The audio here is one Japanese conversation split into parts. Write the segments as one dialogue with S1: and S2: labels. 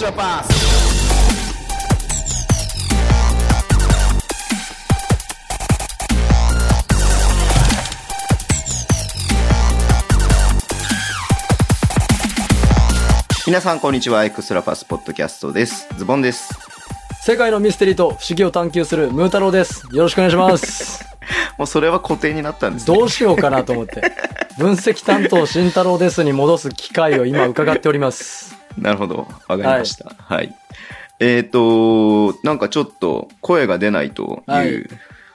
S1: your past.
S2: Podcast 皆さん、こんにちは。エクストラパスポッドキャストです。ズボンです。
S3: 世界のミステリーと不思議を探求するムータロウです。よろしくお願いします。
S2: もうそれは固定になったんですね。
S3: どうしようかなと思って。分析担当慎太郎ですに戻す機会を今伺っております。
S2: なるほど。わかりました。はい。えっ、と、なんかちょっと声が出ないという、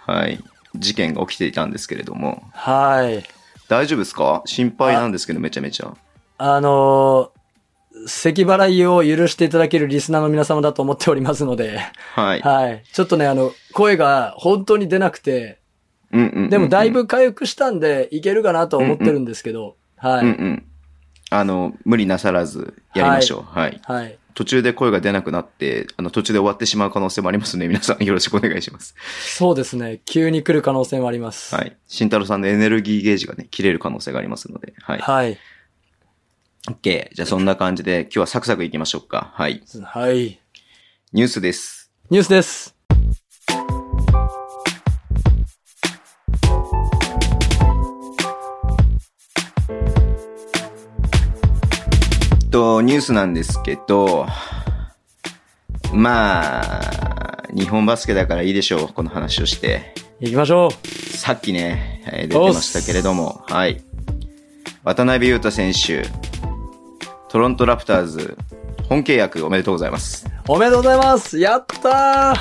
S2: はい、事件が起きていたんですけれども、
S3: はい。
S2: 大丈夫ですか心配なんですけど、めちゃめちゃ。
S3: あのー、咳払いを許していただけるリスナーの皆様だと思っておりますので、
S2: はい。
S3: はい。ちょっとね、あの、声が本当に出なくて、
S2: うんうんうんうん
S3: でもだい、ぶ回復したんで、いけるかなと思ってるんですけど、は
S2: うんう
S3: い。
S2: ん。あの、無理なさらずやりましょう。はい。
S3: はい。
S2: 途中で声が出なくなって、あの、途中で終わってしまう可能性もありますので、皆さんよろしくお願いします。
S3: そうですね。急に来る可能性もあります。
S2: はい。慎太郎さんのエネルギーゲージがね、切れる可能性がありますので。はい。
S3: はい。
S2: OK。じゃあそんな感じで、今日はサクサクいきましょうか。はい。
S3: はい。
S2: ニュースです。
S3: ニュースです。
S2: と、ニュースなんですけど、まあ、日本バスケだからいいでしょう。この話をして。
S3: 行きましょう。
S2: さっきね、えー出てましたけれども、はい。渡辺裕太選手、トロントラプターズ、本契約おめでとうございます。
S3: おめでとうございますやった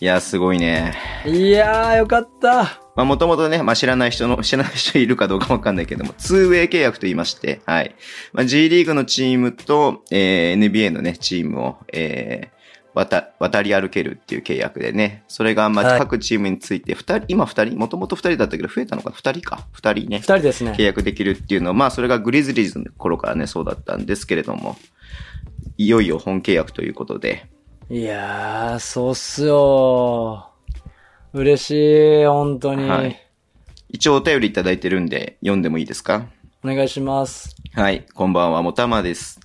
S2: いや、すごいね。
S3: ーいやーよかった
S2: まあ、もともとね、まあ、知らない人の、 知らない人いるかどうかわかんないけども、ツーウェイ契約と言いまして、はい。まあ、G リーグのチームと、えー NBA のね、チームを、えー渡、渡り歩けるっていう契約でね、それが、ま
S3: は
S2: あ、
S3: い
S2: 各チームについて、二人、今二人、もともと二人だったけど、増えたのか、二人か、二人ね
S3: 二。人ですね
S2: 契。約できるっていうのは、まあ、それがグリズリーズの頃からね、そうだったんですけれども、いよいよ本契約ということで、
S3: いやー、そうっすよー。嬉しい、本当に。
S2: はい一応お便りいただいてるんで、読んでもいいですか
S3: お願いします。
S2: はい、こんばんは、もたまです。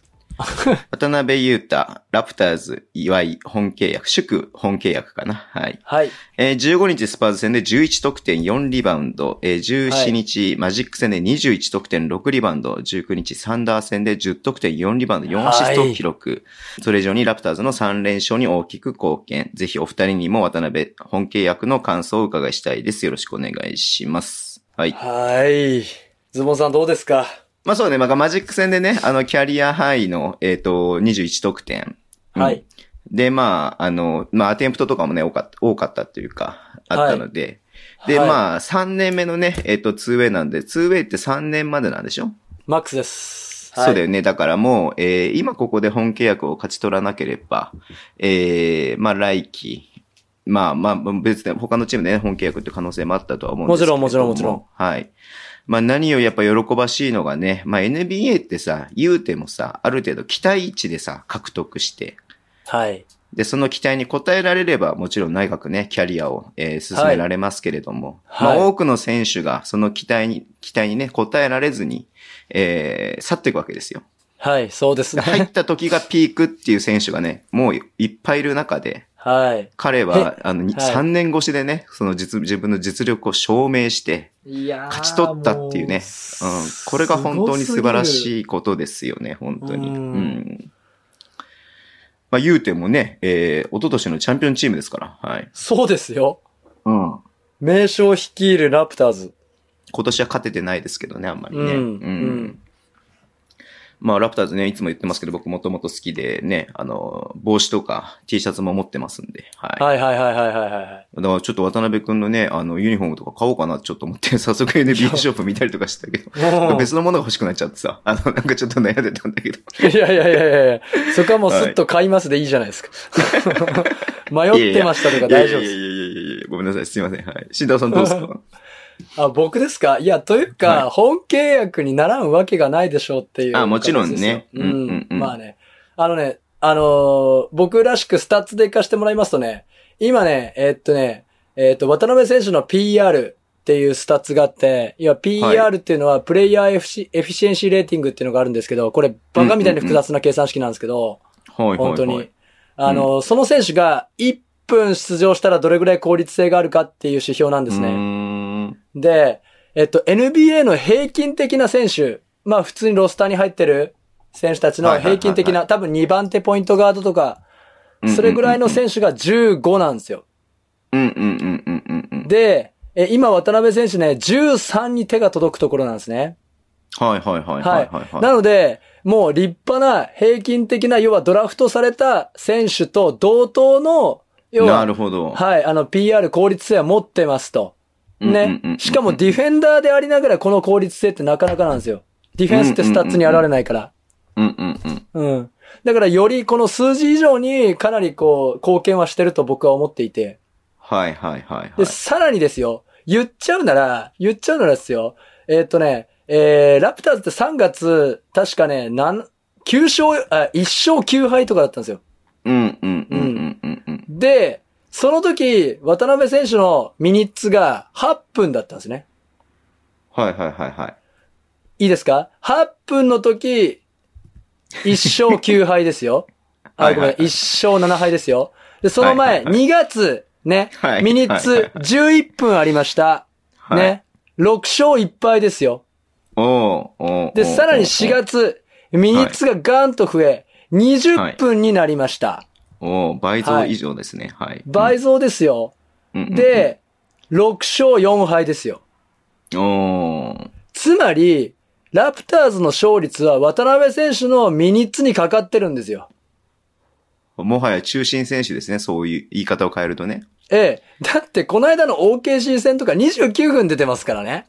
S2: 渡辺裕太、ラプターズ、岩井、本契約、祝本契約かな。 はい。
S3: はい。
S2: えー15日スパーズ戦で11得点4リバウンド、えー17日、マジック戦で21得点6リバウンド、19日サンダー戦で10得点4リバウンド、4アシストを記録。それ以上にラプターズの3連勝に大きく貢献。ぜひお二人にも渡辺本契約の感想をお伺いしたいです。よろしくお願いします。はい。
S3: はい。ズボンさんどうですか
S2: まあそうね、まあマジック戦でね、あの、キャリア範囲の、えっ、と、21得点。うん
S3: はい。
S2: で、まあ、あの、まあ、アテンプトとかもね、多かった、多かったっていうか、あったので。で、
S3: はい
S2: まあ、3年目のね、えっ、と、2ウェイなんで、2ウェイって3年までなんでしょ、
S3: マックスです。
S2: そうだ
S3: よ。
S2: よね。だからもう、えー今ここで本契約を勝ち取らなければ、えーまあ、来季、まあまあ、別に他のチームでね、本契約って可能性もあったとは思うんですけれども。
S3: もちろんもちろんもち
S2: はい。まあ何よりやっぱ喜ばしいのがね、まあ NBA ってさ、言うてもさ、ある程度期待値でさ、獲得して、
S3: はい。
S2: で、その期待に応えられれば、もちろん内閣ね、キャリアを、えー進められますけれども、
S3: はい
S2: まあ、多くの選手がその期待に、期待にね、応えられずに、えー去っていくわけですよ。
S3: はい、そうですね。
S2: 入った時がピークっていう選手がね、もういっぱいいる中で、
S3: はい。
S2: 彼は、あの、に
S3: はい
S2: 3年越しでね、その実、自分の実力を証明して、
S3: いやー
S2: 勝ち取ったっていうね。うん。これが本当に素晴らしいことですよね、本当に。う
S3: うん
S2: ん。まあ、言うてもね、えー、一昨年のチャンピオンチームですから、はい。
S3: そうですよ。
S2: うん。
S3: 名将率いるラプターズ。
S2: 今年は勝ててないですけどね、あんまりね。
S3: うん
S2: まあ、ラプターズね、いつも言ってますけど、僕もともと好きでね、あの、帽子とか T シャツも持ってますんで、はい。
S3: はいはいはいはいはいはい。
S2: だからちょっと渡辺くんのね、あの、ユニフォームとか買おうかな、ちょっと思って、早速 NBA ショップ見たりとかしたけど、なんか別のものが欲しくなっちゃってさ、あの、なんかちょっと悩んでたんだけど。
S3: いやいやいやいやいや、そこはもうすっと買いますでいいじゃないですか。 迷ってましたとか大丈
S2: いやいやいやい
S3: 夫です。
S2: やいやいやごめんなさい、すいません。はい。慎太郎さんどうですか
S3: あ、僕ですかいや、という
S2: は
S3: か、本契約にならんわけがないでしょうっていう。
S2: あもちろんね
S3: 感じですよ
S2: う
S3: う
S2: んうん
S3: ん。
S2: うん
S3: まあね。あのね、あのー僕らしくスタッツで行かせてもらいますとね、今ね、えっとね、えっと、渡辺選手の PR、っていうスタッツがあって、いや、PR っていうのは、プレイヤーエフシエフィシエンシーレーティングっていうのがあるんですけど、これ、バカみたいに複雑な計算式なんですけど、
S2: はいはいはい。
S3: 本当に。あの、その選手が1分出場したらどれぐらい効率性があるかっていう指標なんです
S2: うー
S3: ね。
S2: ん。
S3: で、えっと、NBA の平均的な選手、まあ普通にロスターに入ってる選手たちの平均的な、多分2番手ポイントガードとか、それぐらいの選手が15なんですよ。
S2: うんうんうんうんうんうん。
S3: で、え今渡辺選手ね、13に手が届くところなんですね。
S2: はいはいはいは
S3: はい
S2: はい
S3: い。
S2: はい。
S3: なので、もう立派な平均的な、要はドラフトされた選手と同等の、要
S2: な
S3: は
S2: る、ほど。
S3: はい、あの、PR 効率性は持ってますと。
S2: うんうんうんうん
S3: ね。しかもディフェンダーでありながらこの効率性ってなかなかなんですよ。ディフェンスってスタッツに現れないから。
S2: うんうんうん。
S3: うん。だからよりこの数字以上にかなりこう、貢献はしてると僕は思っていて。
S2: はいはいはいはい
S3: で、。さらにですよ、言っちゃうなら、言っちゃうならですよ、えーっとね、えー、ラプターズって3月、確かね、なん、9勝、あ、1勝9敗とかだったんですよ。
S2: うんうんうんうんうんうん。
S3: で、その時、渡辺選手のミニッツが8分だったんですね。
S2: はいはいはいはい。
S3: いいですか ?8 分の時、1勝9敗ですよ。
S2: は
S3: あ、
S2: い
S3: ご
S2: はい
S3: めん
S2: は、い
S3: 1勝7敗ですよ。で、その
S2: は
S3: 前、
S2: いはいは
S3: 2月、ね
S2: は、い
S3: ミニッツ11分ありました。
S2: はい。
S3: ね、6勝1敗ですよ。
S2: おー。おーおー
S3: で、さらに4。月、ミニッツがガーンと増え、20分になりました。
S2: おーおー倍増以上ですね。はい。
S3: 倍増ですよ。
S2: うんうんうん、
S3: で、6勝4敗ですよ。
S2: おー。
S3: つまり、ラプターズの勝率は渡辺選手のミニッツにかかってるんですよ。
S2: もはや中心選手ですね。そういう言い方を変えるとね。
S3: ええ。だって、この間の OKC 戦とか29分出てますか らね。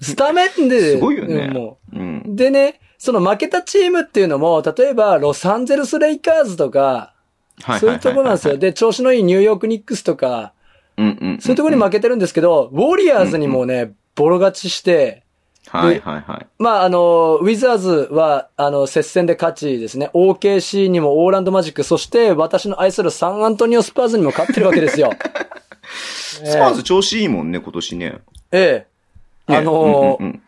S3: スタメンで。
S2: すごいよね
S3: うんもう
S2: うん。
S3: でね、その負けたチームっていうのも、例えば、ロサンゼルスレイカーズとか、
S2: は
S3: そういうところなんですよ。。で、調子のいいニューヨークニックスとか、
S2: うんうんうん。
S3: そういうところに負けてるんですけど、ウォリアーズにもね、ボロ勝ちして、
S2: はいはいはい。
S3: まあ、あの、ウィザーズは、あの、接戦で勝ちですね。OKC にもオーランドマジック、そして私の愛するサンアントニオスパーズにも勝ってるわけで すよ。
S2: スパーズ調子いいもんね、今年ね。ね
S3: ええ。あのー
S2: うんうん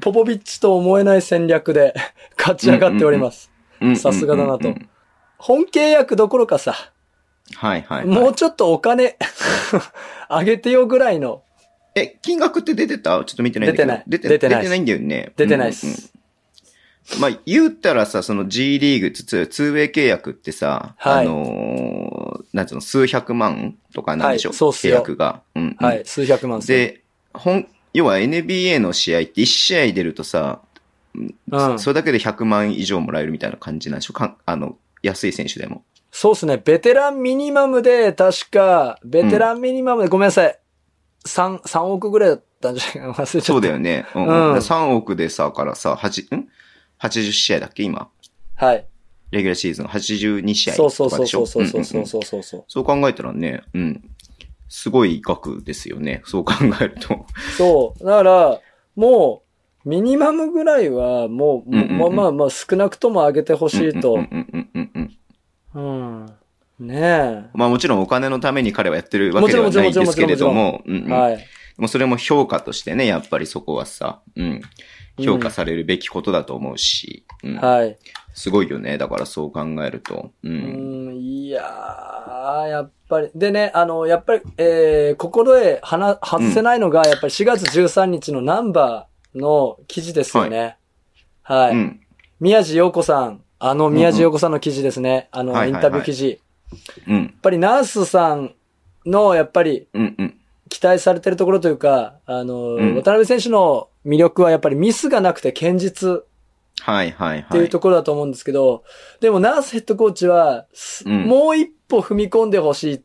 S3: ポポビッチと思えない戦略で勝ち上がっております。
S2: うんうん
S3: さすがだ
S2: う
S3: なと
S2: んうんうん
S3: 本契約どころかさ、
S2: はいはいはい。
S3: もうちょっとお金、上げてよぐらいの、
S2: え、金額って出てたちょっと見てないんだけど。
S3: 出てな
S2: 出て
S3: い出てない
S2: 出てないんだよね。
S3: 出てないです。
S2: うんうんまあ、言ったらさ、その G リーグ、つつ、ツーウェイ契約ってさ、
S3: はい
S2: あのーなんつうの、数百万とかなんでしょ、
S3: はいそうっす
S2: 契
S3: よ
S2: 約が。うん、うん
S3: はい、数百万ですね、
S2: で、本、要は NBA の試合って1試合出るとさ、
S3: うん。
S2: それだけで100万以上もらえるみたいな感じなんでしょかんあの、安い選手でも。
S3: そうですね。ベテランミニマムで、確か、ベテランミニマムで、ごめんなさい。3、三億ぐらいだったんじゃないかな忘れちゃった。
S2: そうだよ ね。うん。
S3: うん
S2: 3億でさ、からさ、8、ん ?80 試合だっけ今。
S3: はい。
S2: レギュラーシーズン82試合
S3: そうそ
S2: と
S3: う
S2: かで
S3: そう
S2: し
S3: そ
S2: ょ
S3: うそうそうんそ
S2: ん
S3: うそうそうそう。
S2: そう考えたらね、うん。すごい額ですよね。そう考えると。
S3: そう。だから、もう、ミニマムぐらいは、もう、
S2: うんうんうん
S3: まあまあまあ、少なくとも上げてほしい
S2: うん
S3: と
S2: う。んうんうんうん。
S3: うん。ね
S2: まあもちろんお金のために彼はやってるわけでは
S3: もちろ
S2: なんい
S3: も
S2: んで
S3: ちろんも
S2: す
S3: ちろ
S2: けれ
S3: ん
S2: ども、うん
S3: え。
S2: うん
S3: はい。
S2: もうそれも評価としてね、やっぱりそこはさ、うん。評価されるべきことだと思うし、うん。
S3: はい。
S2: すごいよね。だからそう考えると。う。
S3: うんん、いやー、やっぱり。でね、あの、やっぱり、えー、心で話、外せないのが、やっぱり4月13日のナンバーの記事ですよね。はい。
S2: うん。
S3: 宮地洋子さん、あの宮地洋子さんの記事ですね。あの、
S2: はいはい
S3: イン
S2: はい
S3: タビュー記事。や
S2: うん。
S3: っぱりナースさんの、やっぱり、
S2: うん。うん。
S3: 期待されてるところというか、あの、
S2: うん
S3: 渡辺選手の魅力はやっぱりミスがなくて堅実
S2: はいはい
S3: って
S2: はい。
S3: いうところだと思うんですけど、でもナースヘッドコーチは、す
S2: うん
S3: もう一歩踏み込んでほしいって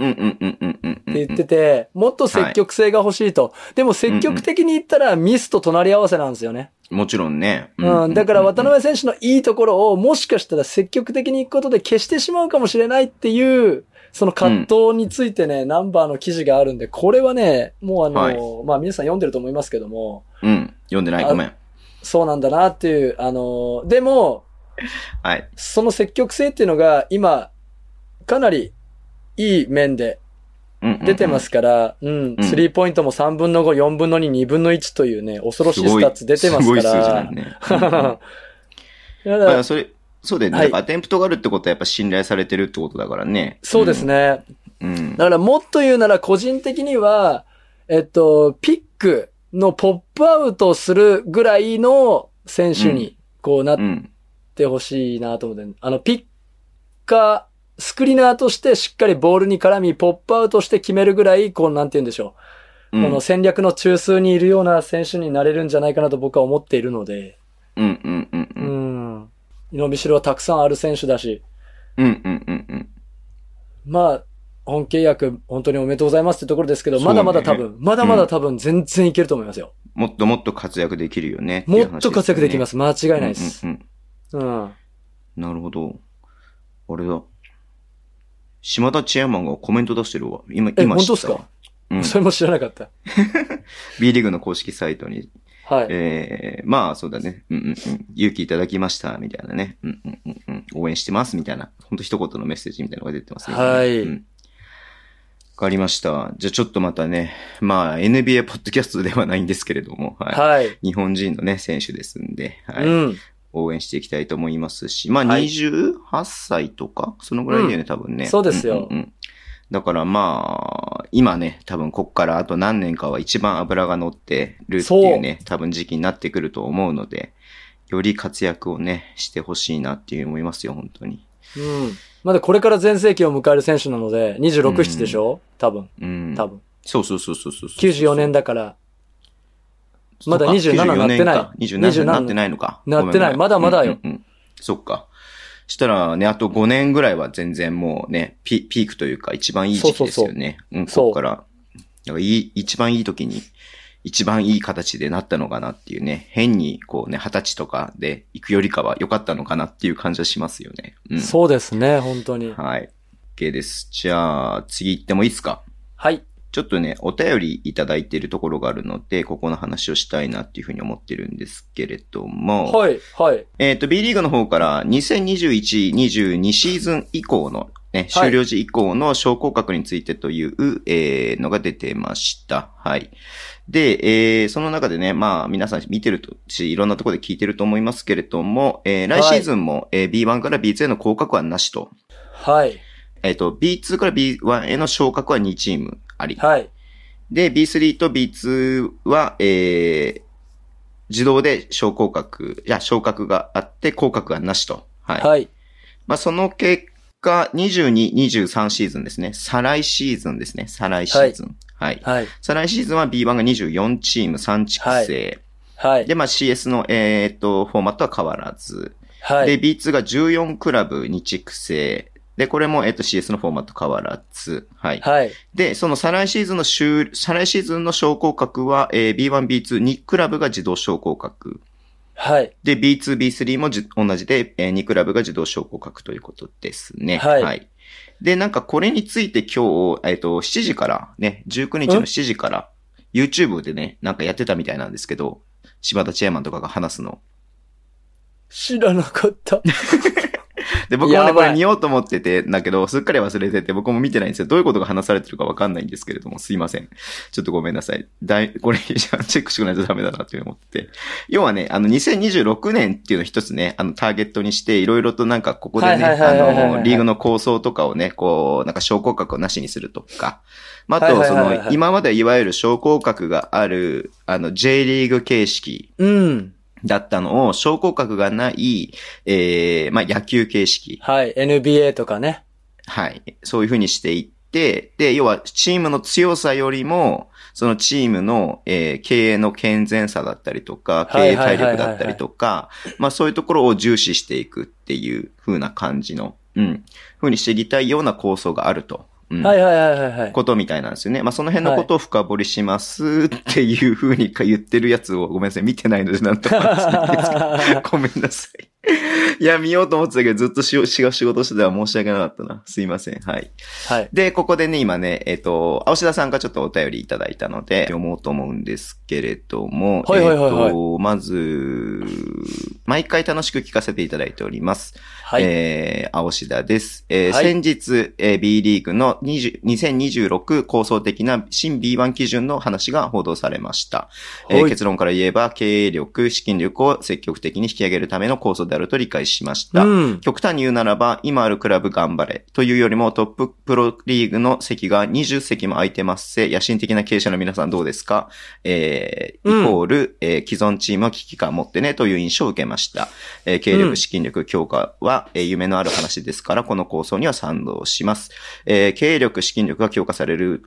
S2: うんうんうんうんうんうん。
S3: 言ってて、もっと積極性が欲しいと。でも積極的に言ったらミスと隣り合わせなんですよね。
S2: もちろんね。
S3: うん。だから渡辺選手のいいところをもしかしたら積極的に行くことで消してしまうかもしれないっていう、その葛藤についてね、ナンバーの記事があるんで、これはね、もうあの、
S2: はい
S3: まあ皆さん読んでると思いますけども、
S2: うん。読んでない。ごめん。
S3: そうなんだなっていう、あの、でも、
S2: はい。
S3: その積極性っていうのが今、かなりいい面で
S2: うんうんうん
S3: 出てますから、うん、
S2: うん
S3: スリーポイントも3分の5、4分の2、2分の1というね、恐ろしいスタッツ出てますか
S2: すごい数字だ
S3: ら。
S2: ね。
S3: だ
S2: だ
S3: か
S2: かららそれ、そうだよね。
S3: はい
S2: だからアテンプトがあるってことはやっぱ信頼されてるってことだからね。
S3: そうですね。
S2: うん。うん。
S3: だからもっと言うなら個人的には、えっと、ピックのポップアウトするぐらいの選手
S2: う
S3: に、こうなっ
S2: うん。
S3: ってほしいなと思って、あの、ピッカー、スクリーナーとしてしっかりボールに絡み、ポップアウトして決めるぐらい、こう、なんて言うんでしょ
S2: う
S3: う。こ
S2: ん
S3: の戦略の中枢にいるような選手になれるんじゃないかなと僕は思っているので、
S2: うんうんうんう。
S3: うんん。伸びしろはたくさんある選手だし、
S2: うんうんうんうん。
S3: まあ、本契約、本当におめでとうございますってところですけど、
S2: そうね
S3: まだまだ多分、まだまだ多分全然いけると思いますよ。
S2: もっともっと活躍できるよね。
S3: もっと活躍できますす。間違い
S2: 間
S3: ないです。
S2: うんうん
S3: うん。
S2: うん。なるほど。あれだ。島田チェアマンがコメント出してるわ。今、
S3: え、
S2: 今
S3: 本当
S2: 知
S3: で
S2: っ
S3: す
S2: たわ
S3: か
S2: うん。
S3: それも知らなかった。
S2: B リーグの公式サイトに、
S3: はい。
S2: えー、まあそうだね。うんうんうん。勇気いただきました、みたいなね。うんうんうんうん。応援してます、みたいな。ほんと一言のメッセージみたいなのが出てますね。
S3: はい
S2: うんわかりました。じゃあちょっとまたね、まあ NBA ポッドキャストではないんですけれども、はい。
S3: はい。
S2: 日本人のね、選手ですんで、はい。
S3: うん。
S2: 応援していきたいと思いますし、まあ
S3: はい
S2: 28歳とか、そのぐらいだよね、多分ね。
S3: そうですよ
S2: んんうんだからまあ、今ね、多分こっからあと何年かは一番脂が乗ってるっていうね、多分時期になってくると思うので、より活躍をね、してほしいなっていう思いますよ、本当に。
S3: うん。まだこれから全盛期を迎える選手なので、26、
S2: うん
S3: 7でしょ多分、
S2: うん。
S3: 多分。
S2: そうそうそうそうそう。
S3: 94年だから、
S2: そうか、
S3: まだ27にな
S2: 94
S3: ってない
S2: 年か27になってないのか。
S3: なって
S2: ごめんご
S3: ない
S2: めん
S3: まだまだよ。
S2: うんうんうんそっか。したらね、あと5年ぐらいは全然もうね、ピピークというか一番いい時期ですよね。うん、
S3: そう
S2: こっから。だからいい、一番いい時に、一番いい形でなったのかなっていうね。変にこうね、二十歳とかで行くよりかは良かったのかなっていう感じはしますよね。うん。
S3: そうですね、本当に。
S2: はい。OK です。じゃあ、次行ってもいいですか
S3: はい。
S2: ちょっとね、お便りいただいているところがあるので、ここの話をしたいなっていうふうに思ってるんですけれども、
S3: はい、はい。
S2: えっ、と、B リーグの方から2021-22シーズン以降の、ね、終了時以降の昇降格についてという、えーのが出てました。はい。で、えーその中でね、まあ、皆さん見てるとし、いろんなところで聞いてると思いますけれども、えー来シーズンも、えー B1 から B2 への降格はなしと、
S3: はい。
S2: えっ、と、B2 から B1 への昇格は2チームあり。
S3: はい。
S2: で、B3 と B2 は、えー、自動で昇降格、いや、昇格があって、降格がなしと。はい。
S3: はい。
S2: まあ、その結果、22、23シーズンですね。再来シーズンですね。再来シーズン。はい。
S3: はい。
S2: 再来シーズンは B1 が24チーム、3地区制。
S3: はい。
S2: で、まあ、CS の、えーっと、フォーマットは変わらず。
S3: はい。
S2: で、B2 が14クラブ、2地区制。で、これも、えーっと、CS のフォーマット変わらず。はい。
S3: はい。
S2: で、その再来シーズンの終、再来シーズンの昇降格は、えー B1、B2、2クラブが自動昇降格。
S3: はい。
S2: で、B2、B3 もじ同じで、えー2クラブが自動昇降格ということですね。
S3: はい
S2: で、なんかこれについて今日、えっ、と、7時からね、19日の7時から、YouTube でね、なんかやってたみたいなんですけど、柴田チェアマンとかが話すの。
S3: 知らなかった。
S2: で、僕も
S3: や
S2: ね、こ
S3: ばい
S2: れ見ようと思ってて、だけど、すっかり忘れてて、僕も見てないんですよ。どういうことが話されてるかわかんないんですけれども、すいません。ちょっとごめんなさい。だい、これ、じゃあチェックしてくれないとダメだなって思ってて。要はね、あの、2026年っていうのを一つね、あの、ターゲットにして、いろいろとなんか、ここでね、
S3: はいはいはいはいはいはい
S2: あの、リーグの構想とかをね、こう、なんか、昇降格をなしにするとか。まあ、あと、
S3: はい
S2: そ
S3: はいはいはい
S2: の、今までいわゆる昇降格がある、あの、J リーグ形式。
S3: うん。
S2: だったのを、昇降格がない、ええまあ、野球形式。
S3: はい。NBA とかね。
S2: はい。そういうふうにしていって、で、要は、チームの強さよりも、そのチームの、えー経営の健全さだったりとか、経
S3: はい
S2: 営
S3: はいはい
S2: 体
S3: はいはい
S2: 力だったりとか、まあ、そういうところを重視していくっていう風な感じの、うん、風にしていきたいような構想があると。うん
S3: はいはいはいはいはい。
S2: ことみたいなんですよね。まあ、その辺のことを深掘りしますっていうふう にか言ってるやつを、ごめんなさい、見てないので、なんとかなんですけどごめんなさい。いや、見ようと思ってたけど、ずっとし仕事してたら申し訳なかったな。すいません。はい。
S3: はい。
S2: で、ここでね、今ね、えっ、と、青志田さんがちょっとお便りいただいたので、読もうと思うんですけれども、
S3: はいはいはいはい
S2: えっ、と、まず、毎回楽しく聞かせていただいております。
S3: はい。
S2: えー、青志田です。えー
S3: はい
S2: 先日、えー B リーグの20 2026構想的な新 B1 基準の話が報道されました。えー
S3: はい
S2: 結論から言えば、経営力、資金力を積極的に引き上げるための構想であると理解しました。
S3: うん。
S2: 極端に言うならば、今あるクラブ頑張れというよりもトッププロリーグの席が20席も空いてますせ、野心的な経営者の皆さんどうですかえー
S3: うん
S2: イコール、えー既存チームは危機感を持ってねという印象を受けました。えー経営
S3: う
S2: 力、
S3: ん
S2: 資金力強化は、えー夢のある話ですから、この構想には賛同します。えー経営力、資金力が強化される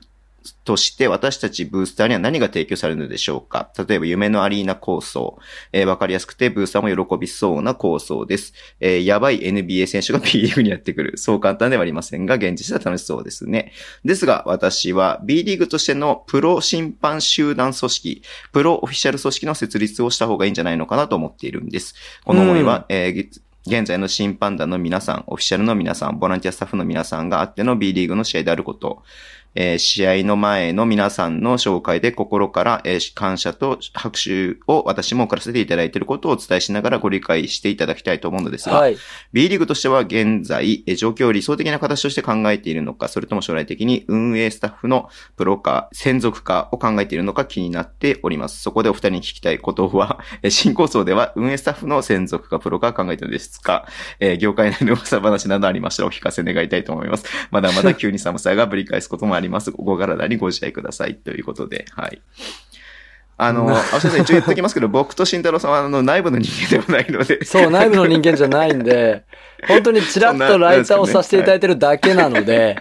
S2: として私たちブースターには何が提供されるのでしょうか例えば夢のアリーナ構想。えーわかりやすくてブースターも喜びそうな構想です。えーやばい NBA 選手が B リーグにやってくる。そう簡単ではありませんが、現実は楽しそうですね。ですが、私は B リーグとしてのプロ審判集団組織、プロオフィシャル組織の設立をした方がいいんじゃないのかなと思っているんです。この思いは、えー現在の審判団の皆さん、オフィシャルの皆さん、ボランティアスタッフの皆さんがあっての B リーグの試合であること、えー試合の前の皆さんの紹介で心から、えー感謝と拍手を私も送らせていただいていることをお伝えしながらご理解していただきたいと思うのですが、
S3: はい。
S2: B リーグとしては現在、えー状況を理想的な形として考えているのか、それとも将来的に運営スタッフのプロ化、専属化を考えているのか気になっております。そこでお二人に聞きたいことは、えー新構想では運営スタッフの専属化、プロ化を考えているのですか、えー業界内の噂話などありましたらお聞かせ願いたいと思います。まだまだ急に寒さがぶり返すこともあります。ご体にご自愛ください。ということで、はい。あの、
S3: な
S2: 青島さん一応言っておきますけど、僕と慎太郎さんはあの内部の人間ではないので。
S3: そう、内部の人間じゃない んで、本当にちらっとライターをさせていただいてるだけなので、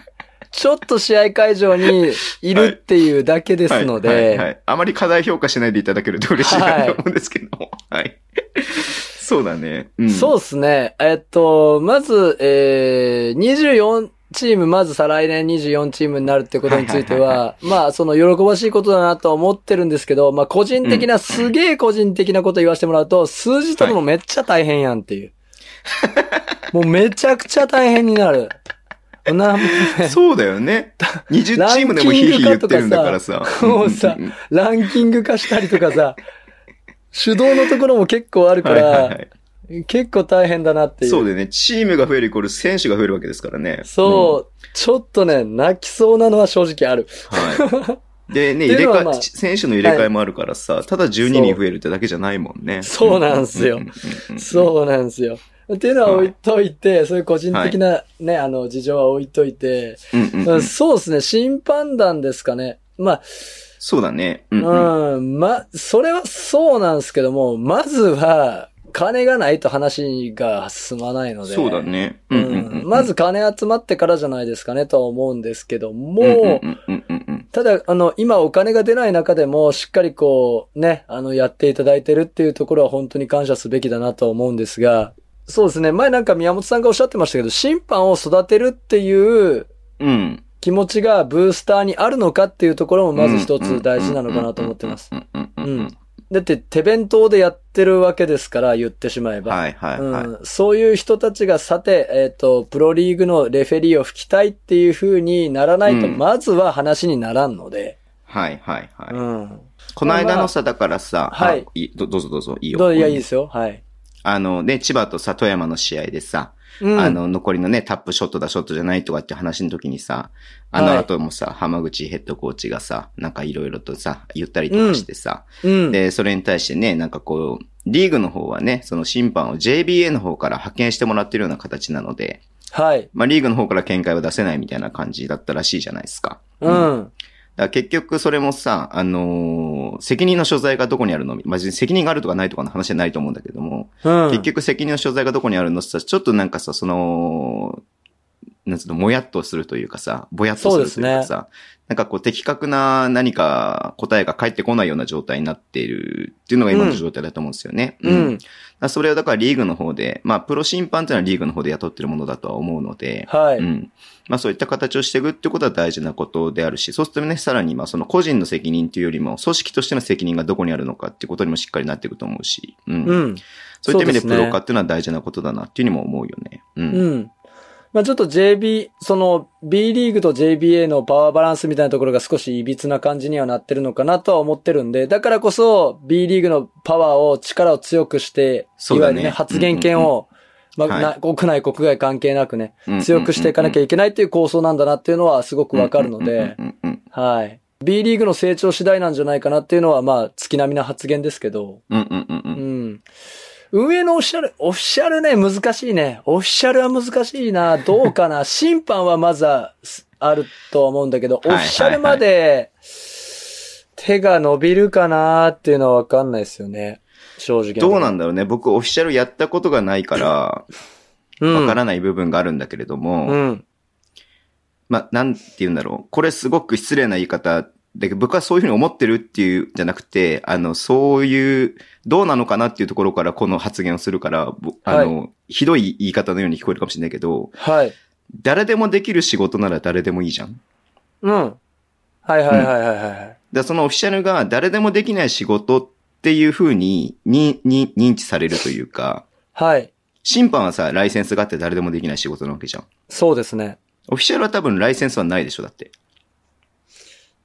S3: ちょっと試合会場にいるっていうだけですの
S2: はいはいは
S3: で、
S2: いあまり過大評価しないでいただけると嬉しい
S3: は
S2: ないと思うんですけども。はい。そうだね。うん、
S3: そう
S2: う。
S3: ですね。えっと、まず、えー、24チーム、まず再来年24チームになるってことについて
S2: はいはい
S3: は、まあ、その喜ばしいことだなとは思ってるんですけど、まあ、個人的な、すげえ個人的なこと言わせてもらうと、数字取るのめっちゃ大変やんっていう。もうめちゃくちゃ大変になる。なん
S2: そうだよね。20チームでもヒーヒー言ってるんだからさ。
S3: もうさ
S2: んんん
S3: ランキング化したりとかさ、手動のところも結構あるか
S2: はい
S3: ら、
S2: はいはい。
S3: 結構大変だなっていう。
S2: そうだよね。チームが増えるイコール選手が増えるわけですからね。
S3: そう、ちょっとね、泣きそうなのは正直ある。
S2: うん。はい。でね、
S3: って
S2: 入れ
S3: いうのは
S2: 替
S3: ま
S2: え、
S3: あ
S2: 選手の入れ替えもあるからさ、ただ12人増えるってだけじゃないもんね。
S3: そうなんすよ
S2: ううんうん
S3: そうなんですよ。っていうのは置いといて、そういう個人的なね、あの、事情は置いといて、
S2: うんうんうん
S3: そうですね、審判団ですかね。まあ、
S2: そうだね。うんうん
S3: うん、ま、それはそうなんですけども、まずは、金がないと話が進まないので。
S2: そうだね。うんうんうんうん
S3: まず、金集まってからじゃないですかねとは思うんですけども、
S2: うんうんうんうんうん。
S3: ただ、あの、今お金が出ない中でも、しっかりこう、ね、あの、やっていただいてるっていうところは本当に感謝すべきだなとは思うんですが、そうですね。前なんか宮本さんがおっしゃってましたけど、審判を育てるっていう
S2: うん。
S3: 気持ちがブースターにあるのかっていうところもまず一つ大事なのかなと思ってます。
S2: うんうんう
S3: うん
S2: うんうん
S3: ん。だって手弁当でやってるわけですから、言ってしまえば。
S2: はいはいはい。
S3: うん、そういう人たちがさて、えっ、と、プロリーグのレフェリーを吹きたいっていう風にならないと、
S2: うん
S3: まずは話にならんので。
S2: はいはいはい。
S3: うん。
S2: この間のさ、だからさ、
S3: はい
S2: あ。どどうぞどうぞ、いいよ。
S3: どういや、いいですよ。はい。
S2: あの、ね、千葉とさ、富山の試合でさ、
S3: うん、
S2: あの、残りのね、タップショットだ、ショットじゃないとかって話の時にさ、あの
S3: はい
S2: 後もさ、浜口ヘッドコーチがさ、なんかいろいろとさ、言ったりとかしてさ、
S3: うん、
S2: で、それに対してね、なんかこう、リーグの方はね、その審判を JBA の方から派遣してもらってるような形なので、
S3: はい。
S2: まあリーグの方から見解は出せないみたいな感じだったらしいじゃないですか。
S3: うん。
S2: だから結局それもさ、あのー責任の所在がどこにあるのまあ、別に責任があるとかないとかの話じゃないと思うんだけども、
S3: うん。
S2: 結局責任の所在がどこにあるのってさ、ちょっとなんかさ、その、なんつうの、もやっとするというかさ、ぼやっとするというかさ、なんかこう的確な何か答えが返ってこないような状態になっているっていうのが今の状態だと思うんですよね。
S3: う
S2: うんだ
S3: ん
S2: か。らそれはだからリーグの方で、まあプロ審判というのはリーグの方で雇ってるものだとは思うので、
S3: はい。
S2: うん。まあそういった形をしていくってことは大事なことであるし、そうするとね、さらにまあその個人の責任というよりも、組織としての責任がどこにあるのかってことにもしっかりなっていくと思うし、うん。
S3: うん。
S2: そういった意味でプ
S3: そうですね
S2: ロ化っていうのは大事なことだなっていうにも思うよね。うん。
S3: うん。まあちょっと JB、その B リーグと JBA のパワーバランスみたいなところが少し歪な感じにはなってるのかなとは思ってるんで、だからこそ B リーグのパワーを力を強くして、
S2: そう
S3: いわ
S2: だね
S3: ゆるね、発言権を、まあ
S2: はい
S3: な国内国外関係なくね
S2: うんうんうんう、ん
S3: 強くしていかなきゃいけないっていう構想なんだなっていうのはすごくわかるので、
S2: うんうんうんうん
S3: はい。B リーグの成長次第なんじゃないかなっていうのは、まあ月並みな発言ですけど、
S2: うんうんうんうん
S3: うん。運営のオフィシャル、オフィシャルね、難しいね。オフィシャルは難しいな。どう かな。審判はまずは、すあるとは思うんだけど、オ
S2: はい
S3: フ
S2: はい
S3: ィシャルまで、手が伸びるかなっていうのはわかんないですよね。正直。
S2: どうなん
S3: だ
S2: だろうね。僕、オフィシャルやったことがないから、わからない部分があるんだけれども、
S3: うん。うん。
S2: まあ、なんて言うんだろう。これすごく失礼な言い方だけど、僕はそういうふうに思ってるっていう、じゃなくて、あの、そういう、どうなのかなっていうところからこの発言をするから、ぼあの、ひどい言い方のように聞こえるかもしれないけど、
S3: はい。
S2: 誰でもできる仕事なら誰でもいいじゃん。
S3: うん。はいはいはいはいは
S2: だ
S3: い。
S2: からそのオフィシャルが誰でもできない仕事っていうふうににに認知されるというか、
S3: はい。
S2: 審判はさ、ライセンスがあって誰でもできない仕事なわけじゃん。
S3: そうですね。
S2: オフィシャルは多分ライセンスはないでしょ、だって。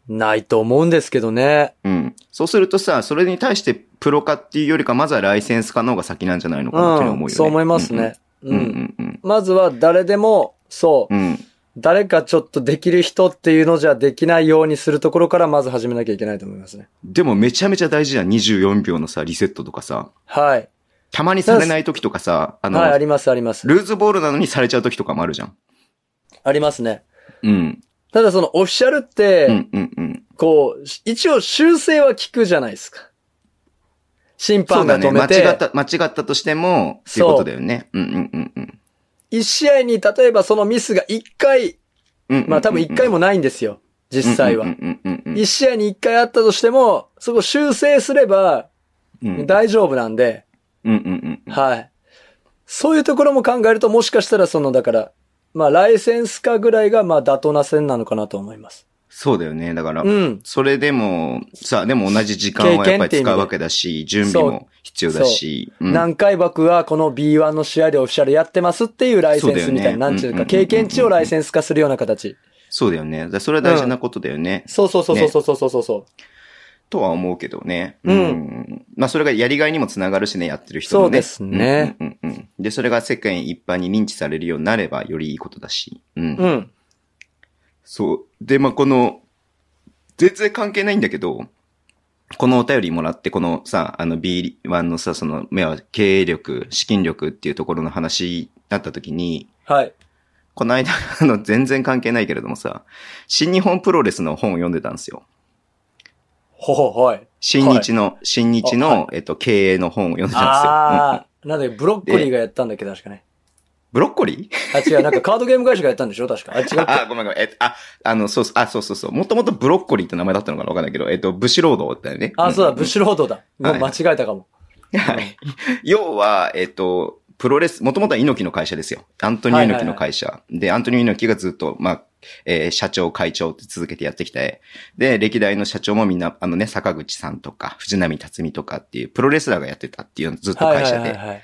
S3: ないと思うんですけどね。
S2: うん。そうするとさ、それに対してプロ化っていうよりか、まずはライセンス化の方が先なんじゃないのかなっていうのは思うよね。
S3: そう思いますね。
S2: う
S3: うん。
S2: うんん。うん
S3: まずは誰でも、そう。
S2: うんうん。
S3: 誰かちょっとできる人っていうのじゃできないようにするところからまず始めなきゃいけないと思いますね。
S2: でもめちゃめちゃ大事じゃん。24秒のさ、リセットとかさ。
S3: はい。
S2: たまにされない時とかさ、あの、
S3: はい、あります、あります。
S2: ルーズボールなのにされちゃう時とかもあるじゃん。
S3: ありますね。
S2: うん。
S3: ただそのオフィシャルって、
S2: うんうんうん。
S3: こう、一応修正は効くじゃないですか。審
S2: そ
S3: 判
S2: うだ
S3: が
S2: ね。
S3: 止
S2: 間
S3: めて、
S2: 違った、間違ったとしても、っていうことだよね。うんうんうんうん
S3: 一試合に例えばそのミスが一回、
S2: うんうんうん。
S3: まあ多分一回
S2: も
S3: もないんですよ。実際
S2: う
S3: は。
S2: んうんうんうん
S3: 一試合に一回あったとしても、そこ修正すれば
S2: うん。うん
S3: 大丈夫なんで、
S2: うんうんうん。
S3: はい。そういうところも考えると、もしかしたらその、だから、まあ、ライセンス化ぐらいが、まあ、妥当な線なのかなと思います。
S2: そうだよね。だから
S3: う、ん。
S2: それでも、さあ、でも同じ時間はやっぱり使うわけだし、準備も必要だし、うん
S3: 何回僕はこの B1 の試合でオフィシャルやってますっていうライセンスみたい
S2: そうだよね
S3: な、なんちゅう
S2: うんうんうんう
S3: か、
S2: ん
S3: 経験値をライセンス化するような形。
S2: そうだよね。だからそれは大事なことだよね。
S3: そうそうそうそうそうそうそうそう。
S2: とは思うけどね。
S3: うん
S2: まあ、それがやりがいにもつながるしね、やってる人のね。
S3: そうですね
S2: うんうんうん。で、それが世間一般に認知されるようになればよりいいことだし。うん。
S3: うん。
S2: そう。で、まあ、この、全然関係ないんだけど、このお便りもらって、このさ、あの B1 のさ、その、目は経営力、資金力っていうところの話になった時に、
S3: はい。
S2: この間、 あの、全然関係ないけれどもさ、新日本プロレスの本を読んでたんですよ。
S3: ほほほい。
S2: 新日の、新日の、えっと、経営の本を読んでたんですよ。うん
S3: あー、なんだっけブロッコリーがやったんだっけ、確かね。
S2: ブロッコリー
S3: あ、違う、なんかカードゲーム会社がやったんでしょ確か。あ、違う。
S2: あ、ごめんごめん。えっと、あ、あの、そうそう、あ、そうそうそう。もともとブロッコリーって名前だったのかなわかんないけど、えっと、武士労働だよね。
S3: あ、そうだ、
S2: ん
S3: ブッシュロードだ。もう間違えたかも。
S2: はい。要は、えっと、プロレス、もともとは猪木の会社ですよ。アントニオ猪木の会社。で、アントニオ猪木がずっと、まあ、えー社長、会長って続けてやってきて、で、歴代の社長もみんな、あのね、坂口さんとか、藤波辰巳とかっていう、プロレスラーがやってたっていう、ずっと
S3: は
S2: 会
S3: いはい
S2: 社
S3: はい
S2: で。
S3: はい。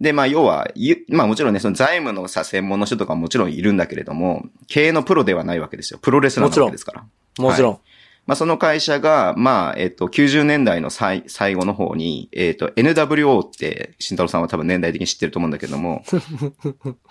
S2: で、まあ、要は、ゆまあ、もちろんね、その財務のさ、専門の人とかもちろんいるんだけれども、経営のプロではないわけですよ。プロレスラーなわけですから。
S3: もちろん。
S2: まあ、その会社が、まあ、えっと、90年代の最、最後の方に、えっと、NWO って、慎太郎さんは多分年代的に知ってると思うんだけど も、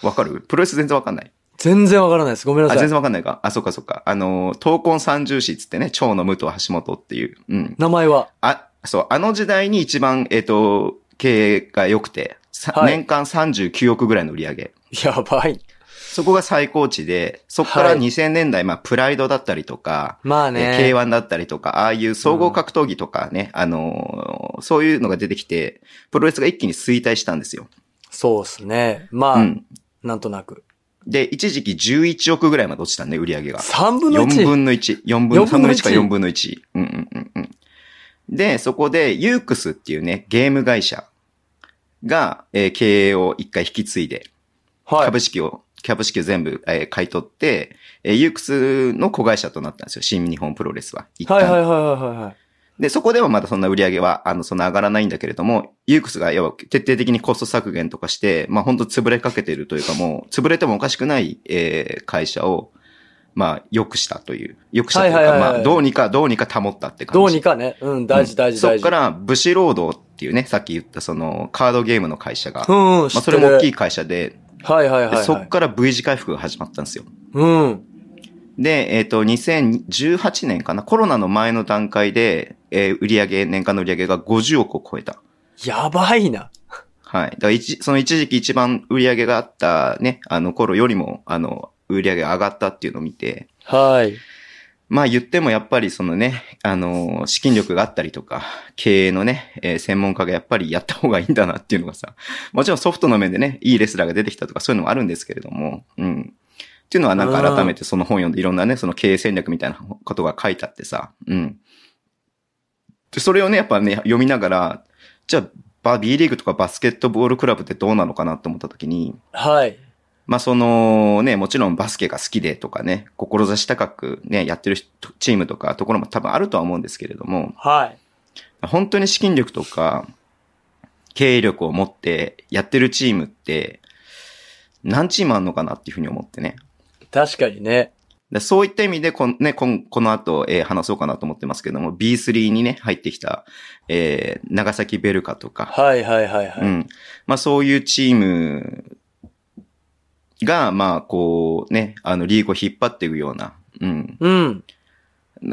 S2: わかるプロレス全然わかんない。
S3: 全然わからないです。ごめんな
S2: あ、
S3: さ
S2: 全
S3: い。
S2: 然わかんないか。あ、そっかそっか。あの、闘魂三重士っつってね、蝶の武藤橋本っていう。うん。
S3: 名前は。
S2: あ、そう、あの時代に一番、えっと、経営が良くて、さ
S3: はい
S2: 年間39億ぐらいの売り上げ。
S3: やばい。
S2: そこが最高値で、そこか
S3: は
S2: ら
S3: い
S2: 2000年代、まあ、プライドだったりとか、
S3: まあ
S2: え
S3: ね。
S2: ー K1 だったりとか、ああいう総合格闘技とかね、あのーそういうのが出てきて、プロレスが一気に衰退したんですよ。
S3: そうですね。まあ、
S2: うん。
S3: なんとなく。
S2: で、一時期11億ぐらいまで落ちたね、売り上げが。
S3: 3分の
S2: 4
S3: 1。
S2: 分の1。4分の
S3: 4分
S2: 3分
S3: の1
S2: の1か4分の1。うんうんうんうん。で、そこで、ユークスっていうね、ゲーム会社が、えー経営を一回引き継いで、
S3: はい。
S2: 株式を、株式を全部、えー買い取って、えーユークスの子会社となったんですよ。新日本プロレスは。一旦
S3: はいはいはいはいはいはい。
S2: で、そこではまだそんな売り上げは、あの、そんな上がらないんだけれども、ユークスが、要は徹底的にコスト削減とかして、まあ、本当潰れかけてるというかもう、潰れてもおかしくない、えー会社を、まあ、良くしたという。良くしたというか、
S3: はいはいはい
S2: ま
S3: はい
S2: あ、どうにか、どうにか保ったって感じ。
S3: どうにかね。うん、大事大事
S2: そ
S3: 大
S2: っ
S3: 事。
S2: から、武士労働っていうね、さっき言ったその、カードゲームの会社が、
S3: う
S2: ま
S3: ん、うん、知
S2: あ、
S3: っ
S2: そ
S3: て
S2: れ
S3: る。
S2: も大きい会社で、
S3: はいはいはい、
S2: で
S3: はい。
S2: そっから V 字回復が始まったんですよ。
S3: うん。
S2: で、えっ、と、2018年かな、コロナの前の段階で、えー売上年間の売上が50億を超えた。
S3: やばいな。
S2: はい。だから一、その一時期一番売上があったね、あの頃よりも、あの、売上が上がったっていうのを見て、
S3: はい。
S2: まあ言ってもやっぱりそのね、あの、資金力があったりとか、経営のね、えー専門家がやっぱりやった方がいいんだなっていうのがさ、もちろんソフトの面でね、いいレスラーが出てきたとかそういうのもあるんですけれども、うん。っていうのはなんか改めてその本読んでいろんなね、その経営戦略みたいなことが書いてあってさ、うん。で、それをね、やっぱね、読みながら、じゃあ、バ B リーグとかバスケットボールクラブってどうなのかなと思った時に、
S3: はい。
S2: まあそのね、もちろんバスケが好きでとかね、志高くね、やってる人チームとかところも多分あるとは思うんですけれども、
S3: はい。
S2: 本当に資金力とか、経営力を持ってやってるチームって、何チームあんのかなっていうふうに思ってね。
S3: 確かにね。
S2: でそういった意味でこん、ね、こんこの後、えー話そうかなと思ってますけども、B3 にね、入ってきた、えー長崎ベルカとか、
S3: はいはいはいはい。
S2: うん。まあそういうチームが、まあこうね、あのリーグを引っ張っていくような、うん、
S3: うん。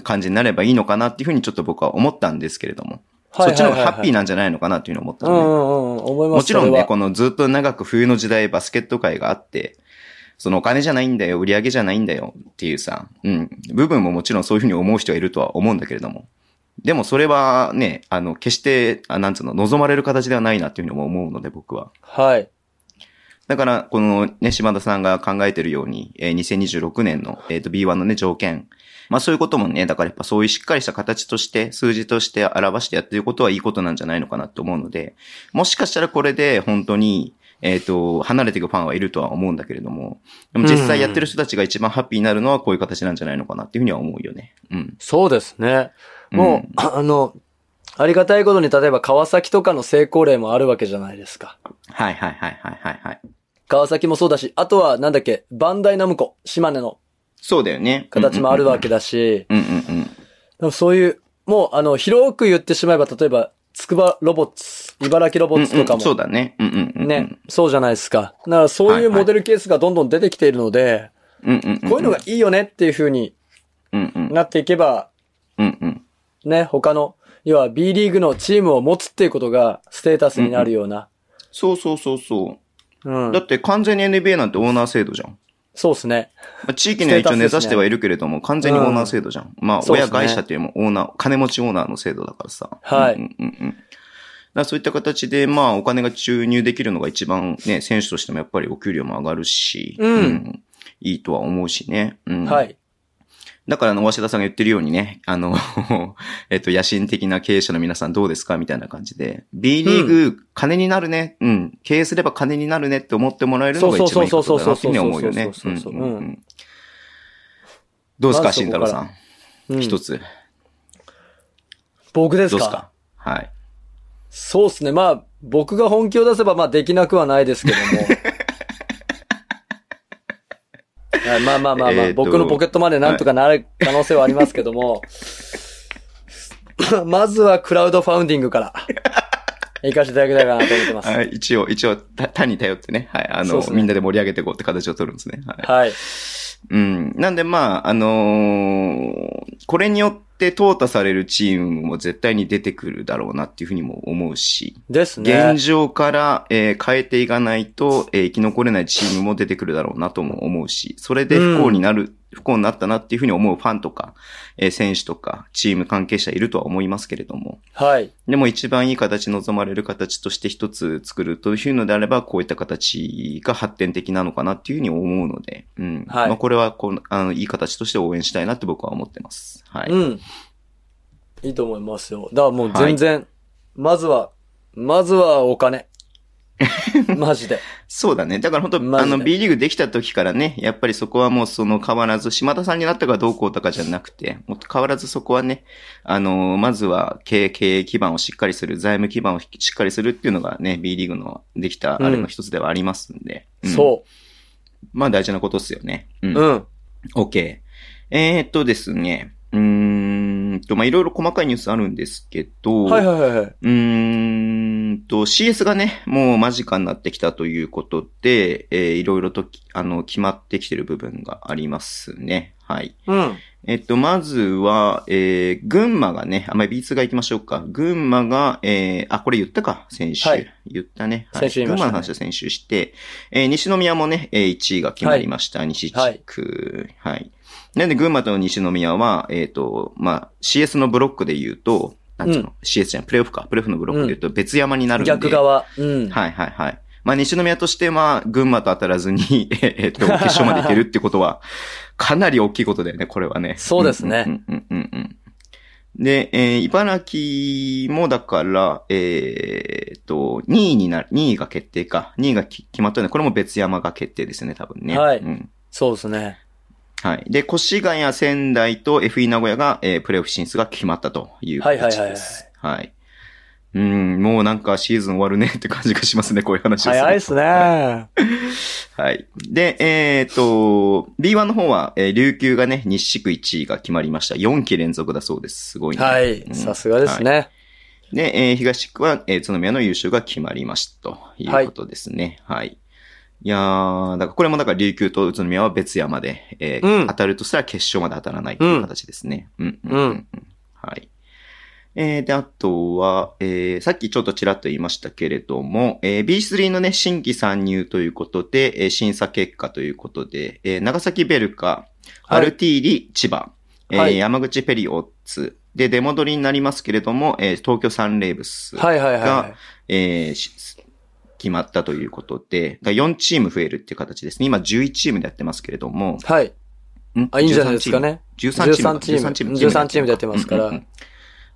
S2: 感じになればいいのかなっていうふうにちょっと僕は思ったんですけれども、
S3: はいはいはいはい、
S2: そっちの方がハッピーなんじゃないのかなっていうのを思った
S3: う
S2: のね。
S3: んうんうん。思います
S2: もちろん
S3: それ
S2: ね、
S3: は
S2: このずっと長く冬の時代バスケット界があって、そのお金じゃないんだよ、売り上げじゃないんだよっていうさ、うん、部分ももちろんそういうふうに思う人がいるとは思うんだけれども。でもそれはね、あの、決して、あなんつうの、望まれる形ではないなっていうふうにも思うので僕は。
S3: はい。
S2: だから、このね、島田さんが考えてるように、えー2026年の、えーと B1 のね、条件。まあそういうこともね、だからやっぱそういうしっかりした形として、数字として表してやってることはいいことなんじゃないのかなと思うので、もしかしたらこれで本当に、えっ、と、離れていくファンはいるとは思うんだけれども、でも実際やってる人たちが一番ハッピーになるのはこういう形なんじゃないのかなっていうふうには思うよね。うん。
S3: そうですね。もう、あの、ありがたいことに、例えば川崎とかの成功例もあるわけじゃないですか。
S2: はいはいはいはいはいはい。
S3: 川崎もそうだし、あとはなんだっけ、バンダイナムコ、島根の
S2: そうだよね。
S3: 形もあるわけだし、
S2: うんうんうん。
S3: でもそういう、もうあの、広く言ってしまえば、例えば、つくばロボッツ、茨城ロボ
S2: うんうん
S3: ッツとか
S2: うんうんそう
S3: も、
S2: だね。うんうんうんうん。
S3: ね、そうじゃないですか。だからそういうモデルケースがどんどん出てきているので、
S2: うんうんんん。
S3: こういうのがいいよねっていう風に
S2: うんうん。
S3: なっていけば、
S2: うんうん。
S3: ね、他の、要は B リーグのチームを持つっていうことがステータスになるような。
S2: そうそうそうそうう。
S3: ん
S2: だ。って完全に NBA なんてオーナー制度じゃん。
S3: そうですね。
S2: まあ、地域には一応
S3: ステータス
S2: 根
S3: です
S2: ざ
S3: ね
S2: してはいるけれども、完全にオーナー制度じゃん。まあ、
S3: そうです
S2: 親
S3: ね
S2: 会社っていうよりもオーナー、金持ちオーナーの制度だからさ。
S3: はい
S2: うんうんうん。だからそういった形で、まあ、お金が注入できるのが一番ね、選手としてもやっぱりお給料も上がるし、
S3: うん
S2: いいとは思うしね。うん。
S3: はい。
S2: だから、あの、早稲田さんが言ってるようにね、あの、 えっと、野心的な経営者の皆さんどうですかみたいな感じで、B リーグ、金になるね、うん、経営すれば金になるねって思ってもらえるのが一番いいことだなっていうふうに思うよね。
S3: そうそうそうそうそうそうそ
S2: うん
S3: う
S2: うんうんどうです
S3: ま
S2: か、
S3: ずそ
S2: 慎
S3: こ
S2: 太
S3: から
S2: 郎さん。
S3: うん
S2: 一つ。
S3: 僕です
S2: どう
S3: か
S2: ですかはい。
S3: そうですね。まあ、僕が本気を出せば、まあ、できなくはないで すけども。はいまあまあまあま
S2: え
S3: あ、
S2: ーと
S3: 僕のポケットまでなんとかなる可能性はありますけ ども。まずはクラウドファウンディングから、行かせていただきたいかなと思ってます。
S2: はい一応、一応、他他に頼ってね、はい、あ
S3: そう
S2: の、
S3: ですね
S2: みんなで盛り上げていこうって形を取るんですね。はい。
S3: はい。
S2: うん。なんで、まあ、あのーこれによって淘汰されるチームも絶対に出てくるだろうなっていうふうにも思うし、
S3: ですね
S2: 現。状から、えー変えていかないと、えー生き残れないチームも出てくるだろうなとも思うし、それで不幸になる、不幸になったなっていうふうに思うファンとか、えー選手とか、チーム関係者いるとは思いますけれども、
S3: はい。
S2: でも一番いい形、望まれる形として一つ作るというのであれば、こういった形が発展的なのかなっていうふうに思うので、うん。
S3: はい
S2: まあこれはこうあの、いい形として応援したいなって僕は思ってます。はい。
S3: うん。 いいと思いますよ。だからもう全然、まずは、まずはお金。マジで。
S2: そうだね。だから本当、
S3: マ
S2: あ
S3: ジで
S2: の、B リーグできた時からね、やっぱりそこはもうその変わらず、島田さんになったかどうこうとかじゃなくて、もっと変わらずそこはね、あの、まずは経営、経営基盤をしっかりする、財務基盤をしっかりするっていうのがね、B リーグのできたあれの一つではありますんで。うん。
S3: そ
S2: まあ大事なことっすよね。う
S3: う。
S2: ん。
S3: うん。
S2: OK。えー、っとですね、うーんと、まあいろいろ細かいニュースあるんですけど、
S3: はいはいはいはい。
S2: うーんと、CS がね、もう間近になってきたということで、えーいろいろとき、あの、決まってきてる部分がありますね。はい。
S3: うん。
S2: えっと、まずは、えー、群馬がね、あまり B2 が行きましょうか。群馬が、えー、あ、これ言ったか、先週。
S3: はい
S2: 言ったね。はい、
S3: 先週言い
S2: 群
S3: まし
S2: 馬
S3: たね
S2: の話は先週して、えー、西宮もね、えー、1位が決まりました。西地区。はい。なんで、群馬と西宮は、えっ、と、まあ、CS のブロックで言うと、なんつうの、
S3: う
S2: CS じゃん、プレイオフか。プレイオフのブロックで言うと別山になるんで。
S3: 逆側。うん。
S2: はいはいはい。まあ、西宮として、まあ、群馬と当たらずに、 ええっと、決勝まで行けるってことは、 かなり大きいことだよね、これはね。
S3: そうですね
S2: うんうんうんうんうん。で、えー茨城もだから、えーっと、2位になる、2位が決定か。2位がき決まったので、これも別山が決定ですね、多分ね。
S3: はい
S2: うん。
S3: そうですね。
S2: はい。で、越谷、仙台と FE 名古屋が、えープレイオフ進出が決まったという
S3: はいはい
S2: 形
S3: はい
S2: です。はいうん、もうなんかシーズン終わるねって感じがしますね、こういう話をすると
S3: 早いっすね。
S2: はい。で、えっ、と、B1 の方は、えー琉球がね、西地区1位が決まりました。4期連続だそうです。すごいね。
S3: はい
S2: うん。
S3: さすがですね。
S2: で、えー東地区は、えー、津宮の優勝が決まりました。ということですね。はい。い、やー、だからこれもだから琉球と宇都宮は別山で、えー
S3: うん
S2: 当たるとしたら決勝まで当たらないという形ですね。うん。うん。うんうんはい。えー、で、あとは、えー、さっきちょっとちらっと言いましたけれども、えー、B3 のね、新規参入ということで、えー審査結果ということで、えー、長崎ベルカ、
S3: はい
S2: アルティーリ、千葉、えー
S3: はい
S2: 山口ペリオッツ、で、出戻りになりますけれども、えー東京サンレイブス、
S3: はいはいはいは
S2: がえーし決まったということで、だ4チーム増えるっていう形ですね。今11チームでやってますけれども、
S3: い。はい。あ、いいんじゃないですかね。
S2: 13チーム。
S3: 13チーム13チームでやってますから
S2: うんうんうん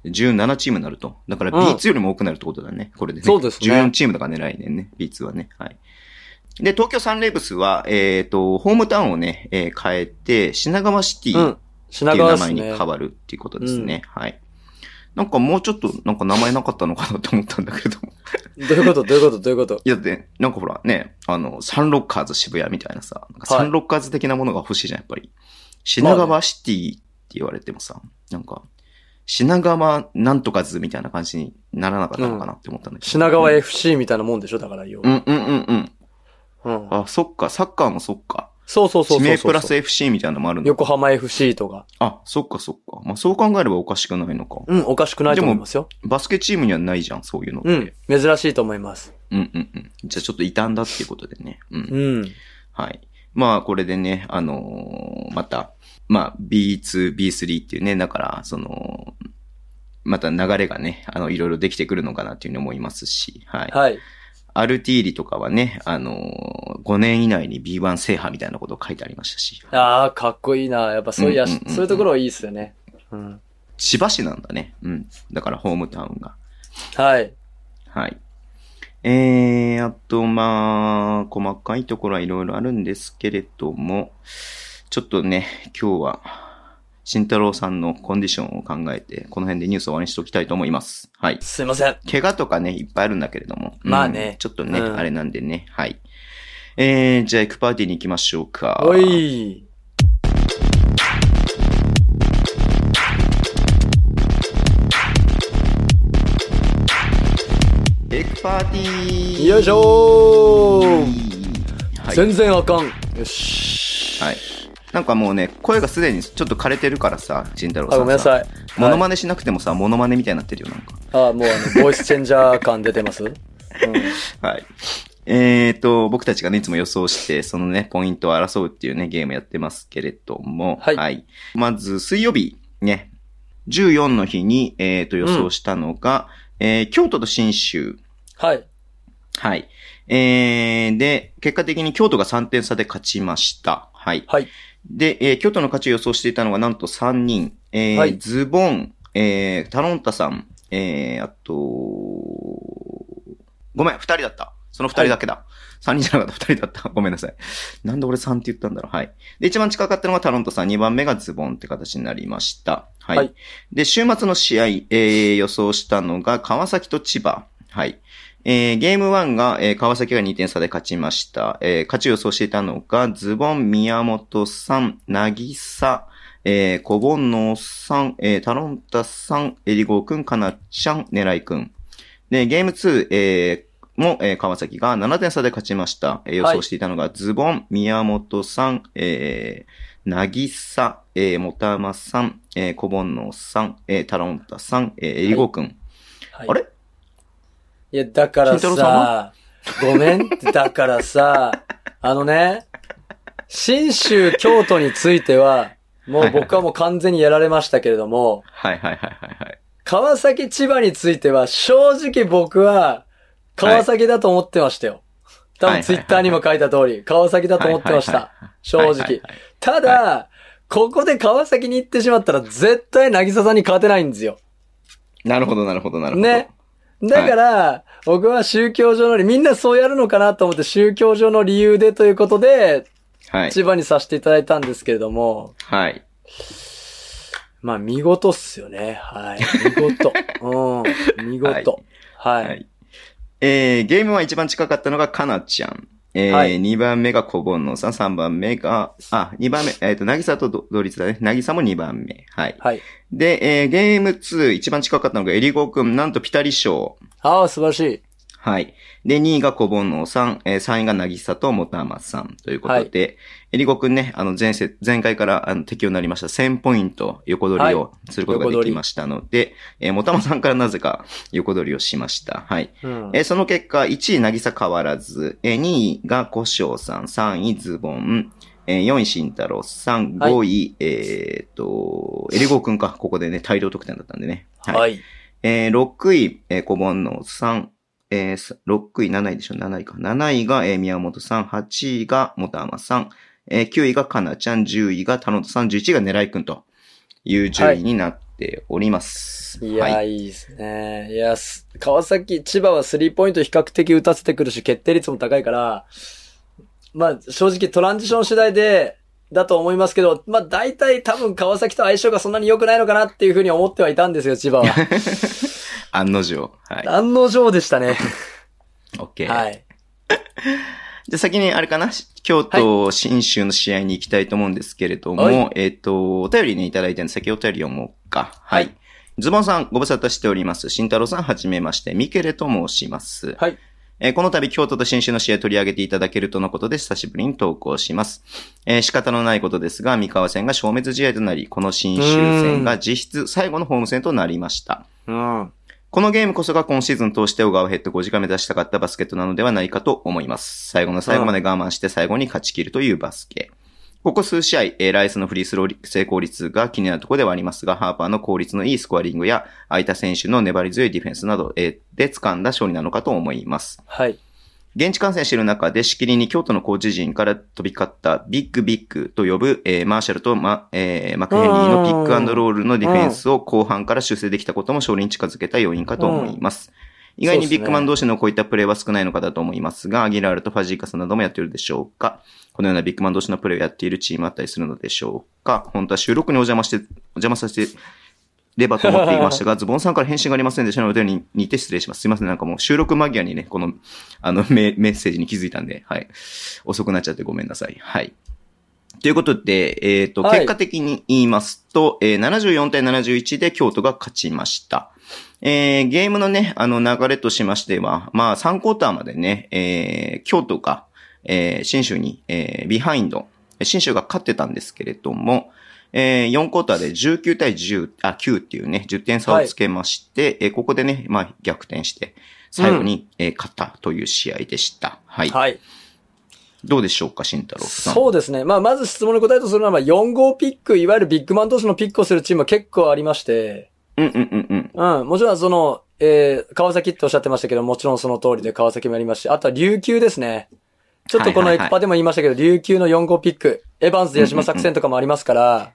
S2: 17チームになると。だから
S3: うん
S2: B2 よりも多くなるってことだね。これでね。
S3: そうですね
S2: 14チームだから狙いねね。B2 はね。はい。で、東京サンレイブスは、えっ、と、ホームタウンをね、えー変えて、品川シティ、
S3: うん。品
S2: っていう名
S3: 川っ
S2: 前
S3: す
S2: に
S3: ね
S2: 変。わるっていうことですね。はい。なんかもうちょっと、なんか名前なかったのかなって思ったんだけど。
S3: どういうことどういうことどういうこと
S2: いや、だって、なんかほらね、あの、サンロッカーズ渋谷みたいなさ、なんか
S3: はい
S2: サンロッカーズ的なものが欲しいじゃん、やっぱり。品川シティって言われてもさ、なんか、品川なんとかズみたいな感じにならなかったのかなって思ったんだけど。
S3: 品川
S2: うん
S3: FC みたいなもんでしょだから、要
S2: う
S3: は。
S2: んうんうんうん。
S3: うん。
S2: あ、そっか、サッカーもそっか。
S3: そうそうそうそうそう。
S2: 地名プラス FC みたいなのもあるの
S3: 横浜 FC とか。
S2: あ、そっかそっか。まあ、そう考えればおかしくないのか。
S3: うん、おかしくないと思いますよ。
S2: バスケチームにはないじゃん、そういうのって。
S3: うん、珍しいと思います。
S2: うんうんうん。じゃあちょっと異端だっていうことでね。うん。
S3: うん。
S2: はい。まあこれでね、あのーまた、まあ B2、B3 っていうね、だから、その、また流れがね、あの、いろいろできてくるのかなっていうふうに思いますし、はい。
S3: はい。
S2: アルティーリとかはね、あのー、5年以内に B1 制覇みたいなこと書いてありましたし、
S3: ああ、かっこいいな。やっぱそういうやし、
S2: うんうんうんうん
S3: そういうところいいっすよね。うん。
S2: 千葉市なんだね。うん。だからホームタウンが。
S3: はい。
S2: はい。えー、あと、まあ、細かいところはいろいろあるんですけれども、ちょっとね、今日は、慎太郎さんのコンディションを考えて、この辺でニュースを終わりにしておきたいと思います。はい。
S3: すいません。
S2: 怪我とかね、いっぱいあるんだけれども。
S3: まあね
S2: うんちょっとね、
S3: うん
S2: あれなんでね。はい。えー、じゃあ、エクパーティーに行きましょうか。
S3: おい。
S2: エクパーティー
S3: よいしょー
S2: はい。
S3: 全然あかん。よし。
S2: はい。なんかもうね、声がすでにちょっと枯れてるからさ、慎太郎さん
S3: あ、ごめんなさい。
S2: モノ
S3: はい
S2: マネしなくてもさ、モノマネみたいになってるよ、なんか。
S3: あーもうあの、ボイスチェンジャー感出てますうん。
S2: はい。えっ、と、僕たちがね、いつも予想して、そのね、ポイントを争うっていうね、ゲームやってますけれども、
S3: はい
S2: まず、水曜日、ね、14の日に、えっ、と、予想したのが、えー京都と新州。
S3: はい。
S2: はい。えー、で、結果的に京都が3点差で勝ちました。はい。
S3: はい。
S2: で、えー京都の勝ちを予想していたのがなんと3人。えー
S3: はい
S2: ズボン、えータロンタさん、えーあと、ごめん、2人だった。その二人だけだ。三、人じゃなかった、二人だった。ごめんなさい。なんで俺三って言ったんだろう。はい。で、一番近かったのがタロントさん、二番目がズボンって形になりました。はい。
S3: はい
S2: で、週末の試合、えー、予想したのが川崎と千葉。はい。えー、ゲーム1が、えー川崎が2点差で勝ちました。えー、勝ちを予想していたのが、ズボン、宮本さん、なぎさ、えー、小盆のさん、えー、タロンタさん、えりごくん、かなちゃん、ねらいくん。で、ゲーム2、えー、も、えー川崎が7点差で勝ちました。えー予
S3: はい
S2: 想していたのが、ズボン、宮本さん、えー、なぎさ、えー、もたまさん、えー、小盆のさん、えー、タロンタさん、えー、えりごくん。
S3: はい、
S2: あれ
S3: いや、だから
S2: 慎太郎
S3: さ、ごめんって、だから さ、あのね、新州京都については、もう僕はもう完全にやられましたけれども、
S2: はいはいはいはいはい。
S3: 川崎千葉については、正直僕は、川崎だと思ってましたよ。多
S2: は
S3: 分
S2: い
S3: ツイッターにも書いた通り、川崎だと思ってまし
S2: はいは
S3: た
S2: いはいはい。
S3: 正
S2: はいはい
S3: 直
S2: は。い
S3: ただ、ここで川崎に行ってしまったら、絶対渚さんに勝てないんですよ。
S2: なるほど、なるほど、なるほど。
S3: ね。だから、僕は宗教上の理、みんなそうやるのかなと思って宗教上の理由でということで、
S2: はい。
S3: 千葉にさせていただいたんですけれども、
S2: はい。
S3: まあ見事っすよね。はい。見 事。うん。見事。はい。
S2: はいえー、ゲームは一番近かったのがかなちゃん。えー
S3: はい
S2: 2番目が小ぼんのさん、3番目が、あ、2番目、えっ、と、なぎさとど同率だね。なぎさも2番目。はい。
S3: はい。
S2: で、えー、ゲーム2、一番近かったのがえりごくん、なんとピタリ賞。
S3: ああ、素晴らしい。
S2: はい。で、2位が小ぼんのさん、えー、3位がなぎさともたまさんということで、えりごくんね、あの、前世、前回からあの適用になりました1000ポイント横取りをすることができましたので、えー、もたまさんからなぜか横取りをしました。はい。
S3: うん。
S2: えーその結果、1位、なぎさ変わらず、えー2位が小翔さん、3位、ズボン、えー4位、慎太郎さん、
S3: はい
S2: 5位、えーっと、えりごうくんか、ここでね、大量得点だったんでね。はい。
S3: はい。
S2: えー6位、えー、小盆のさん、えーさ6位、7位でしょ、7位か。7位が、えー宮本さん、8位が、もたまさん、えー9位が、かなちゃん、10位が、たのとさん、11位が、ねらいくんという順位になっております。
S3: いやー、
S2: はい
S3: い、いですね。いや、す川崎、千葉はスリーポイント比較的打たせてくるし、決定率も高いから、まあ、正直トランジション次第で、だと思いますけど、まあ、大体多分川崎と相性がそんなに良くないのかなっていうふうに思ってはいたんですよ、千葉は。
S2: 案の定。はい。
S3: 案の定でしたね。
S2: OK。
S3: はい。
S2: じゃあ先にあれかなし京都、新州の試合に行きたいと思うんですけれども、
S3: はい
S2: えっ、と、お便りね、いただいてるんで、先お便り読もうか。はい。
S3: はい
S2: ズボンさん、ご無沙汰しております。慎太郎さん、はじめまして、ミケレと申します。
S3: はい。
S2: えーこの度、京都と新州の試合取り上げていただけるとのことで、久しぶりに投稿します。えー仕方のないことですが、三河戦が消滅試合となり、この新州戦が実質最後のホーム戦となりました。
S3: うん。
S2: このゲームこそが今シーズン通して小川ヘッド5時間目指したかったバスケットなのではないかと思います。最後の最後まで我慢して最後に勝ち切るというバスケ。ここ数試合、えーライスのフリースロー成功率が気になるところではありますが、ハーパーの効率のいいスコアリングや、空いた選手の粘り強いディフェンスなど、えーで掴んだ勝利なのかと思います。
S3: はい。
S2: 現地観戦している中で、しきりに京都のコーチ陣から飛び交ったビッグビッグと呼ぶ、えーマーシャルとマ,、えーマクヘンリーのピックアンドロールのディフェンスを後半から修正できたことも勝利に近づけた要因かと思います。
S3: ん
S2: 意外
S3: そうっ
S2: に
S3: すね
S2: ビッグマン同士のこういったプレーは少ないのかだと思いますが、アギラールとファジーカスなどもやっているでしょうかこのようなビッグマン同士のプレーをやっているチームあったりするのでしょうか本当は収録にお邪魔して、お邪魔させてればと思っていましたが、ズボンさんから返信がありませんでしたので、お便りに似て失礼します。すいません、なんかもう収録間際にね、この、 あの、メメッセージに気づいたんで、はい。遅くなっちゃってごめんなさい。はい。ということで、えっ、と、
S3: はい
S2: 結果的に言いますと、えー74対71で京都が勝ちました。えーゲームのね、あの流れとしましては、まあ3クォーターまでね、えー京都が、えー新州に、えービハインド、新州が勝ってたんですけれども、えー4クォーターで19対10、あ、9っていうね、10点差をつけまして、えーここでね、まあ逆転して、最後に、えー勝ったという試合でした。はい。
S3: はい。
S2: どうでしょうか、慎太郎さん。
S3: そうですね。まあ、まず質問に答えるとするならば、4号ピック、いわゆるビッグマン同士のピックをするチームは結構ありまして、
S2: うんうんうんうん。
S3: うん、もちろんその、えー、川崎っておっしゃってましたけど、もちろんその通りで川崎もやりますし、あとは琉球ですね。ちょっとこの
S2: はいは
S3: エ
S2: いはい
S3: クパでも言いましたけど、琉球の4号ピック、エヴァンスで吉間作戦とかもありま すから、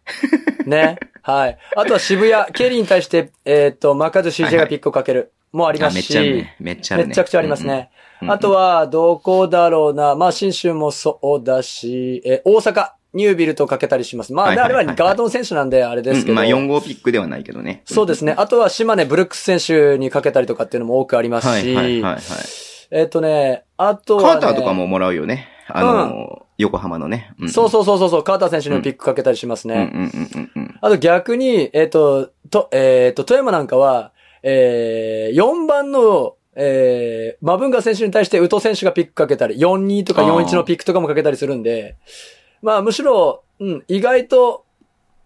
S3: ね。はい。あとは渋谷、ケリーに対して、えーっと、マカズ CJ がピックをかける、もありま
S2: あ
S3: す
S2: めっ
S3: し、
S2: ちゃあるね。めっちゃあるね。
S3: めちゃくちゃありますね。
S2: うん
S3: あとは、どこだろうな。まあ、新州もそうだし、え、大阪、ニュービルとかけたりします。まあ、
S2: はいはいはいはい
S3: あれはガードの選手なんで、あれですけど。
S2: うんまあ4号ピックではないけどね。
S3: そうですね。あとは、島根ブルックス選手にかけたりとかっていうのも多くあります
S2: はい
S3: し、
S2: はいはいはい。
S3: えっ、とね、あと
S2: カ
S3: は、ね、
S2: ーターとかももらうよね。あの、横浜のね。ん
S3: そうそうそうそうそう、カーター選手のピックかけたりしますね。
S2: うんうんうんうんうん。
S3: あと逆に、えっ、と、と、えっ、と、富山なんかは、えー、4番の、えー、マブンガ選手に対して宇都選手がピックかけたり、4-2とか4-1のピックとかもかけたりするんで、まあむしろ、うん、意外と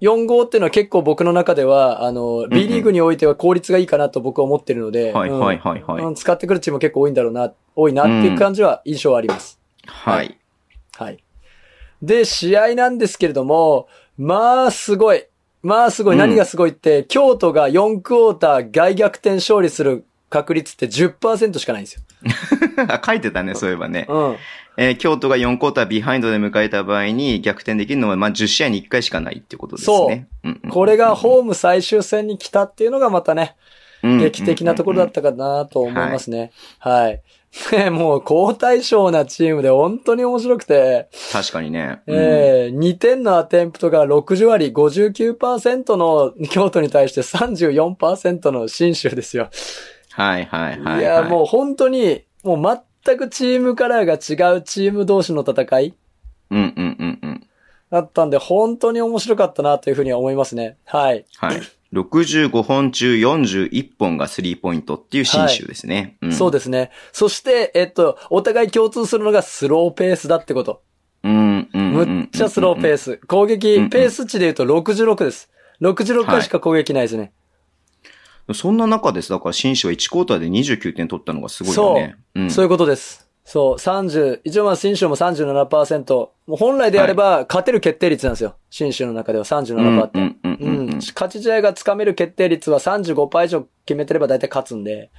S3: 4号っていうのは結構僕の中では、あの、B リーグにおいては効率がいいかなと僕は思ってるので、
S2: はい
S3: うん
S2: はいはいはい。
S3: うん使ってくるチーム結構多いんだろうな、多いなっていう感じは印象はあります。
S2: はい。
S3: はい。で、試合なんですけれども、まあ、すごい。まあ、すご
S2: う
S3: い。
S2: ん
S3: 何がすごいって、京都が4クォーター外逆転勝利する確率って10%しかないんですよ。
S2: 書いてたね、そういえばね。
S3: うん。
S2: えー京都が4クォータービハインドで迎えた場合に逆転できるのは、まあ、10試合に1回しかないっていうことですね。うんうん
S3: これがホーム最終戦に来たっていうのがまたね、劇的なところだっ。たかなと思いますね。はい。ねもう、交代賞なチームで本当に面白くて、
S2: うん確かにね。うん
S3: えー、2点のアテンプトが60割、59%の京都に対して34%の新州ですよ。
S2: はいはいはいはい。
S3: いや、もう本当に、もう全くチームカラーが違うチーム同士の戦い
S2: うん。うんうんうんうん。
S3: だったんで、本当に面白かったなというふうには思いますね。はい。
S2: はい。65本中41本がスリーポイントっていう新州ですね。
S3: そう
S2: で
S3: ですね。そして、えっと、お互い共通するのがスローペースだってこと。
S2: す。うんうんうんうん。
S3: むっちゃスローペ
S2: ス。
S3: ース。攻
S2: うんう
S3: 撃、
S2: ん
S3: ペース値で言うと66です。66回しか攻撃ないですね。
S2: そんな中です。だから新州は1クォーターで29点取ったのがすごいよね。うん
S3: そういうことです。そう、30、一応まあ新州も37%。もう本来であれば、勝てる決定率なんですよ。新州の中では37%って。
S2: うんうん
S3: う
S2: うん
S3: ん。勝ち試合がつかめる決定率は35%以上決めてれば大体勝つんで、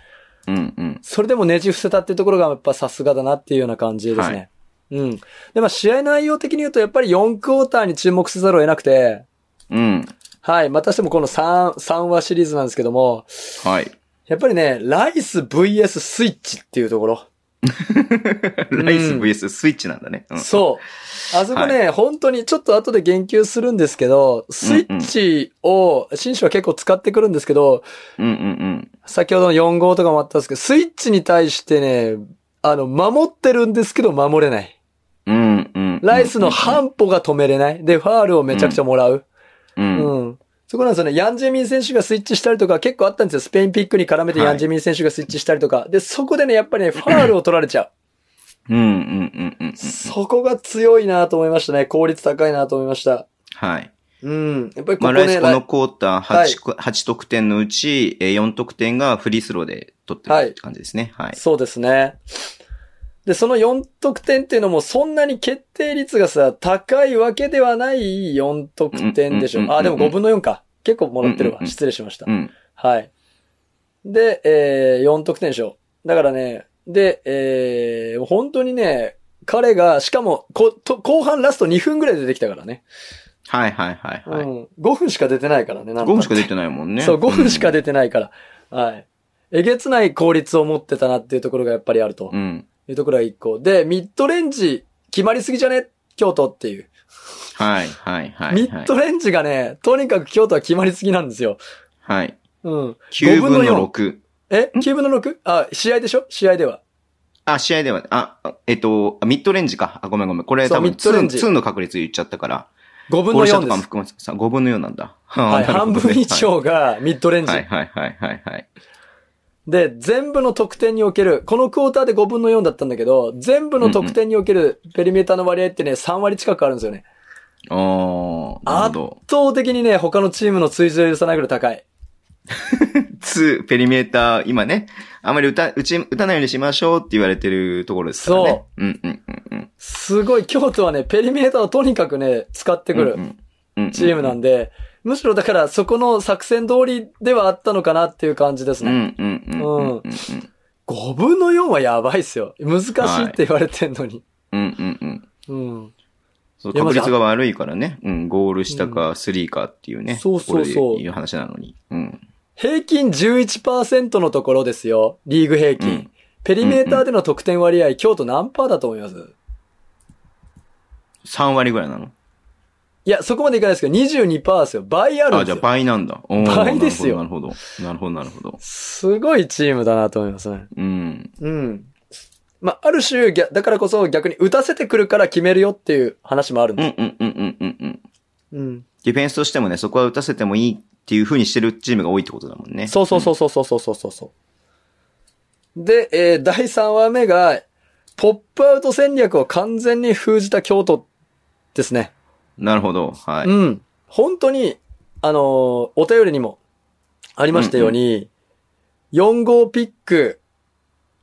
S2: うんうんうん。
S3: それでもねじ伏せたっていうところがやっぱさすがだなっていうような感じですね。
S2: は
S3: うん。で、まあ試合内容的に言うとやっぱり4クォーターに注目せざるを得なくて、
S2: うん。
S3: はい、またしてもこの3、3話シリーズなんですけども、
S2: はい。
S3: やっぱりね、ライス VS スイッチっていうところ。
S2: ライス VS スイッチなんだね。うん
S3: そう。あそこね、本当にちょっと後で言及するんですけど、スイッチを、新種は結構使ってくるんですけど、
S2: うんうんうん。
S3: 先ほどの4号とかもあったんですけど、スイッチに対してね、あの、守ってるんですけど守れない。
S2: うんうん。
S3: ライスの半歩が止めれない。で、ファールをめちゃくちゃもらう。
S2: う。
S3: うん
S2: うん
S3: ん。そこなんですよね。ヤンジェミン選手がスイッチしたりとか結構あったんですよ。スペインピックに絡めて
S2: はい
S3: ヤンジェミン選手がスイッチしたりとか。で、そこでね、やっぱりね、ファールを取られちゃう。
S2: うんうんうん。
S3: そこが強いなと思いましたね。効率高いなと思いました。
S2: はい。
S3: うん。やっぱりこ
S2: まあ、
S3: こね、
S2: ライスこのクォーター
S3: はい
S2: 8、八得点のうち、えー4得点がフリースローで取ってる
S3: はい
S2: って感じですね。はい。
S3: そうですね。で、その4得点っていうのもそんなに決定率がさ、高いわけではない4得点でし
S2: うんうんうんうんう
S3: ょ。
S2: ん
S3: あ、でも5分の4か。結構もらってる
S2: うんうん
S3: わ。
S2: うん
S3: 失礼しました
S2: う。ん。
S3: はい。で、えー4得点でしょ。だからね、で、えー本当にね、彼が、しかも、こと後半ラスト2分ぐらいで出てきたからね。
S2: はいはいはいは
S3: う
S2: い。
S3: ん。5分しか出てないからね、
S2: 5
S3: なんだって
S2: 分しか出てないもんね。
S3: そう、5分しか
S2: 出
S3: 出てないから。はい。えげつない効率を持ってたなっていうところがやっぱりあると
S2: う。ん。
S3: いうところが1個。で、ミッドレンジ決まりすぎじゃね京都っていう。
S2: はいはいはい。
S3: ミッドレンジがね、とにかく京都は決まりすぎなんですよ。
S2: はい。
S3: うん。
S2: 9分
S3: 5分の
S2: の6。
S3: え ?9 分の 6? あ、試合でしょ試合では。
S2: あ、試合では、あ、あえっと、あミッドレンジか。あ、ごめんごめん。これ
S3: そう
S2: 多分
S3: ミッドレンジ
S2: 2、2の確率言っちゃったから。
S3: 5分
S2: ゴー
S3: の
S2: ル下
S3: 4
S2: とか
S3: で
S2: も
S3: す。
S2: 含めてさ、5分の4なんだ。
S3: はい、
S2: あーなるほ
S3: 半
S2: どね
S3: 分以上がミッドレンジ。
S2: はいはいはいはいはい。
S3: で、全部の得点における、このクォーターで5分の4だったんだけど、全部の得点におけるペリメーターの割合ってね、3割近くあるんですよね。
S2: おー、なるほ
S3: 圧
S2: ど。
S3: 倒的にね、他のチームの追随を許さないぐらい高い。
S2: 2、ペリメーター、今ね、あまり打た、打ち、打たないようにしましょうって言われてるところですからね。う。うんうんうんうん。
S3: すごい、京都はね、ペリメーターをとにかくね、使ってく
S2: うんう
S3: る
S2: んうんうん
S3: チームなんで、むしろだからそこの作戦通りではあったのかなっていう感じです
S2: う
S3: ね。
S2: んうんうんうんうんうん。
S3: 5分の4はやばいっすよ。難しいって言われてんのに。
S2: うんうんうん。
S3: うん。
S2: そう
S3: いやま
S2: 確
S3: ず
S2: 率が悪いからね。うん、ゴール下かスリーかっていうね。
S3: そうそうそう
S2: ところでいう話なのに。うん。
S3: 平均11%のところですよ。リーグ平均。ペリメーターでの得点割合、京都何パーだと思います
S2: 3割ぐらいなの
S3: いや、そこまでいかないですけど、22%ですよ。倍あるん
S2: あ、
S3: で
S2: じ
S3: す
S2: ゃあ
S3: よ。
S2: 倍なんだ。おー
S3: 倍ですよ
S2: なるほど。なるほど、なるほど。なるほど
S3: すごいチームだなと思いますね。
S2: うん。
S3: うん。まあ、ある種、ぎゃだからこそ逆に打たせてくるから決めるよっていう話もあるん
S2: う
S3: で
S2: んうんうんうんうんうん。
S3: す。うん。
S2: ディフェンスとしてもね、そこは打たせてもいいっていう風にしてるチームが多いってことだもんね。
S3: そうそうそうそうそうそうそうそう。で、えー第3話目が、ポップアウト戦略を完全に封じた京都ですね。
S2: なるほど。はい。
S3: うん。本当に、あのーお便りにもありましたように、4号ピック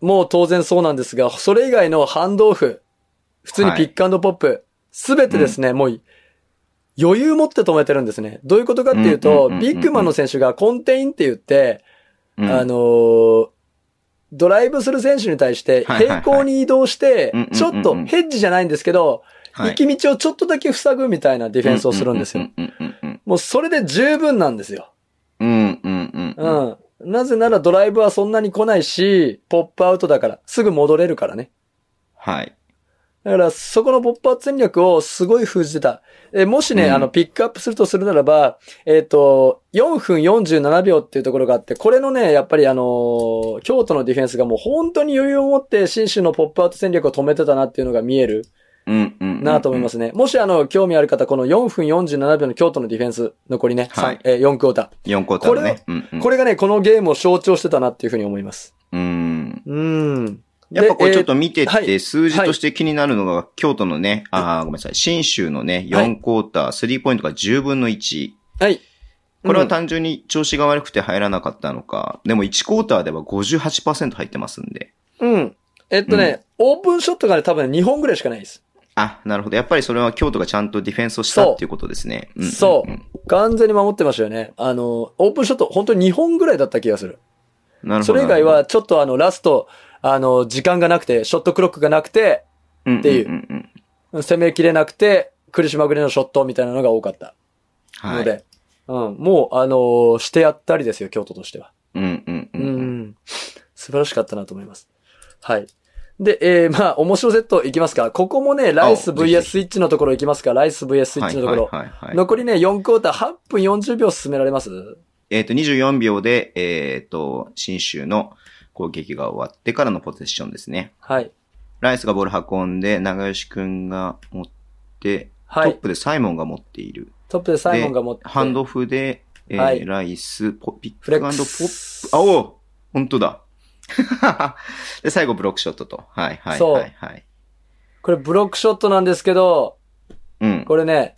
S3: も当然そうなんですが、それ以外のハンドオフ、普通にピックアンドポップ、すべ、てですね、もう余裕持って止めてるんですね。どういうことかっていうと、
S2: うんうんうんうん
S3: ビッグマンの選手がコンテインって言って、
S2: うん
S3: あのードライブする選手に対して
S2: はいはいは
S3: 平
S2: い
S3: 行に移動して
S2: うんうんうんう、ん
S3: ちょっとヘッジじゃないんですけど、
S2: はい
S3: 行き道をちょっとだけ塞ぐみたいなディフェンスをするんですよ。。
S2: うんうんうん
S3: もうそれで十分なんですよ。
S2: うんうんうん。うんう
S3: うん
S2: うん。
S3: ん。なぜならドライブはそんなに来ないし、ポップアウトだから、すぐ戻れるからね。
S2: はい。
S3: だから、そこのポップアウト戦略をすごい封じてた。えもしね、
S2: うん
S3: あの、ピックアップするとするならば、えっ、と、4分47秒っていうところがあって、これのね、やっぱりあのー京都のディフェンスがもう本当に余裕を持って、新州のポップアウト戦略を止めてたなっていうのが見える。
S2: うんうんうん。。
S3: なと思いますすね。もしあの、興味ある方、この4分47秒の京都のディフェンス、残りね、
S2: は
S3: 三
S2: い
S3: えー4クォータ
S2: 4クォーターのね。うんう
S3: ー。
S2: ん
S3: これがね、このゲームを象徴してたなっていうふうに思います。
S2: うん。
S3: うん。
S2: やっぱこれちょっと
S3: で
S2: 見て
S3: えーはい
S2: て、数字として気になるのが、京都のね、あーごめんなさい、新州のね、
S3: はい
S2: 4クォーター、スリーポイントが10分の1。
S3: えーはい。
S2: これ
S3: う
S2: は
S3: ん
S2: 単純に調子が悪くて入らなかったのか。でも1クォーターでは58%入ってますんで。
S3: うん。えっとね、オープンショットがね、多分ね2本ぐらいしかないです。
S2: あ、なるほど。やっぱりそれは京都がちゃんとディフェンスをしたっていうことですね。んんん
S3: そう。完全に守ってましたよね。あの、オープンショット、本当に2本ぐらいだった気がする。
S2: なるほ
S3: そ
S2: ど。
S3: れ以外は、ちょっとあの、ラスト、あの、時間がなくて、ショットクロックがなくて、
S2: って
S3: いう
S2: うんうんうん
S3: 攻めきれなくて、苦しまぐれのショットみたいなのが多かった。
S2: は
S3: の
S2: い。
S3: で、うん、もう、あのーしてやったりですよ、京都としては。
S2: うんうんう
S3: うん、
S2: ん。
S3: 素晴らしかったなと思います。はい。で、えー、まあ、面白セットいきますか。ここもね、ライス
S2: あぜひぜ
S3: VS
S2: ひ
S3: スイッチのところいきますか。ライス VS スイッ
S2: はい
S3: チのところ。
S2: はいはいはい
S3: 残りね、4クォーター8分40秒進められます
S2: えっと、24秒で、えっと、新州の攻撃が終わってからのポゼッションですね。
S3: はい。
S2: ライスがボール運んで、長吉くんが持って、ト
S3: は
S2: ッ
S3: い。
S2: プでサイモンが持っている。
S3: トップでサイモンが持って。
S2: ハンドオフで、えー
S3: はい
S2: ライス、ポピッ
S3: フ
S2: クア
S3: レ
S2: ンド
S3: ッ
S2: ポ
S3: ク
S2: ッ
S3: ス。
S2: プ、あ、おう本当だ。 で、最後ブロックショットと。はいはいはいはい。
S3: これブロックショットなんですけど、
S2: うん。
S3: これね、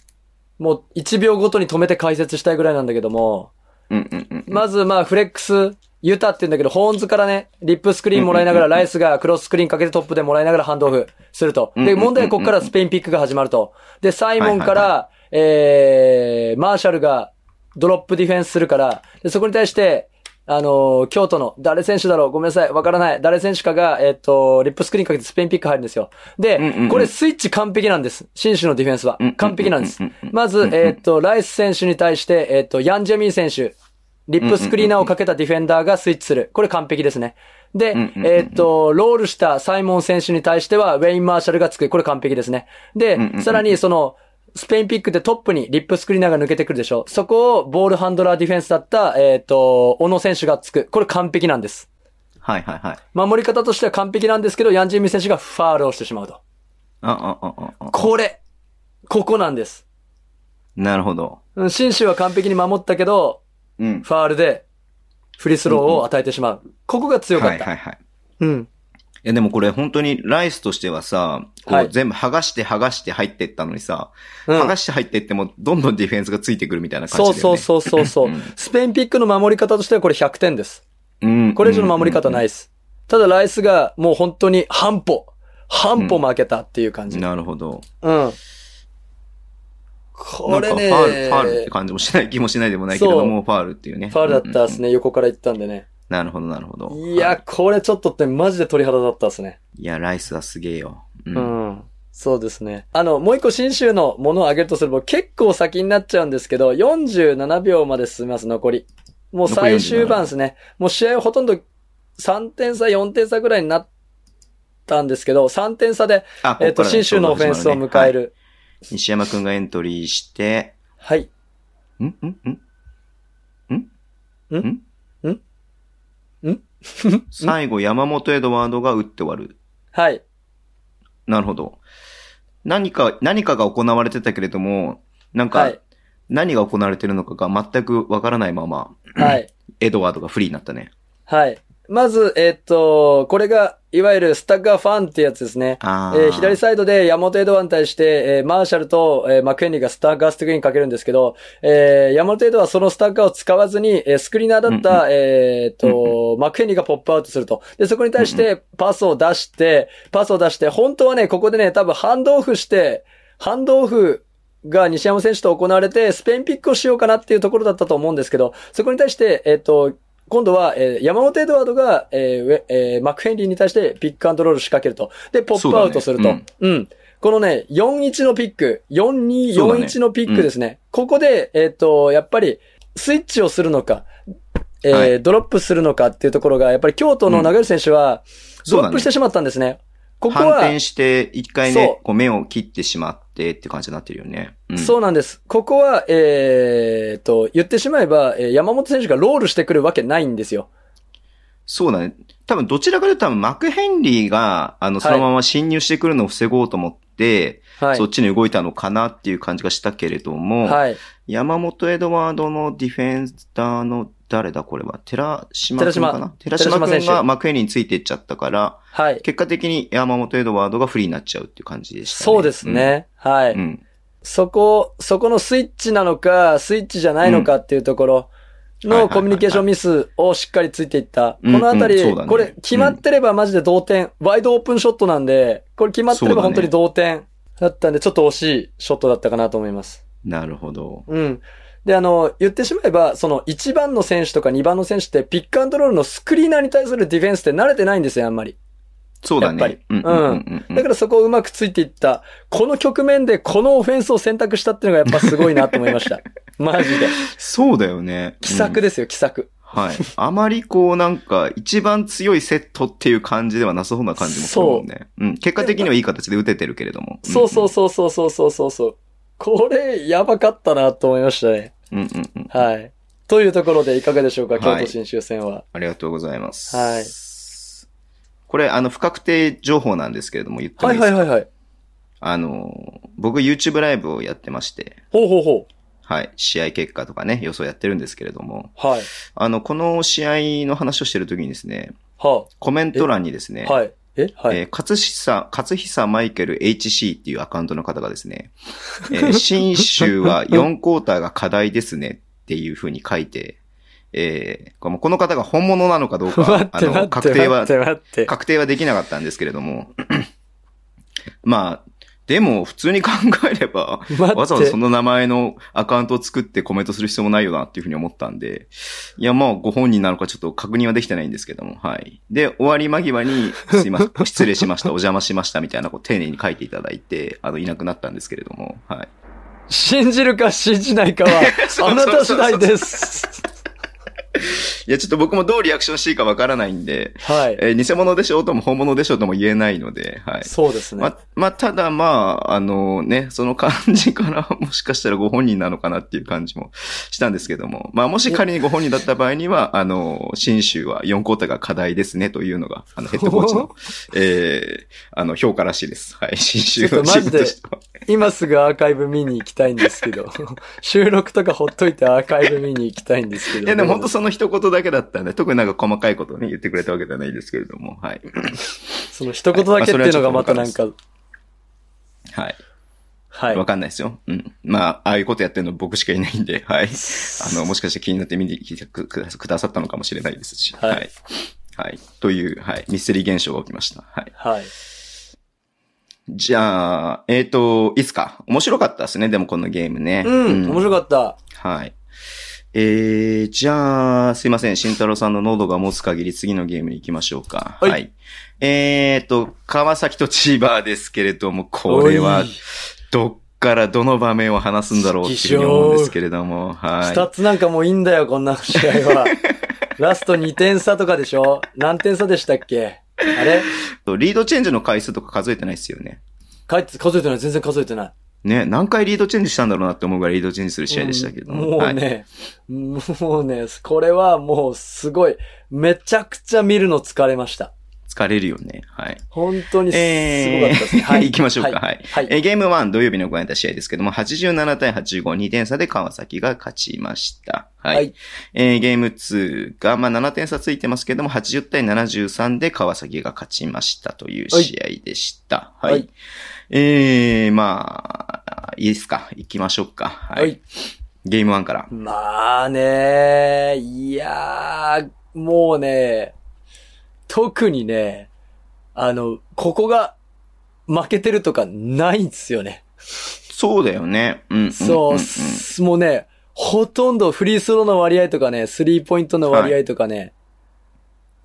S3: もう1秒ごとに止めて解説したいぐらいなんだけども、
S2: うんうんうんうん。
S3: まず、まあ、フレックス、ユタって言うんだけど、ホーンズからね、リップスクリーンもらいながら、
S2: うんうんうん
S3: ライスがクロススクリーンかけてトップでもらいながらハンドオフすると。
S2: うんうん
S3: で、
S2: うんうん
S3: 問題はここからスペインピックが始まると。で、サイモンから、
S2: はい
S3: えー、マーシャルがドロップディフェンスするから、で、そこに対して、あのー京都の、誰選手だろうごめんなさい。わからない。誰選手かが、えっ、と、リップスクリーンかけてスペインピック入るんですよ。で、
S2: うんうんうん
S3: これスイッチ完璧なんです。新種のディフェンスは
S2: うんうんうんうん。
S3: 完璧なんです
S2: うんうんう。ん
S3: まず、えっ、と、ライス選手に対して、えっ、と、ヤンジェミー選手、リップスクリーナーをかけたディフェンダーがスイッチする。これ完璧ですね。で、
S2: んうんうん
S3: えーっと、ロールしたサイモン選手に対しては、ウェイン・マーシャルがつく。これ完璧ですね。
S2: うんう
S3: で、
S2: ん
S3: さらにその、スペインピックでトップにリップスクリーナーが抜けてくるでしょ。そこをボールハンドラーディフェンスだった、えーっと、小野選手がつく。これ完璧なんです。
S2: はいはいはい。
S3: 守り方としては完璧なんですけど、ヤンジェミー選手がファールをしてしまうと。
S2: あ、あ、あ、あ、あ。
S3: これここなんです。
S2: なるほど。
S3: うん、新州は完璧に守ったけど、
S2: うん。
S3: ファールで、フリースローを与えてしまう。ここが強か
S2: は
S3: っ
S2: い
S3: た。
S2: はいはい。
S3: うん。
S2: いやでもこれ本当にライスとしてはさ、こ
S3: はいう
S2: 全部剥がして剥がして入ってったのにさ、
S3: うん
S2: 剥がして入ってってもどんどんディフェンスがついてくるみたいな感じ
S3: そう
S2: だよね。
S3: そう
S2: う
S3: そうそうそう。スペインピックの守り方としてはこれ100点です。
S2: そう。うん。
S3: これ以上の守り方ない
S2: い。
S3: です。ただライスがもう本当に半歩、半歩負けたっていう感じ。うん。
S2: なるほど。
S3: これね、
S2: なんかファール、ファールって感じもしない気もしないでもないけれ
S3: そ
S2: ど
S3: う
S2: も、ファールっていうね。
S3: ファウルだったで
S2: うんう
S3: す
S2: ん
S3: ね、横から行ったんでね。
S2: なるほど、なるほど。
S3: いや、これちょっとってマジで鳥肌だったですね。
S2: いや、ライスはすげえよ。う。
S3: うんん。そうですね。あの、もう一個新州のものを挙げるとすれば結構先になっちゃうんですけど、47秒まで進みます、残り。もう最終盤ですね。もう試合はほとんど3点差、4点差ぐらいになったんですけど、3点差で、
S2: あ、
S3: えっ、
S2: ここか
S3: と、
S2: ら
S3: 新州のオフェンスを迎え。
S2: はい
S3: る。
S2: 西山くんがエントリーして、
S3: はい。
S2: んんん最後、山本エドワードが打って終わる。
S3: はい。
S2: なるほど。何か、何かが行われてたけれども、なん
S3: は
S2: か
S3: い、。
S2: 何が行われてるのかが全くわからないまま、
S3: はい。
S2: エドワードがフリーになったね。
S3: はい。まず、えっ、と、これが、いわゆるスタッガーファンってやつですね。
S2: あー
S3: えー左サイドで山本エドワンに対して、えーマーシャルと、えーマクヘンリーがスタッガースティックインかけるんですけど、えー山本エドワンはそのスタッガーを使わずに、えースクリーナーだった、えーっと、マクヘンリーがポップアウトすると。で、そこに対してパスを出して、パスを出して、本当はね、ここでね、多分ハンドオフして、ハンドオフが西山選手と行われて、スペインピックをしようかなっていうところだったと思うんですけど、そこに対して、えっ、と、今度は、えー山本エドワードが、えーウェえーマクヘンリーに対してピックアンドロール仕掛けると。で、ポップアウトすると。
S2: そううだね
S3: ん、このね、41のピック、42、
S2: そうだね
S3: 41のピックですね。ここで、えっ、と、やっぱり、スイッチをするのか、えー
S2: はい
S3: ドロップするのかっていうところが、やっぱり京都の流選手は、
S2: うん
S3: ドロ
S2: そうだ
S3: ップ
S2: ね
S3: してしまったんですね。ここ
S2: 反
S3: は、
S2: 転して、一回ね
S3: そ、う
S2: こう目を切ってしまってって感じになってるよね。うん
S3: そうなんです。ここは、えー、と、言ってしまえば、えー山本選手がロールしてくるわけないんですよ。
S2: そうだね。多分どちらかというと多分マクヘンリーが、あの、
S3: い
S2: そのまま侵入してくるのを防ごうと思って、
S3: はい
S2: そっ。ちに動いたのかなっていう感じがしたけれども、
S3: はい。
S2: 山本エドワードのディフェンダーの誰だこれは寺島君かな
S3: 寺
S2: 寺
S3: 島
S2: 島
S3: 寺島選
S2: 君
S3: 手
S2: がマクヘンリーについていっちゃったから、
S3: はい。
S2: 結果的に山本エドワードがフリーになっちゃうっていう感じでした、ね。
S3: そうですね。はい、
S2: うん。うん。
S3: そこ、そこのスイッチなのか、スイッチじゃないのかっていうところ
S2: うんはいはい
S3: の
S2: はいはい
S3: コミュニケーションミスをしっかりついていった。こ
S2: うん
S3: のあたり、
S2: うんそうだね
S3: これ決まってればマジで同点、ワイドオープンショットなんで、これ決まってれば本当に同点だったんで、ちょっと惜しいショットだったかなと思います。
S2: なるほど。
S3: うん。で、あの、言ってしまえば、その1番の選手とか2番の選手ってピックアンドロールのスクリーナーに対するディフェンスって慣れてないんですよ、あんまり。
S2: そうだね。
S3: やっぱり
S2: うんうんうんうん
S3: だからそこをうまくついていった。この局面でこのオフェンスを選択したっていうのがやっぱすごいなと思い ました。マジで。
S2: そうだよね。
S3: 奇策
S2: うん
S3: ですよ、奇策。
S2: はい。あまりこうなんか、一番強いセットっていう感じではなさそうな感じもするもんね。うん。結果的にはいい形で打ててるけれども。
S3: そうそうそうそうそうそうそうそう。これ、やばかったなと思いましたね。
S2: うん。うんうんうん。
S3: はい。というところでいかがでしょうか、
S2: はい
S3: 京都新州戦は。
S2: ありがとうございます。
S3: はい。
S2: これ、あの、不確定情報なんですけれども、言っても
S3: はい
S2: い
S3: い
S2: ですか、
S3: はいはいはい。
S2: あの、僕 YouTube ライブをやってまして、
S3: ほうほうほ
S2: はい、試合結果とかね、予想やってるんですけれども、
S3: う。はい。
S2: あの、この試合の話をしてるときにですね、
S3: は
S2: コメント欄にですね、
S3: あ。はい。えはい。
S2: えー、勝久、勝久マイケル HC っていうアカウントの方がです ね、えー、新州は4クォーターが課題ですねっていうふうに書いて、えー、このこの方が本物なのかどう
S3: 待っ
S2: か、あ
S3: て待っ
S2: の、
S3: て
S2: 確定は
S3: 待って待っ て。
S2: 確定はできなかったんですけれども、 まあ、でも普通に考えれば、
S3: 待って
S2: わざわざその名前のアカウントを作ってコメントする必要もないよなっていうふうに思ったんで、いや、まあ、ご本人なのかちょっと確認はできてないんですけども、はい。で、終わり間際 に、すいません、失礼しました、お邪魔しましたみたいな、こう、丁寧に書いていただいて、あの、いなくなったんですけれども、はい。
S3: 信じるか信じないかは
S2: そ、う
S3: あなた次第です。
S2: いや、ちょっと僕もどうリアクションしていいかわからないんで、
S3: はい。
S2: えー偽物でしょうとも本物でしょうとも言えないので、はい。
S3: そうですね。
S2: ま、まあ、ただまあ、あのね、その感じからもしかしたらご本人なのかなっていう感じもしたんですけども、まあもし仮にご本人だった場合には、あの、新州は4コータが課題ですねというのが、あの、ヘッドコーチの、ええあの、評価らしいです。はい、新州
S3: ちょっ
S2: の
S3: と
S2: チ
S3: マ
S2: ー
S3: ジ
S2: ム
S3: で
S2: としては。
S3: 今すぐアーカイブ見に行きたいんです けど。収録とかほっといてアーカイブ見に行きたいんですけど。
S2: いやでも本当その一言だけだったんで、特になんか細かいことをね、言ってくれたわけではないですけれども、はい。
S3: その一言だけっていうのがまたなんか、
S2: はい。
S3: はい
S2: わ。かんないですよ。うん。まあ、ああいうことやってるの僕しかいないんで、はい。あの、もしかして気になって見に来てくくくださったのかもしれないですし。
S3: はい
S2: はい。はいという、はい。ミステリー現象が起きました。はい。
S3: はい。
S2: じゃあ、えっ、と、いつか。面白かったですね。でもこのゲームね。
S3: うん、面白かった。
S2: はい。えー、じゃあ、すいません。慎太郎さんの喉が持つ限り次のゲームに行きましょうか。
S3: はい
S2: えーと、川崎と千葉ですけれども、これは
S3: おい、
S2: どっからどの場面を話すんだろうっていうふうに思うんですけれども、はい。
S3: スタッツなんかもういいんだよ、こんな試合は。ラスト2点差とかでしょ何点差でしたっけあれ
S2: リードチェンジの回数とか数えてないですよね。
S3: か数えてない。全然数えてない。
S2: ね、何回リードチェンジしたんだろうなって思うぐらいリードチェンジする試合でしたけど
S3: もうね、もうね、これはもうすごい、めちゃくちゃ見るの疲れました。
S2: 疲れるよね。はい。
S3: 本当にすごかったです
S2: え
S3: ね。
S2: ーはい、行きましょうか。はい。
S3: はい。
S2: えーゲーム1土曜日に行われた試合ですけども、87対85、2点差で川崎が勝ちました。はい。
S3: はい
S2: えーゲーム2が、まあ、7点差ついてますけども、80対73で川崎が勝ちましたという試合でした。はい。
S3: はい
S2: えー、まあ、いいですか。行きましょうか。は。
S3: はいい。
S2: ゲーム1から。
S3: まあね、いやー、もうね、特にね、あの、ここが負けてるとかないんですよね。
S2: そうだよね。うんんんん。
S3: そう、すもうね、ほとんどフリースローの割合とかね、スリーポイントの割合とかね、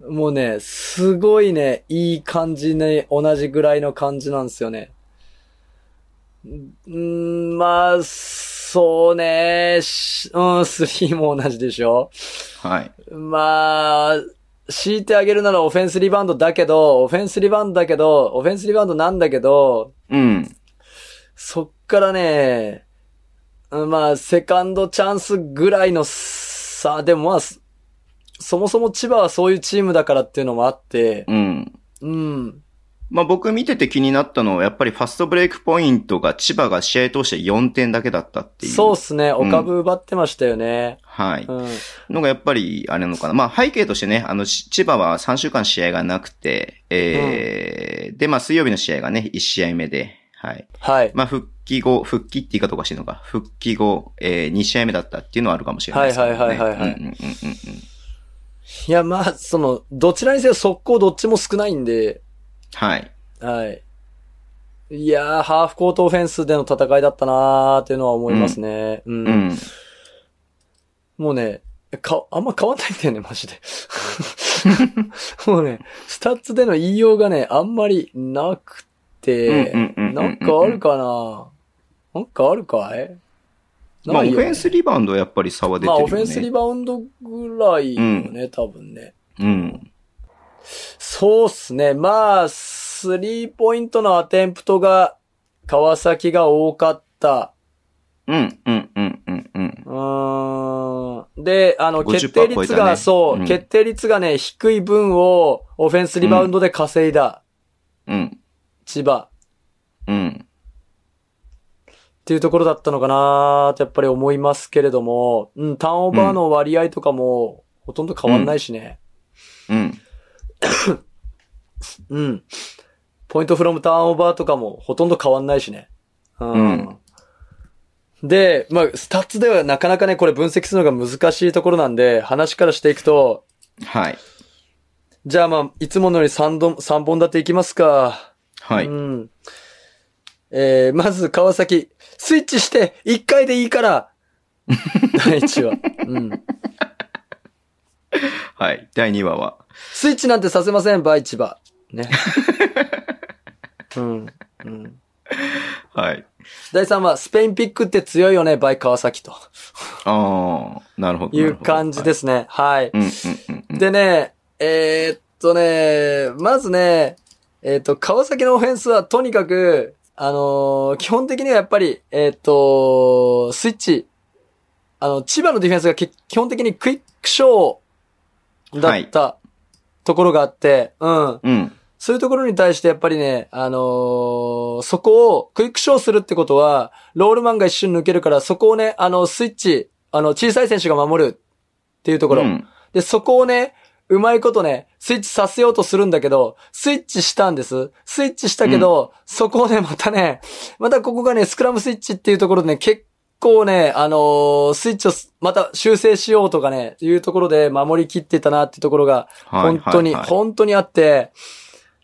S3: もうね、すごいね、いい感じね、同じぐらいの感じなんですよね。んんまあ、そうね、しうん、スリーも同じでしょ。
S2: はい。
S3: まあ、強いてあげるならオフェンスリバウンドだけど、オフェンスリバウンドだけど、オフェンスリバウンドなんだけど、
S2: うん。
S3: そっからね、うんまあ、セカンドチャンスぐらいの差、でもまあ、そそもそも千葉はそういうチームだからっていうのもあって、
S2: うん。
S3: うん。
S2: まあ僕見てて気になったのは、やっぱりファストブレイクポイントが千葉が試合通して4点だけだったっていう。
S3: そうっ
S2: す。
S3: すね、お株奪ってましたよね。
S2: はい。
S3: うん。
S2: のがやっぱり、あれなのかな。まあ背景としてね、あの、し千葉は3週間試合がなくて、えーで、まあ水曜日の試合がね、1試合目で、はい。
S3: はい。
S2: まあ復帰後、復帰って言い方おかしいのか、復帰後、え2試合目だったっていうのはあるかもしれないですけどね。
S3: はいはいはいはいはい
S2: うんうんうんうんうん
S3: いや、まあ、その、どちらにせよ速攻どっちも少ないんで、
S2: はい。
S3: はい。いやー、ハーフコートオフェンスでの戦いだったなーっていうのは思いますね。うん。
S2: うん。
S3: もうね、か、あんま変わんないんだよね、マジで。 もうね、スタッツでの言いようがね、あんまりなくて、
S2: うんうんうんうんうん
S3: なんかあるかななんかあるかい
S2: まあオ
S3: ない
S2: フ
S3: よね
S2: ェンスリバウンドはやっぱり差は出て
S3: ま
S2: る
S3: あ、
S2: よね。
S3: オフェンスリバウンドぐらいよね、多分ね。
S2: うん。
S3: そうっすね。まあ、スリーポイントのアテンプトが、川崎が多かった。
S2: うん、うん、うん、うん、うん。
S3: うーんで、あの、
S2: 50%
S3: 決定率
S2: 超えた
S3: が、
S2: ね
S3: そう、
S2: うん
S3: 決定率がね、低い分を、オフェンスリバウンドで稼いだ、
S2: うん、
S3: 千葉
S2: うん。
S3: っていうところだったのかなーってやっぱり思いますけれども、うん、ターンオーバーの割合とかも、ほとんど変わんないしね。
S2: うん。
S3: うん。ポイントフロムターンオーバーとかも、ほとんど変わんないしね。うん。
S2: うん
S3: で、まあ、スタッツではなかなかね、これ分析するのが難しいところなんで、話からしていくと、
S2: はい。
S3: じゃあまあ、いつものより3本、三本立ていきますか。。
S2: はいう
S3: ん。えー、まず川崎、スイッチして1回でいいから。第1話。うん。
S2: はい。第2話は。
S3: スイッチなんてさせません、バイチバ。 ね。うん。うん。
S2: はい。
S3: 第3話、スペインピックって強いよね、バイ川崎と
S2: ああ、なるほど。
S3: い
S2: なる
S3: う
S2: ほど
S3: 感じで。すね。は
S2: はい
S3: い。
S2: うん、うん、うん。
S3: でね、えーっとね、まずね、えーっと、川崎のオフェンスはとにかく、あのー基本的にはやっぱり、えーっと、スイッチ、あの、千葉のディフェンスがき基本的にクイックショーだった、ところがあって、うん。
S2: うん。
S3: そういうところに対してやっぱりね、あのーそこをクイックショーするってことは、ロールマンが一瞬抜けるから、そこをね、あの、スイッチ、あの、小さい選手が守るっていうところ。
S2: うん
S3: で、そこをね、うまいことね、スイッチさせようとするんだけど、スイッチしたんです。スイッチしたけど、そこをね、またね、またここがね、スクラムスイッチっていうところでね、結構ね、あのースイッチをすまた修正しようとかね、いうところで守りきってたなっていうところが、
S2: はい
S3: 本当に、
S2: はいはい
S3: 本当にあって、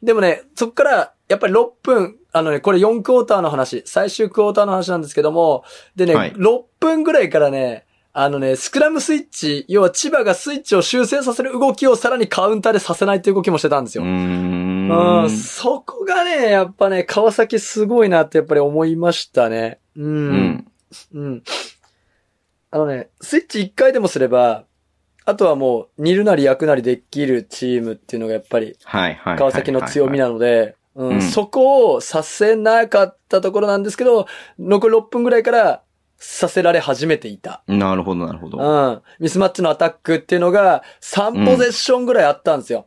S3: でもね、そっから、やっぱり6分、あのね、これ4クォーターの話、最終クォーターの話なんですけども、でね、
S2: はい
S3: 6分ぐらいからね、あのね、スクラムスイッチ、要は千葉がスイッチを修正させる動きをさらにカウンターでさせないという動きもしてたんです
S2: うー
S3: よ。うんん、そこがね、やっぱね、川崎すごいなってやっぱり思いましたね。う。
S2: うんん。
S3: うん。あのね、スイッチ1回でもすれば、あとはもう、煮るなり焼くなりできるチームっていうのがやっぱり、
S2: はいはいはいはいはい。
S3: 川崎の強みなので、
S2: う
S3: うんん、そこをさせなかったところなんですけど、残り6分ぐらいからさせられ始めていた。
S2: なるほど、なるほ
S3: う
S2: ど。
S3: ん。ミスマッチのアタックっていうのが3ポゼッションぐらいあったんですよ。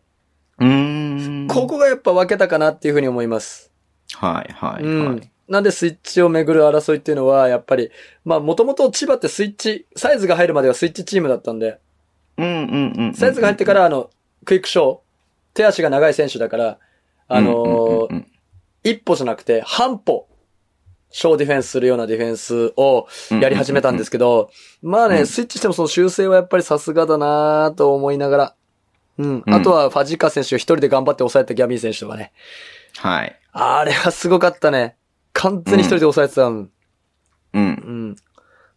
S2: うーん。
S3: ここがやっぱ分けたかなっていうふうに思います。
S2: はいはいは
S3: う
S2: い
S3: ん。。なんでスイッチをめぐる争いっていうのは、やっぱり、まあもともと千葉ってスイッチ、サイズが入るまではスイッチチームだったんで、
S2: うんうんうんうん。
S3: サイズが入ってからあの、クイックショー、手足が長い選手だから、あのー
S2: うんうん
S3: 一歩じゃなくて半歩、ショーディフェンスするようなディフェンスを
S2: うんうん
S3: やり始めたんですけど、まあね、スイッチしてもその修正はやっぱりさすがだなぁと思いながら、うん。
S2: うん
S3: あとはファジーカ選手を一人で頑張って抑えたギャビン選手とかね。
S2: はい。
S3: あれはすごかったね。完全に一人で抑えてた。うん。
S2: うん。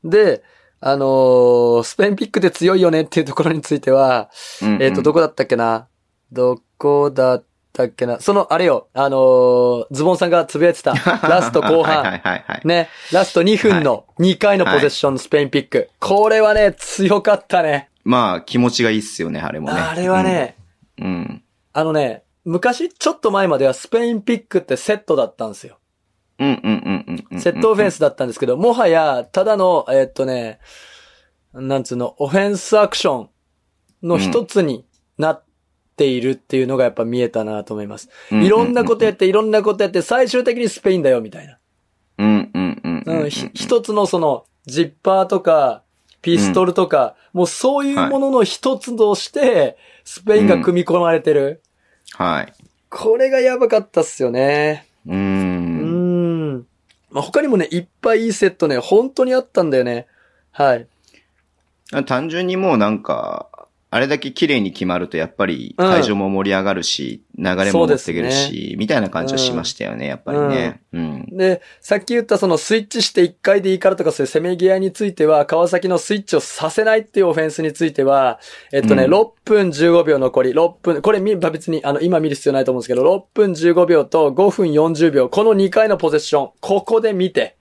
S3: うんで、あのースペインピックで強いよねっていうところについては、えっ、と、ど
S2: こ
S3: こだったっけなどこだったっけなその、あれよ、あのーズボンさんがつぶや いてた、ラスト後半。
S2: はいはいはいはい。
S3: ね、ラスト2分の2回のポゼッションスペインピック。これはね、強かったね。
S2: まあ、気持ちがいいっすよね、あれもね。
S3: あれはね、
S2: うん。うん。
S3: あのね、昔、ちょっと前まではスペインピックってセットだったんですよ。
S2: うんうんうんうんうん。
S3: セットオフェンスだったんですけど、もはや、ただの、えーっとね、なんつうの、オフェンスアクションの一つになっているっていうのがやっぱ見えたなと思います。
S2: うんうんうん
S3: いろんなことやって、いろんなことやって、最終的にスペインだよ、みたいな。
S2: うんうんうんうん。
S3: うん、ひ一つのその、ジッパーとか、ピストルとか、もうそういうものの一つとして、スペインが組み込まれてる。
S2: はい。
S3: これがやばかったっすよね。
S2: うー
S3: うー
S2: ん。
S3: ん。まあ、他にもね、いっぱいいいセットね、本当にあったんだよね。はい。
S2: 単純にもうなんか、あれだけ綺麗に決まるとやっぱり
S3: うん
S2: 会場も盛り上がるし、流れも持っていける
S3: そう
S2: し、みたいな感じはしましたよね、やっぱりね。うん。
S3: で、さっき言ったそのスイッチして1回でいいからとかそういう攻め際については、川崎のスイッチをさせないっていうオフェンスについては、えっとね、
S2: うん
S3: 6分15秒残り、6分、これ見、別にあの、今見る必要ないと思うんですけど、6分15秒と5分40秒、この2回のポゼッション、ここで見て、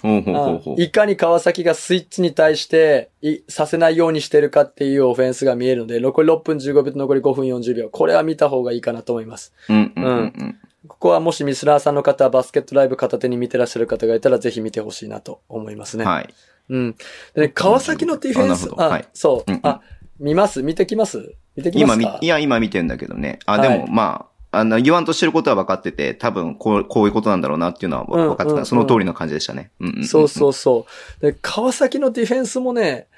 S2: ほうほうほうほ
S3: うん
S2: う。
S3: いかに川崎がスイッチに対していさせないようにしてるかっていうオフェンスが見えるので、残り6分15秒と残り5分40秒。これは見た方がいいかなと思います。
S2: うんうんうんうん。
S3: ここはもしミスラーさんの方、バスケットライブ片手に見てらっしゃる方がいたら、ぜひ見てほしいなと思いますね。
S2: はい。
S3: うん。でね、川崎のディフェン
S2: あ
S3: ス
S2: なるほ、ど
S3: あ、
S2: はい
S3: そう、
S2: うんうん
S3: あ、見ます見てきます見てき
S2: 今
S3: ます
S2: み
S3: か、
S2: いや、今見てんだけどね。あ、
S3: は
S2: で
S3: い
S2: も、まあ、あの、言わんとしてることは分かってて、多分、こう、こういうことなんだろうなっていうのは
S3: うん
S2: 分かって
S3: うんう
S2: た。
S3: ん
S2: その通りの感じでしたね。うんんん。
S3: そうそうそう。で、川崎のディフェンスもね、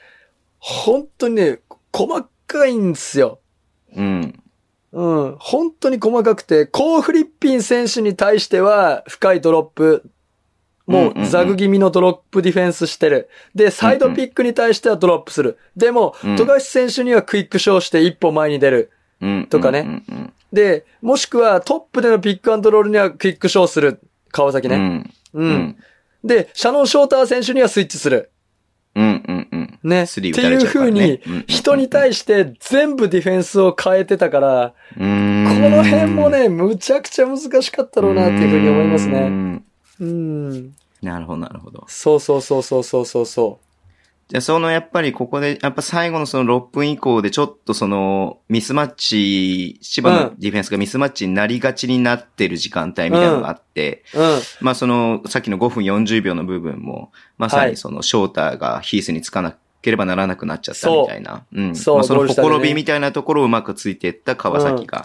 S3: 本当にね、細かいんですよ。
S2: うん。うん。
S3: うん。本当に細かくて、コー・フリッピン選手に対しては、深いドロップ。も
S2: うんうんう
S3: う、
S2: ん
S3: ザグ気味のドロップディフェンスしてる。で、サイドピックに対してはドロップする。でも
S2: うん、
S3: 富樫選手にはクイックショーして一歩前に出る。
S2: うん。
S3: とかね
S2: うんうん
S3: で、もしくはトップでのピックアンドロールにはクイックショーする。川崎
S2: うん。う
S3: ね。
S2: ん。
S3: うん。
S2: うん。
S3: で、シャノン・ショーター選手にはスイッチする。
S2: うんうんうん。
S3: ね。
S2: ス
S3: って
S2: リー打たれ
S3: い
S2: ち
S3: う
S2: ゃうか
S3: 風
S2: らね
S3: に
S2: うんうんうん、
S3: 人に対して全部ディフェンスを変えてたから、
S2: うーん
S3: この辺も、ね、むちゃくちゃ難しかったろうなっていうふうに思います
S2: うー
S3: ね。
S2: ん
S3: うん。
S2: なるほど、なるほど。
S3: そうそうそうそうそうそうそ
S2: じゃあ、その、やっぱりここで、やっぱ最後のその6分以降で、ちょっとその、ミスマッチ、千葉
S3: う
S2: のディフェンスがミスマッチになりがちになってる時間帯みたいなのがあって、
S3: う。うん。
S2: まあその、さっきの5分40秒の部分も、まさにその、ショーターがヒースにつかなければならなくなっちゃったみたいな。うん。
S3: そう
S2: まあ、そ
S3: ゴー
S2: の、
S3: ル下でね
S2: ほころびみたいなところをうまくついていった川崎が、
S3: うん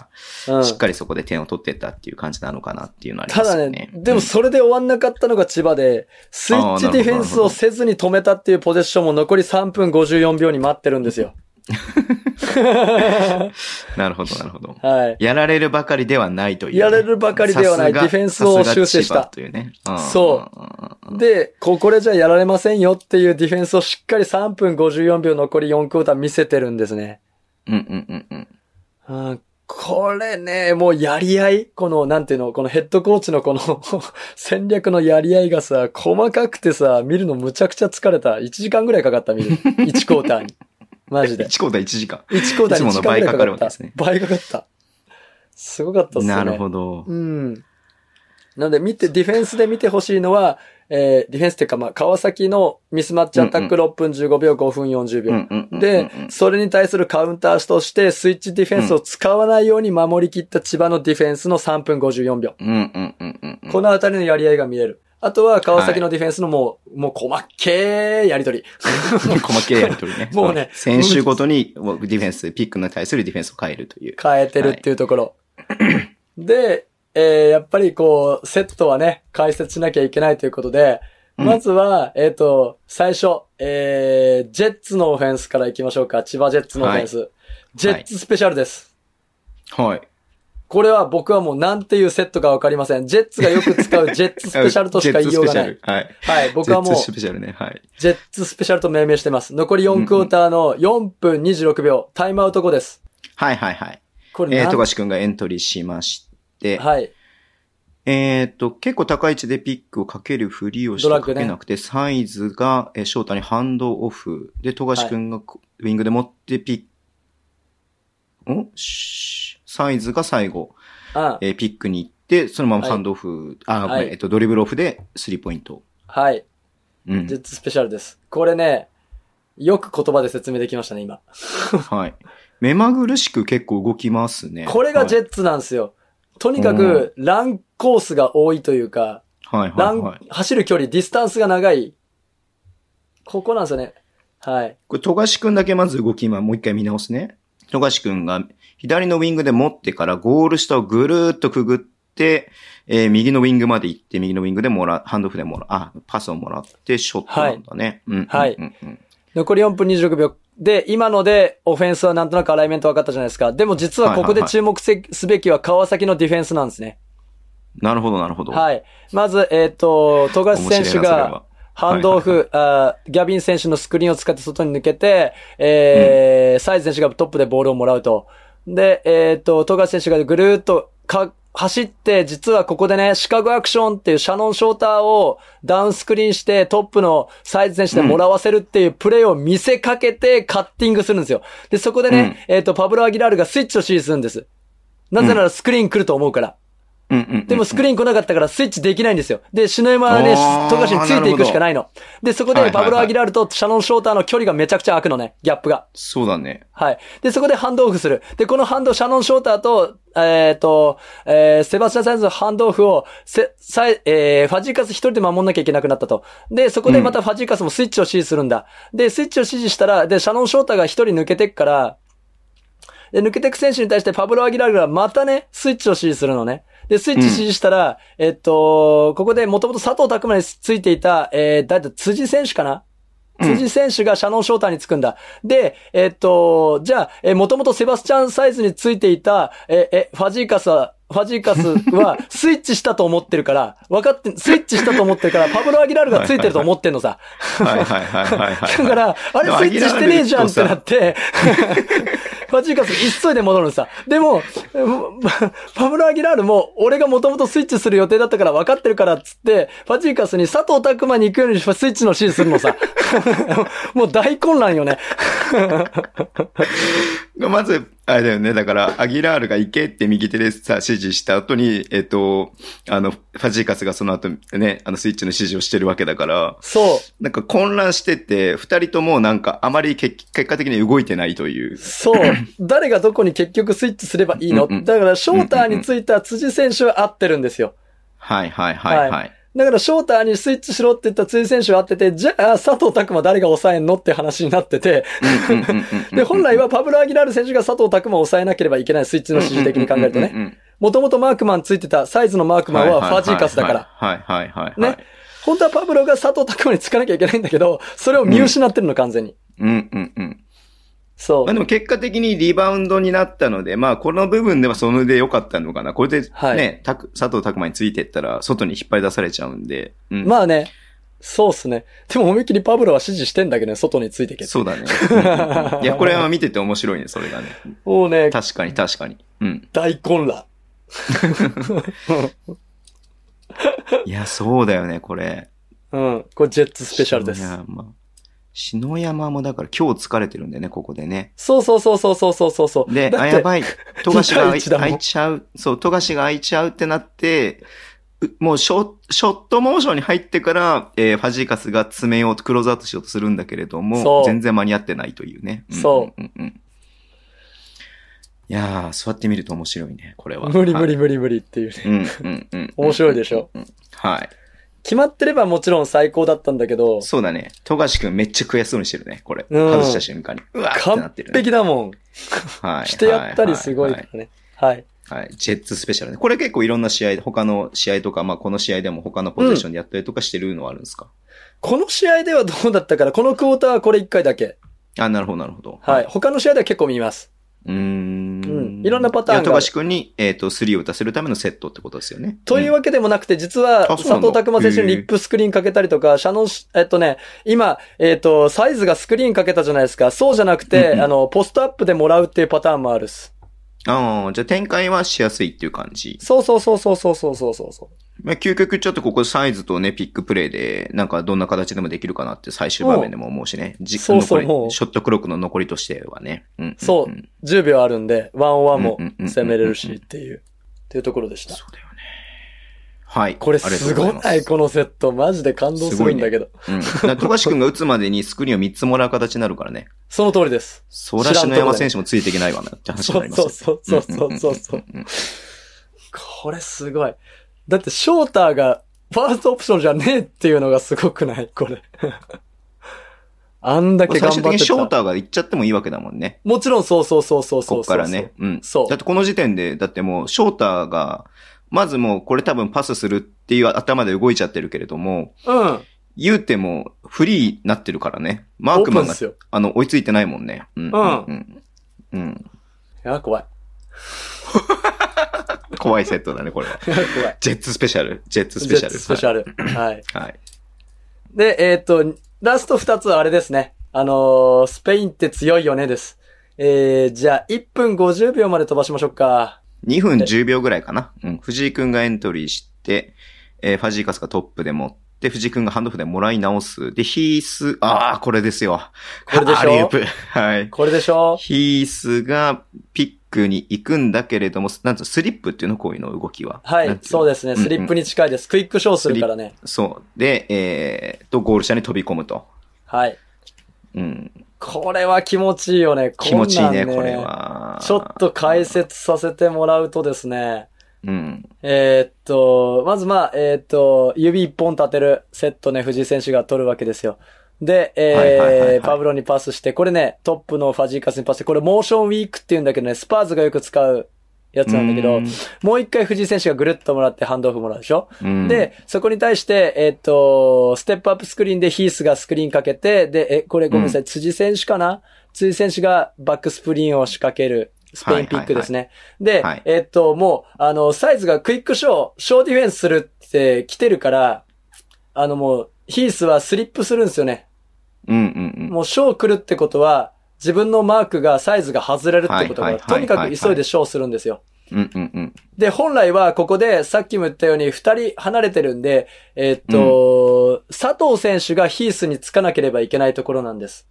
S2: しっかりそこで点を取っていったっていう感じなのかなっていうのはあり
S3: た
S2: ます
S3: だ
S2: よ
S3: ね
S2: ね。、
S3: でもそれで終わんなかったのが千葉で、スイッチディフェンスをせずに止めたっていうポゼッションも残り3分54秒に待ってるんですよ。
S2: うんなるほど、なるほど。
S3: はい。
S2: やられるばかりではないというね、
S3: やられるばかりではな
S2: さす
S3: い
S2: が
S3: ディフェンスを修正し
S2: さす
S3: た
S2: が千葉というね。うん
S3: そで、ここでじゃやられませんよっていうディフェンスをしっかり3分54秒残り4クォーター見せてるんですね。
S2: うん。うんうんうんうん。
S3: うんこれね、もうやり合いこの、なんていうのこのヘッドコーチのこ の戦略のやり合いがさ、細かくてさ、見るのむちゃくちゃ疲れた。1時間ぐらいかかった、見る。1クォーターに。マジで。
S2: 1コーダー1時間。
S3: 1クォーターに
S2: いつも
S3: 1時
S2: の
S3: 間
S2: 倍
S3: ぐら
S2: か
S3: いか
S2: か
S3: か
S2: る
S3: っ
S2: わけ
S3: た
S2: ですね。
S3: 倍かかった。すごかったっすね。
S2: なるほど。
S3: ど。うん。なので見て、ディフェンスで見てほしいのは、えー、ディフェンスっていうか、まあ、川崎のミスマッチアタック6分15秒、5分40秒。
S2: うんうんうんうん
S3: で、それに対するカウンターとして、スイッチディフェンスを使わないように守り切った千葉のディフェンスの3分54秒。
S2: うんうんうんうんうん。
S3: このあたりのやり合いが見える。あとは、川崎のディフェンスのもう、もう細っけーやり とり。。
S2: 細けいやりとりね
S3: もうね
S2: 選手ごとにディフェンス、ピックに対するディフェンスを変えるという。
S3: 変えてるっていうところ。で、えーやっぱりこう、セットはね、解説しなきゃいけないということで、
S2: うん
S3: まずは、えっ、と、最初、えー、ジェッツのオフェンスから行きましょうか。千葉ジェッツのオフェンス。ジェッツスペシャルです。
S2: はい。
S3: これは僕はもうなんていうセットかわかりません。ジェッツがよく使うジェッツスペシャルとしか言いようが な
S2: ジェッ
S3: い
S2: ツス。ペシャルはい。
S3: はい、僕はもう
S2: ジェッツスペシャルね。はい。
S3: ジェッツスペシャルと命名してます。残り4クォーターの4分26秒、タイムアウト後です。
S2: はいはいはい。
S3: これ
S2: え
S3: な
S2: ー、
S3: ん
S2: 富樫くんがエントリーしまして、
S3: はい。
S2: えーっと、結構高い位置でピックをかけるふりをして
S3: ドラ
S2: か
S3: ッグね
S2: けなくて、サイズが、えー、翔太にハンドオフ。で、富樫くんがこウィングで持ってピック、んしサイズが最後、
S3: うん。
S2: えーピックに行って、そのまま
S3: はい
S2: ハンドオフ、あー、ごめん
S3: はい
S2: えっと、ドリブルオフでスリーポイント。
S3: はい。
S2: うん
S3: ジ。ェッツスペシャルです。これね、よく言葉で説明できましたね、今。
S2: はい。目まぐるしく結構動きますね。
S3: これがジ
S2: ェ
S3: ェッツなんですよ。とにかく、ランコースが多いというか、
S2: はい
S3: ラ
S2: はいは
S3: ン
S2: い。、
S3: 走る距離、ディスタンスが長い。ここなんですよね。はい。
S2: これ、富樫くんだけまず動き今もう一回見直すね。富樫くんが左のウィングで持ってからゴール下をぐるーっとくぐって、えー右のウィングまで行って、右のウィングでもら、ハンドオフでもら、あ、パスをもらってショットなんだね。うんうんうん
S3: はい
S2: うん
S3: 残り4分26秒。で、今ので、オフェンスはなんとなくアライメント分かったじゃないですか。でも実はここで注目せすべきは川崎のディフェンスなんですね。
S2: なるほど、なるほど。
S3: はい。まず、えっ、と、富樫選
S2: 面
S3: 手
S2: 白いなそれは
S3: が、ハンドオフ、あーギャビン選手のスクリーンを使って外に抜けて、えーサイズ選手がトップでボールをもらうと。で、えっ、と、富樫選手がぐるーっとか、走って、実はここでね、シカゴアクションっていうシャノンショーターをダウンスクリーンしてトップのサイズ選手でもらわせるっていうプレーを見せかけてカッティングするんですよ。で、そこでね、えっ、と、パブロ・アギラールがスイッチを指示するんです。なぜならスクリーン来ると思うから。
S2: うんうんうん
S3: でもスクリーン来なかったからスイッチできないんですよ。で、篠山はね
S2: あー、
S3: 富樫についていくしかないの。で、そこ
S2: は
S3: で
S2: いはいはい
S3: パブロ・アギラールとシャノン・ショーターの距離がめちゃくちゃ開くのね、ギャップが。
S2: そうだね。
S3: はい。で、そこでハンドオフする。で、このハンド、シャノン・ショーターと、えっ、と、えーセバスチャン・サイズのハンドオフを、せ、さい、えーファジーカス一人で守んなきゃいけなくなったと。で、そこでまたファジーカスもスイッチを指示するんだ。で、スイッチを指示したら、で、シャノン・ショーターが一人抜けてくから、で、抜けてく選手に対してパブロ・アギラールがまたね、スイッチを指示するのね。で、スイッチ指示したら、えっと、ここでもともと佐藤拓磨についていた、えー、だいたい辻選手かな辻選手がシャノン・ショーターにつくんだ。で、えっと、じゃあ、えー、もともとセバスチャン・サイズについていた、えー、えー、ファジーカスは、ファジーカスは、スイッチしたと思ってるから、分かって、スイッチしたと思ってるから、パブロ・アギラールがついてると思ってんのさ。
S2: はいはいはいはいはい。
S3: だから、あれ
S2: でも
S3: スイッチしてねえじゃんってなって、パチーカス急いで戻るのさ。でも、パパブロ・アギラールも、俺がもともとスイッチする予定だったから分かってるからっつって、パチーカスに佐藤拓馬に行くようにスイッチの指示するのさ。 もう大混乱よね。
S2: がまず、あれだよね。だから、アギラールが行けって右手でさ、指示した後に、えっと、あの、ファジーカスがその後ね、あの、スイッチの指示をしてるわけだから、
S3: そう。
S2: なんか混乱してて、二人ともなんかあまり結結果的に動いてないという。
S3: そう。誰がどこに結局スイッチすればいいの
S2: うんうん
S3: だから、ショーターについた辻選手は合ってるんですよ。
S2: はいはいはい
S3: は
S2: はいい。
S3: だから、ショーターにスイッチしろって言った辻選手は合ってて、じゃあ、佐藤拓馬誰が抑えんのって話になってて、
S2: うんうんうんうん
S3: で、本来はパブロ・アギラール選手が佐藤拓馬を抑えなければいけないスイッチの指示的に考えると
S2: うんう
S3: ね。
S2: んうんうん
S3: もともとマークマンついてたサイズのマークマンはファジーカスだから。
S2: はいはいはいはいはい。
S3: ね。本当はパブロが佐藤拓馬につかなきゃいけないんだけど、それを見失ってるの、完全に。
S2: うんうんうん。
S3: そ
S2: まあ
S3: う。
S2: でも結果的にリバウンドになったので、まあこの部分ではそれで良かったのかな。これでね、
S3: はい
S2: たく佐藤拓馬についてったら外に引っ張り出されちゃうんで。うん、
S3: まあね。そうっすね。でも思いっきりパブロは指示してんだけどね、外についてけって。
S2: そうだね。うんうんうんいや、これは見てて面白いね、それがね。
S3: もうね、
S2: 確かに確かに。うん。
S3: 大混乱。
S2: いや、そうだよね、これ。
S3: うん。これジェッツスペシャルです
S2: 篠。山。篠山もだから今日疲れてるんだよね、ここでね。
S3: そうそうそうそうそうそうそうそう。
S2: で、
S3: だ
S2: あ、
S3: って
S2: やばい。富樫が
S3: 二対一だもん
S2: 開いちゃう。そう、富樫が開いちゃうってなって、もうショショットモーションに入ってから、えーファジーカスが詰めようと、クローズアウトしようとするんだけれど
S3: そ
S2: も
S3: う、
S2: 全然間に合ってないというね。ん
S3: そ
S2: うんうんうんいやー、座ってみると面白いね、これは。
S3: 無理無理
S2: はい。
S3: 無理無理っていうね。
S2: うんうんうん。
S3: 面白いでしょ
S2: うん。はい。
S3: 決まってればもちろん最高だったんだけど、
S2: そうだね。富樫くんめっちゃ悔しそうにしてるね、これ。
S3: うん
S2: 外した瞬間に。うわーってなっ
S3: 完
S2: てる、ね。
S3: 璧だもん。
S2: はい
S3: してやったりすごい
S2: は
S3: か
S2: は
S3: らね。はい。
S2: はいはいジェッツスペシャルね。これ結構いろんな試合、他の試合とか、まあこの試合でも他のポジションでやったりとかしてるのはあるんですか、
S3: この試合ではどうだったから、このクォーターはこれ1回だけ。
S2: あ、なるほど、なるほど。
S3: はい。。他の試合では結構見ます。
S2: うーん,、
S3: うんいろんなパターンがある
S2: いや富樫くんに、えっ、と、スリーを打たせるためのセットってことですよね。
S3: という
S2: わ
S3: わけでもなくて、実は、
S2: あそうな
S3: 佐
S2: んだ
S3: 藤拓磨選手にリップスクリーンかけたりとか、シャノンし、えっとね、今、えっと、サイズがスクリーンかけたじゃないですか。そうじゃなく
S2: うんう
S3: て、
S2: ん
S3: あの、ポストアップでもらうっていうパターンもあるっす。
S2: け。ああ、じゃあ展開はしやすいっていう感じ。
S3: そうそうそうそうそうそうそうそう。
S2: まあ、究極ちょっとここサイズとね、ピックプレイで、なんかどんな形でもできるかなって最終場面でも思うしね。時
S3: そうそ
S2: 残
S3: う
S2: り
S3: もう
S2: ショットクロックの残りとしてはね。うんうんうん
S3: そう10秒あるんで、ワンオンワンも
S2: うんうんうんうん
S3: 攻めれるしっていう、っていうところでした。
S2: そうだよね。はい。
S3: これ
S2: ありがと
S3: す
S2: うざ
S3: ご
S2: ま
S3: ないこのセット。マジで感動するんだけど。
S2: うん。だから富樫君が打つまでにスクリーンを3つもらう形になるからね。
S3: その通りです。
S2: そら篠山選手もついていけないわなって話に
S3: そ
S2: なり
S3: う
S2: ます
S3: そう
S2: よ。
S3: そうそうそうそうそう。
S2: んんんん
S3: これすごい。だってショーターがファーストオプションじゃねえっていうのがすごくないこれ。あんだけ
S2: 最終
S3: 頑張
S2: 的に
S3: って
S2: ショー
S3: た。
S2: ターが行っちゃってもいいわけだもんね。
S3: もちろんそうそうそうそうそう
S2: こ
S3: そう。
S2: っからね。。うん。
S3: そう
S2: だってこの時点で、だってもうショーターが、まずもうこれ多分パスするっていう頭で動いちゃってるけれども、
S3: うん。
S2: 言うてもフリーになってるからね。マークマン
S3: オープンで
S2: が
S3: すよ。
S2: あの追いついてないもんね。うん。
S3: うん
S2: うん。うん。
S3: いや、怖い。
S2: 怖いセットだね、これは。
S3: いや怖い。
S2: ジェッツスペシャル。ジェッツス
S3: ジ
S2: ペ
S3: ェ
S2: シャ
S3: ッ
S2: ル。
S3: ツスペシャル。はい。
S2: はい。はい。
S3: で、えっ、と、ラスト2つはあれですね。あのースペインって強いよねです。えー、じゃあ、1分50秒まで飛ばしましょうか。
S2: 2分10秒ぐらいかな。うん。藤井くんがエントリーして、えーファジーカスがトップで持って、藤井くんがハンドオフでもらい直す。で、ヒース、ああ、これですよ。
S3: これでしょ
S2: アリウープ。 はい。
S3: これでしょ
S2: ヒースがピックに行くんだけれども、なんつうのスリップっていうのこういうの動きは。なん
S3: はい、
S2: ていの
S3: そうですね。スリップ。
S2: うんうん
S3: に近いです。クイックショーするからね。
S2: そう。で、えー、と、ゴール下に飛び込むと。
S3: はい。
S2: うん。
S3: これは気持ちいいよね。
S2: 気持ちいいね、
S3: んなん
S2: これ。は。
S3: ちょっと解。説させてもらうとですね。
S2: うん。
S3: えーっと、まずまあ、えーっと、指一本立てるセットね、藤井選手が取るわけですよ。で、
S2: はいはいはいは
S3: え
S2: い
S3: ー、パブロにパスして、これね、トップのファジーカスにパスして、これモーションウィークって言うんだけどね、スパーズがよく使うやつなんだけど、もう一回藤井選手がぐるっともらってハンドオフもらうでしょ
S2: うん、
S3: で、そこに対して、えっ、と、ステップアップスクリーンでヒースがスクリーンかけて、で、え、これごめんなさい、辻選手かな辻選手がバックスプリーンを仕掛ける、スペインピックですね。で、
S2: はい
S3: えっ、と、もう、あの、サイズがクイックショー、ショーディフェンスするって来てるから、あのもう、ヒースはスリップするんですよね。
S2: うんうんうん。
S3: もうショー来るってことは、自分のマークが、サイズが外れるってこと
S2: はいはいはい
S3: が、とにかく急いでショーするんですよ。
S2: うんうんうん。
S3: で、本来はここでさっきも言ったように二人離れてるんで、えーっと、佐藤選手がヒースにつかなければいけないところなんです。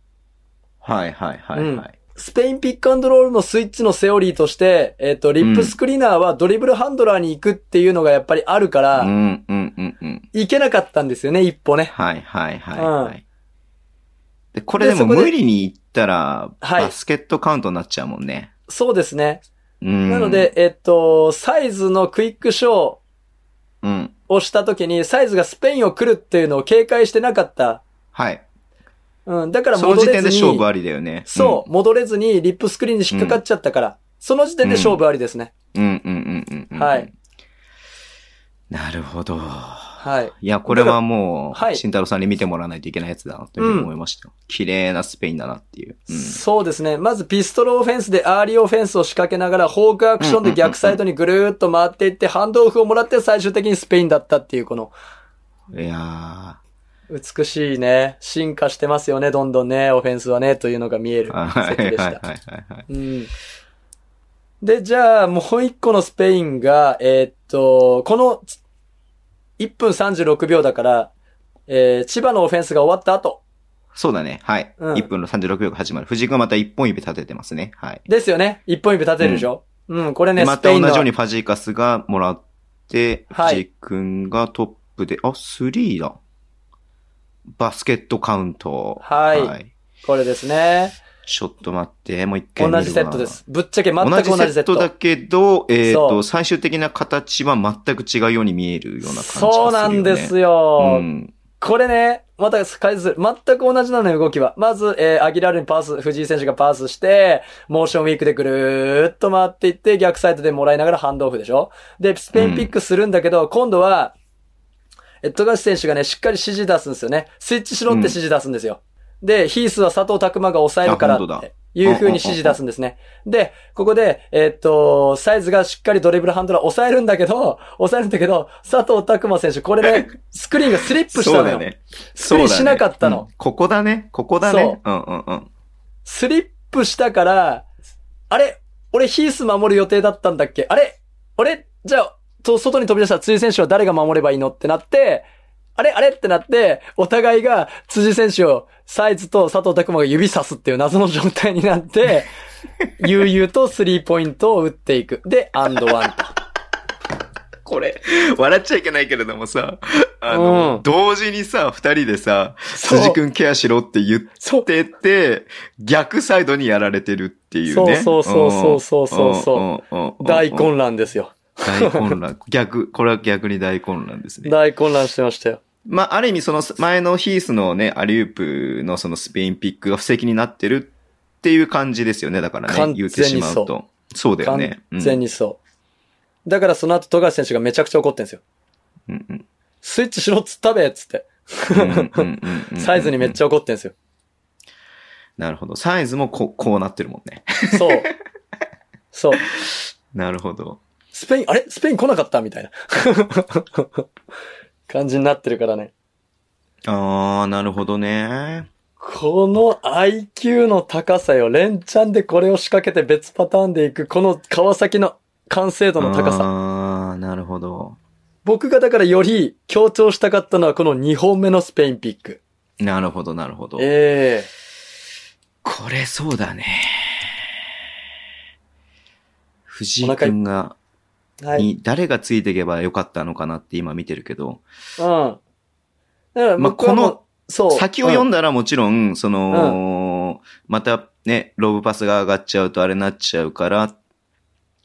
S2: はいはいはいはい。
S3: スペインピックアンドロールのスイッチのセオリーとして、えーっと、リップスクリーナーはドリブルハンドラーに行くっていうのがやっぱりあるか
S2: う
S3: ら、
S2: んうんうんうん。
S3: 行けなかったんですよね、一歩ね。
S2: はいはいはいは
S3: う
S2: い。で、これでも
S3: でそこで
S2: 無理に行ったら、
S3: はい
S2: バスケットカウントになっちゃうもんね。
S3: そうですね。
S2: うん。
S3: なので、、えーっと、サイズのクイックショー
S2: うん。
S3: をした時に、サイズがスペインを来るっていうのを警戒してなかった。
S2: はい。
S3: うん、だから
S2: その
S3: 戻れ
S2: 時
S3: ずに。
S2: 点で勝負ありだよね。
S3: そう、戻れずにリップスクリーンに引っかかっちゃったから、その時点で勝負ありですね。
S2: うん。うんうんうんうん。
S3: はい。
S2: なるほど。
S3: はい。
S2: いや、これはも
S3: だからは
S2: う、
S3: い
S2: 慎太郎さんに見てもらわないといけないやつだなというふうに思いましたよ。綺麗なスペインだなっていう。うん
S3: そうですね。まずピストルオフェンスでアーリーオフェンスを仕掛けながら、ホークアクションで逆サイドにぐるーっと回っていって、ハンドオフをもらって最終的にスペインだったっていう、この
S2: いや
S3: 美しいね、進化してますよね、どんどんね、オフェンスはね、というのが見える
S2: ー。
S3: セ
S2: は
S3: ッ
S2: い
S3: ト
S2: は
S3: で
S2: い
S3: し
S2: は
S3: た
S2: い。はいはい。
S3: うんで、じゃあ、もう一個のスペインが、えーっと、この1分36秒だから、えー千葉のオフェンスが終わった後、
S2: そうだね。はい。
S3: うん
S2: 1分の36秒が始まる。藤井君はまた1本指立ててますね。はい。
S3: ですよね。一本指立てるでしょ。うん、これ
S2: で
S3: ね、
S2: ま
S3: ス
S2: た
S3: ペ
S2: 同
S3: インの
S2: じようにファジーカスがもらって、
S3: はい
S2: 藤井くんがトップで、あ、3だ。バスケットカウント。
S3: はいこれですね。
S2: ちょっと待って、もう一回見るわ
S3: 同じセットで。す。ぶっちゃけ全く
S2: 同
S3: 同
S2: じセ
S3: じセ
S2: ッ
S3: ッ
S2: ト
S3: ト。
S2: だけど、えっ、
S3: そ
S2: と、
S3: う
S2: 最終的な形は全く違うように見えるような感じがするよ、ね。
S3: そうなんです
S2: よ。
S3: よ。
S2: ん。
S3: これね、また解説する。全く同じなのよ、動きは。まず、えー、アギラールにパス、藤井選手がパスして、モーションウィークでぐるーっと回っていって、逆サイドでもらいながらハンドオフでしょで、スペインピックするんだけど、今度は、えっと、富樫選手がね、しっかり指示出すんですよね。スイッチしろって指示出すんですよ。で、ヒースは佐藤拓磨が抑えるから
S2: あ本当だ
S3: っていう風に指示出すんですね。で、ここで、えっと、サイズがしっかりドリブルハンドラー抑えるんだけど、抑えるんだけど、佐藤拓磨選手、これね、スクリーンがスリップし
S2: そ
S3: た
S2: う
S3: の
S2: だ
S3: よ。
S2: ね。
S3: スクリーンしなかった
S2: そうだ
S3: の
S2: ね。うんここだね。ここだね。うんうんうん。
S3: スリップしたから、あれ俺ヒース守る予定だったんだっけあれ俺じゃあ、と、外に飛び出した辻選手は誰が守ればいいのってなって、あれあれってなって、お互いが辻選手をサイズと佐藤拓磨が指さすっていう謎の状態になって、 悠々とスリーポイントを打っていく。で、アンドワンと。
S2: これ、笑っちゃいけないけれどもさ、あの、
S3: うん
S2: 同時にさ、二人でさ、
S3: そう
S2: 辻くんケアしろって言っ
S3: そう。
S2: てて、逆サイドにやられてるっていうね。
S3: そうそうそうそうそうそうそうん
S2: うんうんうん
S3: 大混乱ですよ。
S2: 大混乱。逆、これは逆に大混乱ですね。
S3: 大混乱してましたよ。
S2: まあ、ある意味その前のヒースのね、アリウープのそのスペインピックが布石になってるっていう感じですよね。だからね、
S3: 完全に
S2: 言ってしまうと。そうだよね
S3: 完。全
S2: に。
S3: にそう。だからその後、富樫選手がめちゃくちゃ怒ってんですよ。
S2: うんうん
S3: スイッチしろっつったべっつって。
S2: うんうんうんうん
S3: サイズにめっちゃ怒ってんすよ。
S2: なるほど。サイズもこう、こうなってるもんね。
S3: そう。そう。
S2: なるほど。
S3: スペイン、あれスペイン来なかったみたいな。 感じになってるからね。
S2: あー、なるほどね。
S3: この IQ の高さよ。連チャンでこれを仕掛けて別パターンでいく。この川崎の完成度の高さ。
S2: あー、なるほど。
S3: 僕がだからより強調したかったのはこの2本目のスペインピック。
S2: なるほど、なるほど。
S3: ええ
S2: これそうだね。藤
S3: お
S2: 井
S3: 腹い
S2: くんが、
S3: はい。
S2: に誰がついていけばよかったのかなって今見てるけど、
S3: うん。だから
S2: まあ
S3: 僕はもう
S2: こ
S3: そう。
S2: 先を読
S3: うん
S2: だらもちろん、その、またね、ロブパスが上がっちゃうとあれになっちゃうから、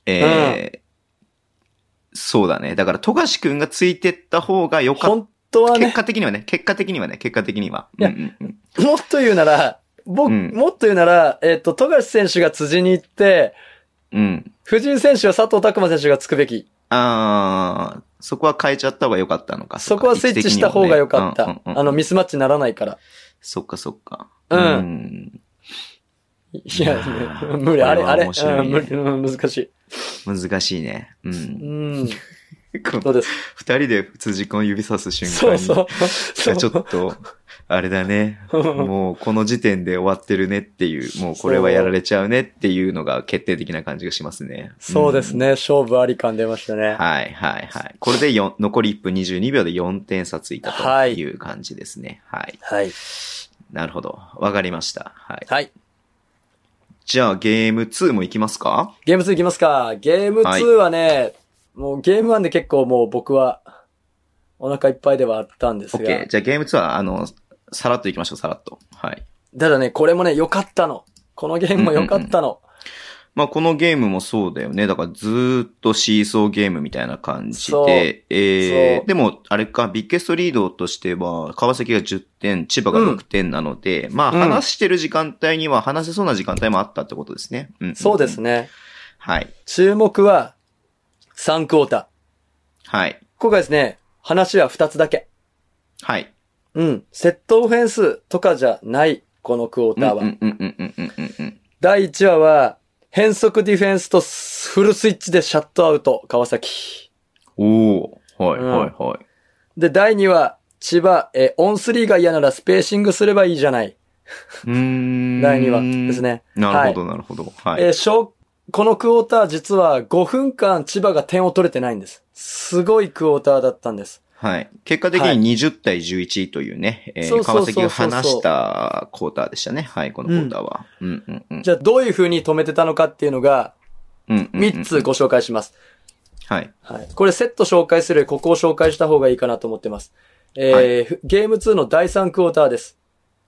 S2: えーそうだね。だから、富樫くんがついてった方が良
S3: ん
S2: かっ
S3: 本当は
S2: た。
S3: ね
S2: 結、果的にはね、結果的にはね、結果的には。
S3: いや
S2: うんうんうん
S3: もっと言うなら、僕、
S2: うん
S3: もっと言うなら、えっ、と、富樫選手が辻に行って、
S2: うん。
S3: 藤井選手は佐藤拓磨選手がつくべき。
S2: ああ、そこは変えちゃった方が良かったのか。
S3: そこはスイッチした方が良かった。
S2: うんうんうん
S3: あの、ミスマッチにならないから。
S2: そっかそっか。
S3: うん
S2: ん
S3: いや、
S2: いやー
S3: 無理、あれ、
S2: これは
S3: あれ、
S2: 面白いね
S3: うん無理、うん難しい。
S2: 難しいね。う。
S3: うんん、
S2: こ
S3: どう
S2: の
S3: です。
S2: 二人で辻君を指さす瞬
S3: そ
S2: 間
S3: う
S2: に。
S3: そう。そう
S2: ちょっと、あれだね。もうこの時点で終わってるねっていう、もうこれはやられちゃうねっていうのが決定的な感じがしますね。
S3: そうですね、勝負あり感出ました
S2: うん。
S3: ね。
S2: はいはいはい。これでよん残り1分22秒で4点差ついた
S3: は
S2: と
S3: い
S2: いう感じですね。はい。
S3: はい。
S2: なるほど。わかりました。はい。
S3: はい。
S2: じゃあゲーム2もいきますか
S3: ゲーム2いきますか。ゲーム2はね、もうゲーム1で結構もう僕は、お腹いっぱいではあったんですが。
S2: ?OK。じゃあゲーム2は、あの、さらっといきましょう、さらっと。はい。
S3: ただね、これもね、良かったの。このゲームも良かったの。
S2: まあ、このゲームもそうだよね。だからずーっとシーソーゲームみたいな感じ
S3: そう
S2: で、えー、
S3: そう
S2: でも、あれか、ビッゲストリードとしては、川崎が10点、千葉が6点なので、まあ、
S3: うん
S2: 話してる時間帯には話せそうな時間帯もあったってことですね。うん、
S3: そうです
S2: ね。
S3: ね。
S2: はい。
S3: 注目は、3クォーター。
S2: はい。
S3: 今回ですね、話は2つだけ。
S2: はい。
S3: うん。セットオフェンスとかじゃない、このクォ
S2: うん
S3: ーター
S2: う
S3: は。
S2: んうんうんうんうんうんうん。
S3: 第1話は、変則ディフェンスとフルスイッチでシャットアウト、川崎。
S2: おー。はい
S3: うん
S2: はいはい。
S3: で、第2話、千葉、えーオンスリーが嫌ならスペーシングすればいいじゃない。
S2: うーん。
S3: 第2話です。ね。
S2: なるほどなるほど。はい。
S3: えー小このクォーター実は5分間千葉が点を取れてないんです。すごいクォーターだったんです。
S2: はい。結果的
S3: はい
S2: に20対11というね、えー
S3: そうそう
S2: 川
S3: そうそう
S2: 崎が離したクォーターでしたね。はい、このクォーターは。うんうんうん。
S3: じゃあどういう風に止めてたのかっていうのが
S2: うんうんうん
S3: 3つご紹介します。
S2: はい。
S3: はい。これセット紹介する、ここを紹介した方がいいかなと思ってます。えー
S2: は
S3: ゲーム2の第3クォーターです。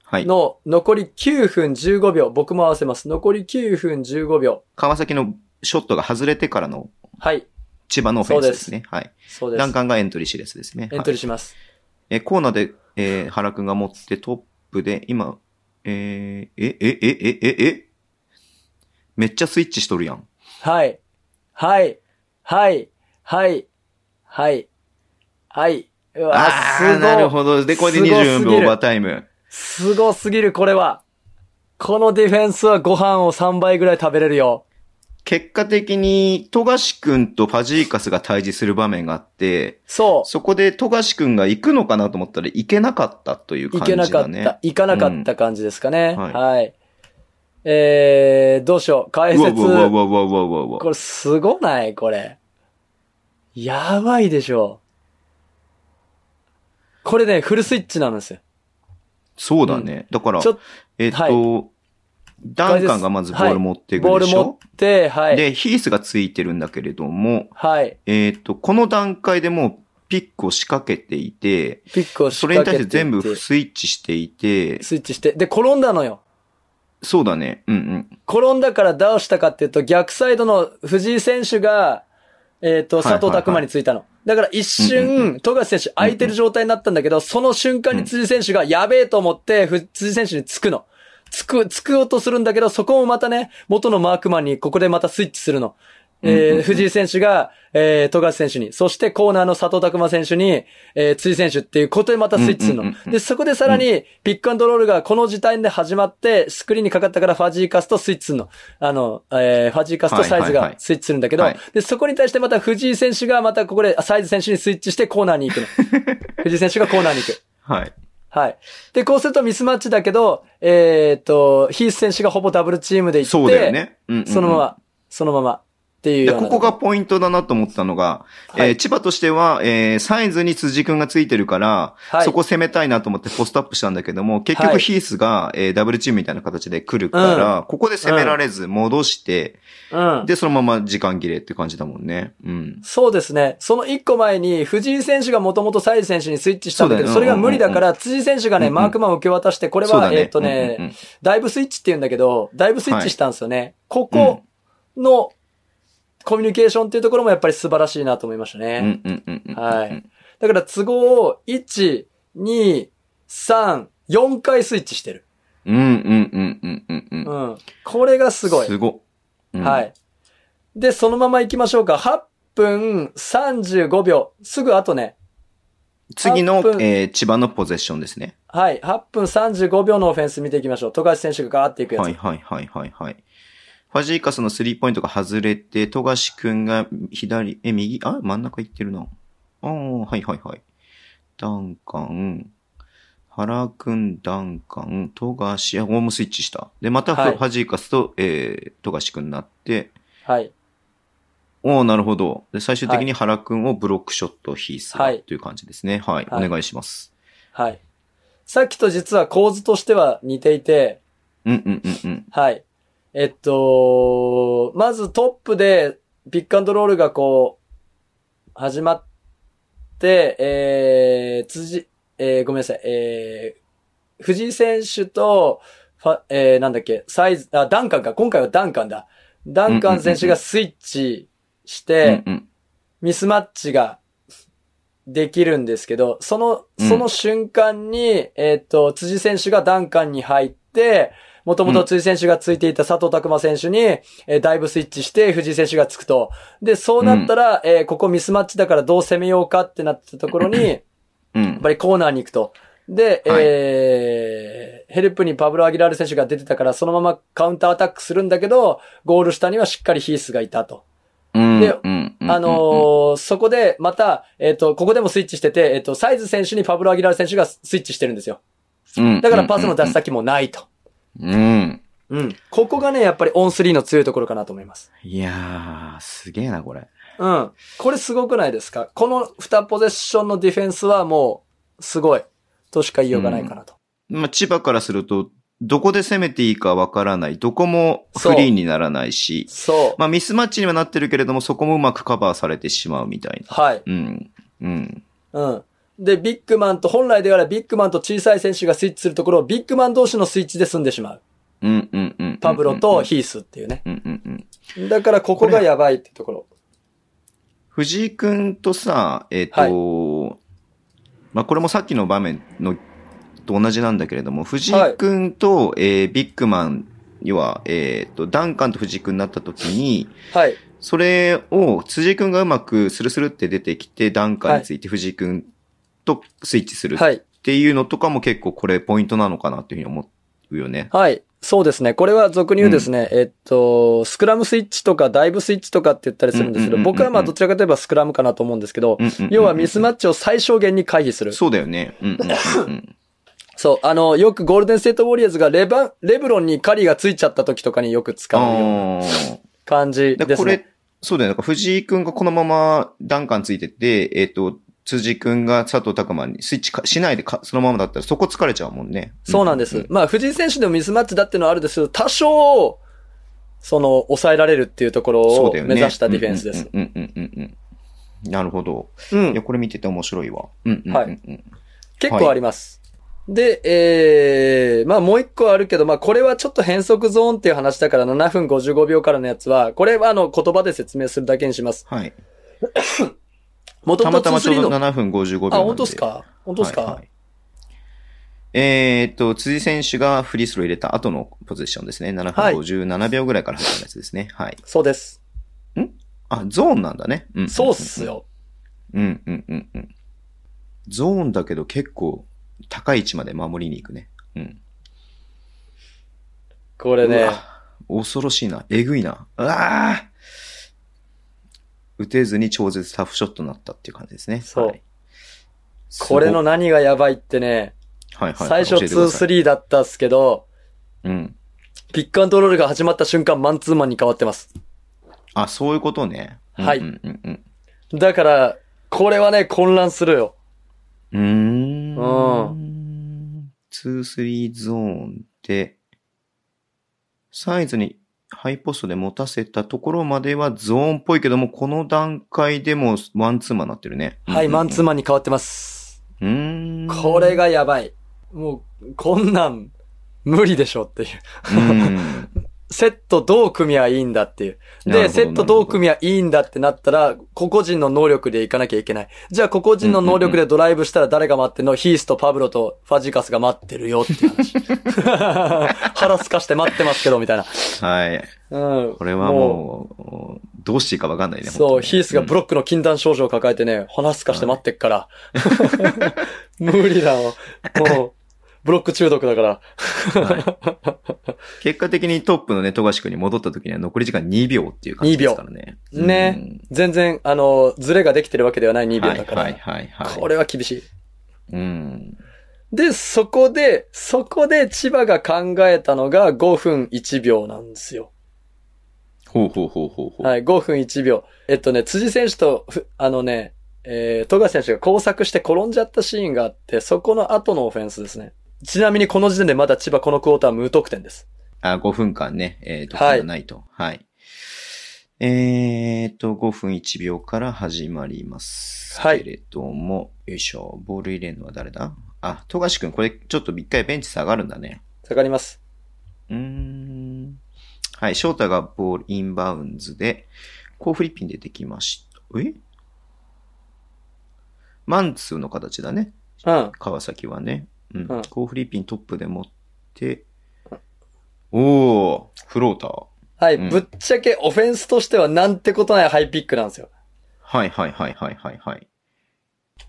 S2: はい。
S3: の、残り9分15秒。僕も合わせます。残り9分15秒。
S2: 川崎のショットが外れてからの
S3: はい。
S2: 千葉のオフェンスですね。はい。
S3: そうで
S2: ラン
S3: す。
S2: カンがエントリーしてるやつですね。
S3: エントリー
S2: はい
S3: します。
S2: えーコーナーで、えー原くんが持ってトップで、今、えーえ、え、え、え、え、え、めっちゃスイッチしとるやん。
S3: はい。はい。はい。はい。はい。はい。うわ、
S2: あ
S3: す
S2: ー
S3: ごい。
S2: なるほど。で、これです
S3: ごすぎる
S2: 24秒オーバータイム。
S3: すごすぎる、これは。このディフェンスはご飯を3倍ぐらい食べれるよ。
S2: 結果的に、富樫くんとパジーカスが対峙する場面があって、
S3: そ
S2: そこで富樫くんが行くのかなと思ったら行けなかったという
S3: う。
S2: 感
S3: い
S2: じ
S3: け
S2: だね。
S3: なかった。いかなかった感じですかね。
S2: うんはい
S3: はい。えー、どうしよう。解
S2: うわ
S3: 説。
S2: うわうわうわうわうわうわ
S3: これすごないこれ。やばいでしょ。これね、フルスイッチなんですよ。
S2: そうだね。だから
S3: ちょっ、
S2: えっと、
S3: は
S2: ダンカンがまずボール持っていく
S3: ボー
S2: で
S3: ル
S2: し
S3: 持
S2: ょ、
S3: って、はい。
S2: で、ヒースがついてるんだけれども、
S3: はい。
S2: えっと、この段階でもうピックを仕掛けていて、
S3: ピックを仕
S2: それに
S3: 掛
S2: 対し
S3: け
S2: て
S3: て
S2: 全
S3: いっ
S2: 部
S3: て
S2: スイッチしていて、
S3: スイッチして。で、転んだのよ。
S2: そうだね。うんうん。
S3: 転んだからダウしたかっていうと、逆サイドの藤井選手が、えっ、と、
S2: はいはいはい
S3: 佐藤拓磨についたの。だから一
S2: うんうん
S3: 瞬、富樫選手空いてる状態になったんだけど、その瞬間に辻選手がやべえと思って、ふ辻選手につくの。つく、つくようとするんだけど、そこもまたね、元のマークマンにここでまたスイッチするの。
S2: うんうん
S3: え
S2: うん
S3: ー、藤井選手が、えー、富樫選手に、そしてコーナーの佐藤拓磨選手に、えー、辻選手っていうことでまたスイッチする
S2: うんうんうんうん
S3: の。で、そこでさらに、ピックアンドロールがこの時点で始まって、スクリーンにかかったからファジーカスとスイッチするの。あの、えーファジーカスとサ
S2: はい
S3: イズ
S2: はいは
S3: が
S2: い
S3: スイッチするんだけど、
S2: はい
S3: で、そこに対してまた藤井選手がまたここで、あサイズ選手にスイッチしてコーナーに 行くの。藤井選手がコーナーに行く。
S2: はい。
S3: はい。で、こうするとミスマッチだけど、えーっと、ヒース選手がほぼダブルチームで行って、
S2: そうだよね。うんうんうん
S3: そのまま、そのまま。っていう
S2: で、
S3: ような
S2: ここがポイントだなと思ったのが、
S3: は
S2: え
S3: い
S2: ー千葉としては、えーサイズに辻くんがついてるから、
S3: はい
S2: そこ攻めたいなと思ってポストアップしたんだけども、結
S3: は
S2: 局
S3: い
S2: ヒースが、えーダブルチームみたいな形で来るから、ここで攻められず戻して、
S3: うん。
S2: で、そのまま時間切れって感じだもんね。うん。
S3: そうですね。その一個前に、藤井選手がもともとサイズ選手にスイッチしたんだけど、
S2: そう
S3: そ
S2: だ
S3: れ
S2: よ
S3: が
S2: ね
S3: 無理だから、辻選手が
S2: う
S3: ね、
S2: んうん
S3: マークマンを受け渡して、これ
S2: そうだ
S3: は、
S2: ね
S3: えーっと
S2: うんうんうん
S3: ね、ダイブスイッチって言うんだけど、ダイブスイッチしたんですよね。ここのコミュニケーションっていうところもやっぱり素晴らしいなと思いましたね。
S2: うんうんうんうん。
S3: はい。だから都合を1、2、3、4回スイッチしてる。
S2: うんうんうんうんうんうん。うん
S3: うん。これがすごい。
S2: すご。うん
S3: は。い。で、そのまま行きましょうか。8分35秒。すぐ後ね。
S2: 次の
S3: 8、分
S2: えー千葉のポゼッションですね。
S3: はい。8分35秒のオフェンス見ていきましょう。富樫選手がガーっていくやつ。
S2: はいはいはいはいはい。ファジーカスのスリーポイントが外れて、富樫くんが左、え、右、あ、真ん中行ってるな。ああ、はいはいはい。ダンカン、原くん、ダンカン、富樫、あ、ホームスイッチした。で、またフ,、
S3: はい
S2: ァジーカスと、えー、富樫くんになって、
S3: はい。
S2: おおなるほど。で、最終的に原くんをブロックショットヒースが
S3: はい
S2: という感じですね。はい。
S3: はい
S2: お願いします。
S3: はい。さっきと実は構図としては似ていて、
S2: うんうんうんうん。
S3: はい。えっと、まずトップでピックアンドロールがこう、始まって、えー、辻、えー、ごめんなさい、えー、藤井選手と、ファ、えー、なんだっけ、サイズ、あ、ダンカンか、今回はダンカンだ。ダンカン選手がスイッチして、
S2: うんうん、
S3: ミスマッチができるんですけど、その、
S2: うん
S3: その瞬間に、えっ、と、辻選手がダンカンに入って、もともと辻選手がついていた佐藤拓磨選手に、えーダイブスイッチして藤井選手がつくと。で、そうなったら、えーここミスマッチだからどう攻めようかってなったところ に、や
S2: うん。
S3: っぱりコーナーに行くと。で、
S2: はい
S3: えーヘルプにパブロ・アギラール選手が出てたから、そのままカウンターアタックするんだけど、ゴール下にはしっかりヒースがいたと。
S2: うん
S3: で
S2: うんうん
S3: あのーそこで、また、えっ、と、ここでもスイッチしてて、えっ、と、サイズ選手にパブロ・アギラール選手がスイッチしてるんですよ。
S2: うん
S3: だからパスの出し
S2: た。
S3: 先もないと。
S2: うん。
S3: うん。ここがね、やっぱりオン3の強いところかなと思います。
S2: いやー、すげえな、これ。
S3: うん。これすごくないですかこの2ポゼッションのディフェンスはもう、すごい、としか言いようがないかなと。
S2: まあ、千葉からすると、どこで攻めていいかわからない。どこもフリーにならないし。
S3: そう。
S2: まあミスマッチにはなってるけれども、そこもうまくカバーされてしまうみたいな。
S3: はい。
S2: うん。うん。
S3: うん。で、ビッグマンと、本来であればビッグマンと小さい選手がスイッチするところをビッグマン同士のスイッチで済んでしまう。
S2: うんうんうん。
S3: パブロと。ヒースっていうね。
S2: うんうんうん。
S3: だからここがやばいってところ。
S2: 藤井くんとさ、えっ、と、まあ、これもさっきの場面のと同じなんだけれども、藤井くんと、えービッグマン、要は、えっ、と、ダンカンと藤井くんになった時に、
S3: はい。
S2: それを辻井くんがうまくスルスルって出てきて、ダンカンについて藤井くんとスイッチする
S3: は
S2: っ
S3: い。
S2: ていうのとかも結構これポイントなのかなっていうふうに思うよね。
S3: はい。そうですね。これは俗に言うですね、えっと、スクラムスイッチとかダイブスイッチとかって言ったりするんですけ
S2: うんうんうんうんうん
S3: ど、僕はまあどちらかといえばスクラムかなと思うんですけど、
S2: うんうんうん
S3: 要はミスマッチを最小限に回避する。
S2: そうだよね。うんうんうんうん。
S3: そう。あの、よくゴールデンステートウォリアーズがレバン、レブロンにカリーがついちゃった時とかによく使うような
S2: あー
S3: 感じ
S2: だ
S3: で
S2: こ
S3: す
S2: れ、
S3: ね。
S2: そうだよね。なんか藤井くんがこのままダンカンついてて、えっ、と、辻くんが佐藤拓馬にスイッチかしないでかそのままだったらそこ疲れちゃうもんね。
S3: そうなんです。まあ、藤井選手でもミスマッチだっていうのはあるんですけど、多少、その、抑えられるっていうところ
S2: そう
S3: を
S2: だよね。
S3: 目指したディフェンスです。
S2: うんうんうんうんうん。なるほど。
S3: う
S2: いや、
S3: ん。
S2: これ見てて面白いわ。うんうんうん、うん。
S3: は結構あります。で、えー、まあもう一個あるけど、まあこれはちょっと変則ゾーンっていう話だから7分55秒からのやつは、これはあの言葉で説明するだけにします。
S2: はい。
S3: もと
S2: たま
S3: もと
S2: たまちょう
S3: 2-3
S2: ど
S3: の。
S2: 7分55秒なんで。
S3: あ、本当ですか本当ですか、
S2: はいはいえーっと、辻選手がフリースロー入れた後のポジションですね。7分
S3: はい
S2: 57秒ぐらいから始まるやつですね。はい。
S3: そうです。
S2: あ、ゾーンなんだね。うんんんん
S3: そうっす。よ。
S2: うんうんうんうん。ゾーンだけど結構高い位置まで守りに行くね。うん。
S3: これね
S2: う。わ恐ろしいな。えぐいな。うわあ打てずに超絶タフショットになったっていう感じですね。
S3: そう
S2: はい
S3: これの
S2: す
S3: 何がやばいってね、
S2: ごはいはいは
S3: 最
S2: い、
S3: 初
S2: 教えてください。
S3: 2-3だったっすけど、
S2: うん。
S3: ピックアンドロールが始まった瞬間、マンツーマンに変わってます。
S2: あ、そういうことね。
S3: はい
S2: うんうんうん
S3: だから、これはね、混乱するよ。
S2: うん。うー。
S3: うん
S2: 2-3ゾーンで、サイズにハイポストで持たせたところまではゾーンっぽいけども、この段階でもワンツーマンになってるね。
S3: はい、マンツー
S2: マ
S3: マンに変わってます。
S2: ン。うーん。
S3: これがやばい。もう、こんなん、無理でしょっていう。
S2: うん。
S3: セットどう組みはいいんだっていう。
S2: なるほど
S3: で、セットどう組みはいいんだってなったら、個々人の能力でいかなきゃいけない。じゃあ、個々人の能力でドライブしたら誰が待ってんの、ヒースとパブロとファジカスが待ってるよっていう 話。腹すかして待ってますけど、みたいな。
S2: はい。
S3: うん。
S2: これはもう、どうしていいかわかんないね。
S3: そう、ヒースがブ
S2: ロ
S3: ロックの禁断症状を抱えてね、話すかして待ってっ から。無理だよ。もう、ブロック中毒だから。
S2: 結果的にトップのね、富樫君に戻った時には残り時間2秒っていう感じですからね。
S3: ね、全然、あの、ズレができてるわけではない2
S2: うん。
S3: 秒だから。
S2: はいはいはい、はい。
S3: これは厳しい。
S2: うん。
S3: で、そこで、そこで千葉が考えたのが5分1秒なんですよ。
S2: ほうほうほうほうほう。
S3: はい、5分1秒。えっとね、辻選手とふ、あのね、えー、富樫選手が交錯して転んじゃったシーンがあって、そこの後のオフェンスですね。ちなみにこの時点でまだ千葉このクォーター無得点です。
S2: あ、5分間ね、えー、得
S3: はい
S2: 点がないと。はい。えーっと、5分1秒から始まります。
S3: はい
S2: けれども、よいしょ、ボール入れるのは誰だあ、富樫君、これちょっと一回ベンチ下がるんだね。
S3: 下がります。
S2: うーん。はい、翔太がボールインバウンズで、こうフリッピン出てきました。えマンツーの形だね。
S3: うん。
S2: 川崎はね。うん。
S3: うん
S2: こうフリッピントップで持って、おー、フローター。
S3: はい、
S2: うん
S3: ぶっちゃけオフェンスとしてはなんてことないハイピックなんですよ。
S2: はいはいはいはいはいはい。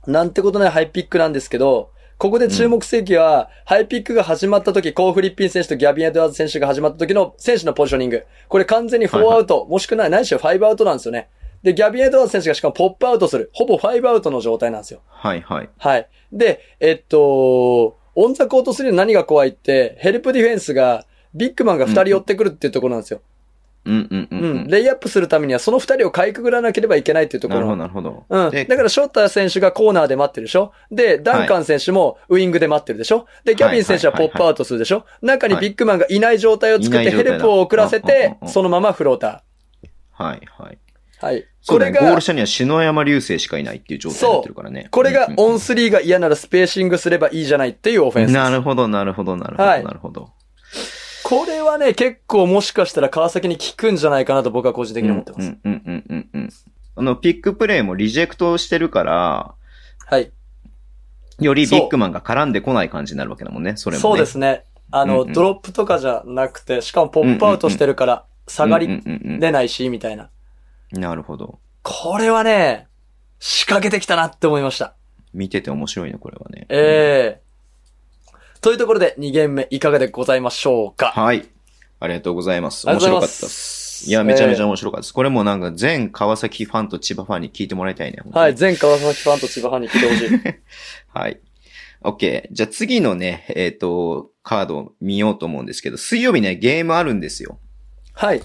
S3: なんてことないハイピックなんですけど、ここで注目すべきは、ハイピックが始まった時、コー・フリッピン選手とギャビン・エドワーズ選手が始まった時の選手のポジショニング。これ完全に4アウト、もしくはないしろ5アウトなんですよね。で、ギャビン・エドワーズ選手がしかもポップアウトする。ほぼ5アウトの状態なんですよ。
S2: はいはい。
S3: はい。で、えっと、オンザコート3の何が怖いって、ヘルプディフェンスが、ビッグマンが2人寄ってくるっていうところなんですよ。
S2: うんうんうん
S3: う
S2: うん
S3: ん。。レイアップするためにはその二人をかいくぐらなければいけないっていうとこ
S2: なるほど、
S3: ろ。
S2: なるほど。
S3: うん。
S2: で
S3: だから、ショッター選手がコーナーで待ってるでしょで、ダンカン選手もウイングで待ってるでしょで、ギャビン選手はポップアウトするでしょ中にビッグマンがいない状態を作っ
S2: はい
S3: て
S2: いない
S3: ヘ
S2: 状態だ
S3: ルプを遅らせ
S2: うんうん
S3: て
S2: うんう、ん
S3: そのままフロータ
S2: はいはい。
S3: ー。はい。
S2: そ
S3: こ
S2: うだ
S3: れ
S2: ね。ゴー
S3: が
S2: ル、下には篠山流星しかいないっていう状態になってるからね。
S3: これが
S2: うんうん
S3: オンスリーが嫌ならスペーシングすればいいじゃないっていうオフェンスです。
S2: なるほど、なるほど、なるほ
S3: はい
S2: ど、なるほど。
S3: これはね、結構もしかしたら川崎に効くんじゃないかなと僕は個人的に思ってま
S2: う
S3: す。
S2: んうんうんうんうんうん。あの、ピックプレイもリジェクトしてるから、
S3: はい。
S2: よりビッグマンが絡んでこない感じになるわけだもんね、それもね。
S3: そうですね。あの、
S2: うんうん
S3: ドロップとかじゃなくて、しかもポップアウトしてるから、下が
S2: うん
S3: り
S2: うんうん
S3: 出ないし、みたいな。
S2: うんなるほど。
S3: これはね、仕掛けてきたなって思いました。
S2: 見てて面白いね、これはね。
S3: ええというところで、2ゲーム目いかがでございましょうか。
S2: はい。ありがとうございます。
S3: あり
S2: 面
S3: がとう
S2: 白
S3: ご
S2: かった
S3: ざいま
S2: です。
S3: す。
S2: いや、めちゃめちゃ
S3: え
S2: 面白かったです。これもなんか全川崎ファンと千葉ファンに聞いてもらいたいね。
S3: えはい、全川崎ファンと千葉ファンに来てほ しい。
S2: はい。OK。じゃあ次のね、えっ、と、カードを見ようと思うんですけど、水曜日ね、ゲームあるんですよ。
S3: はい。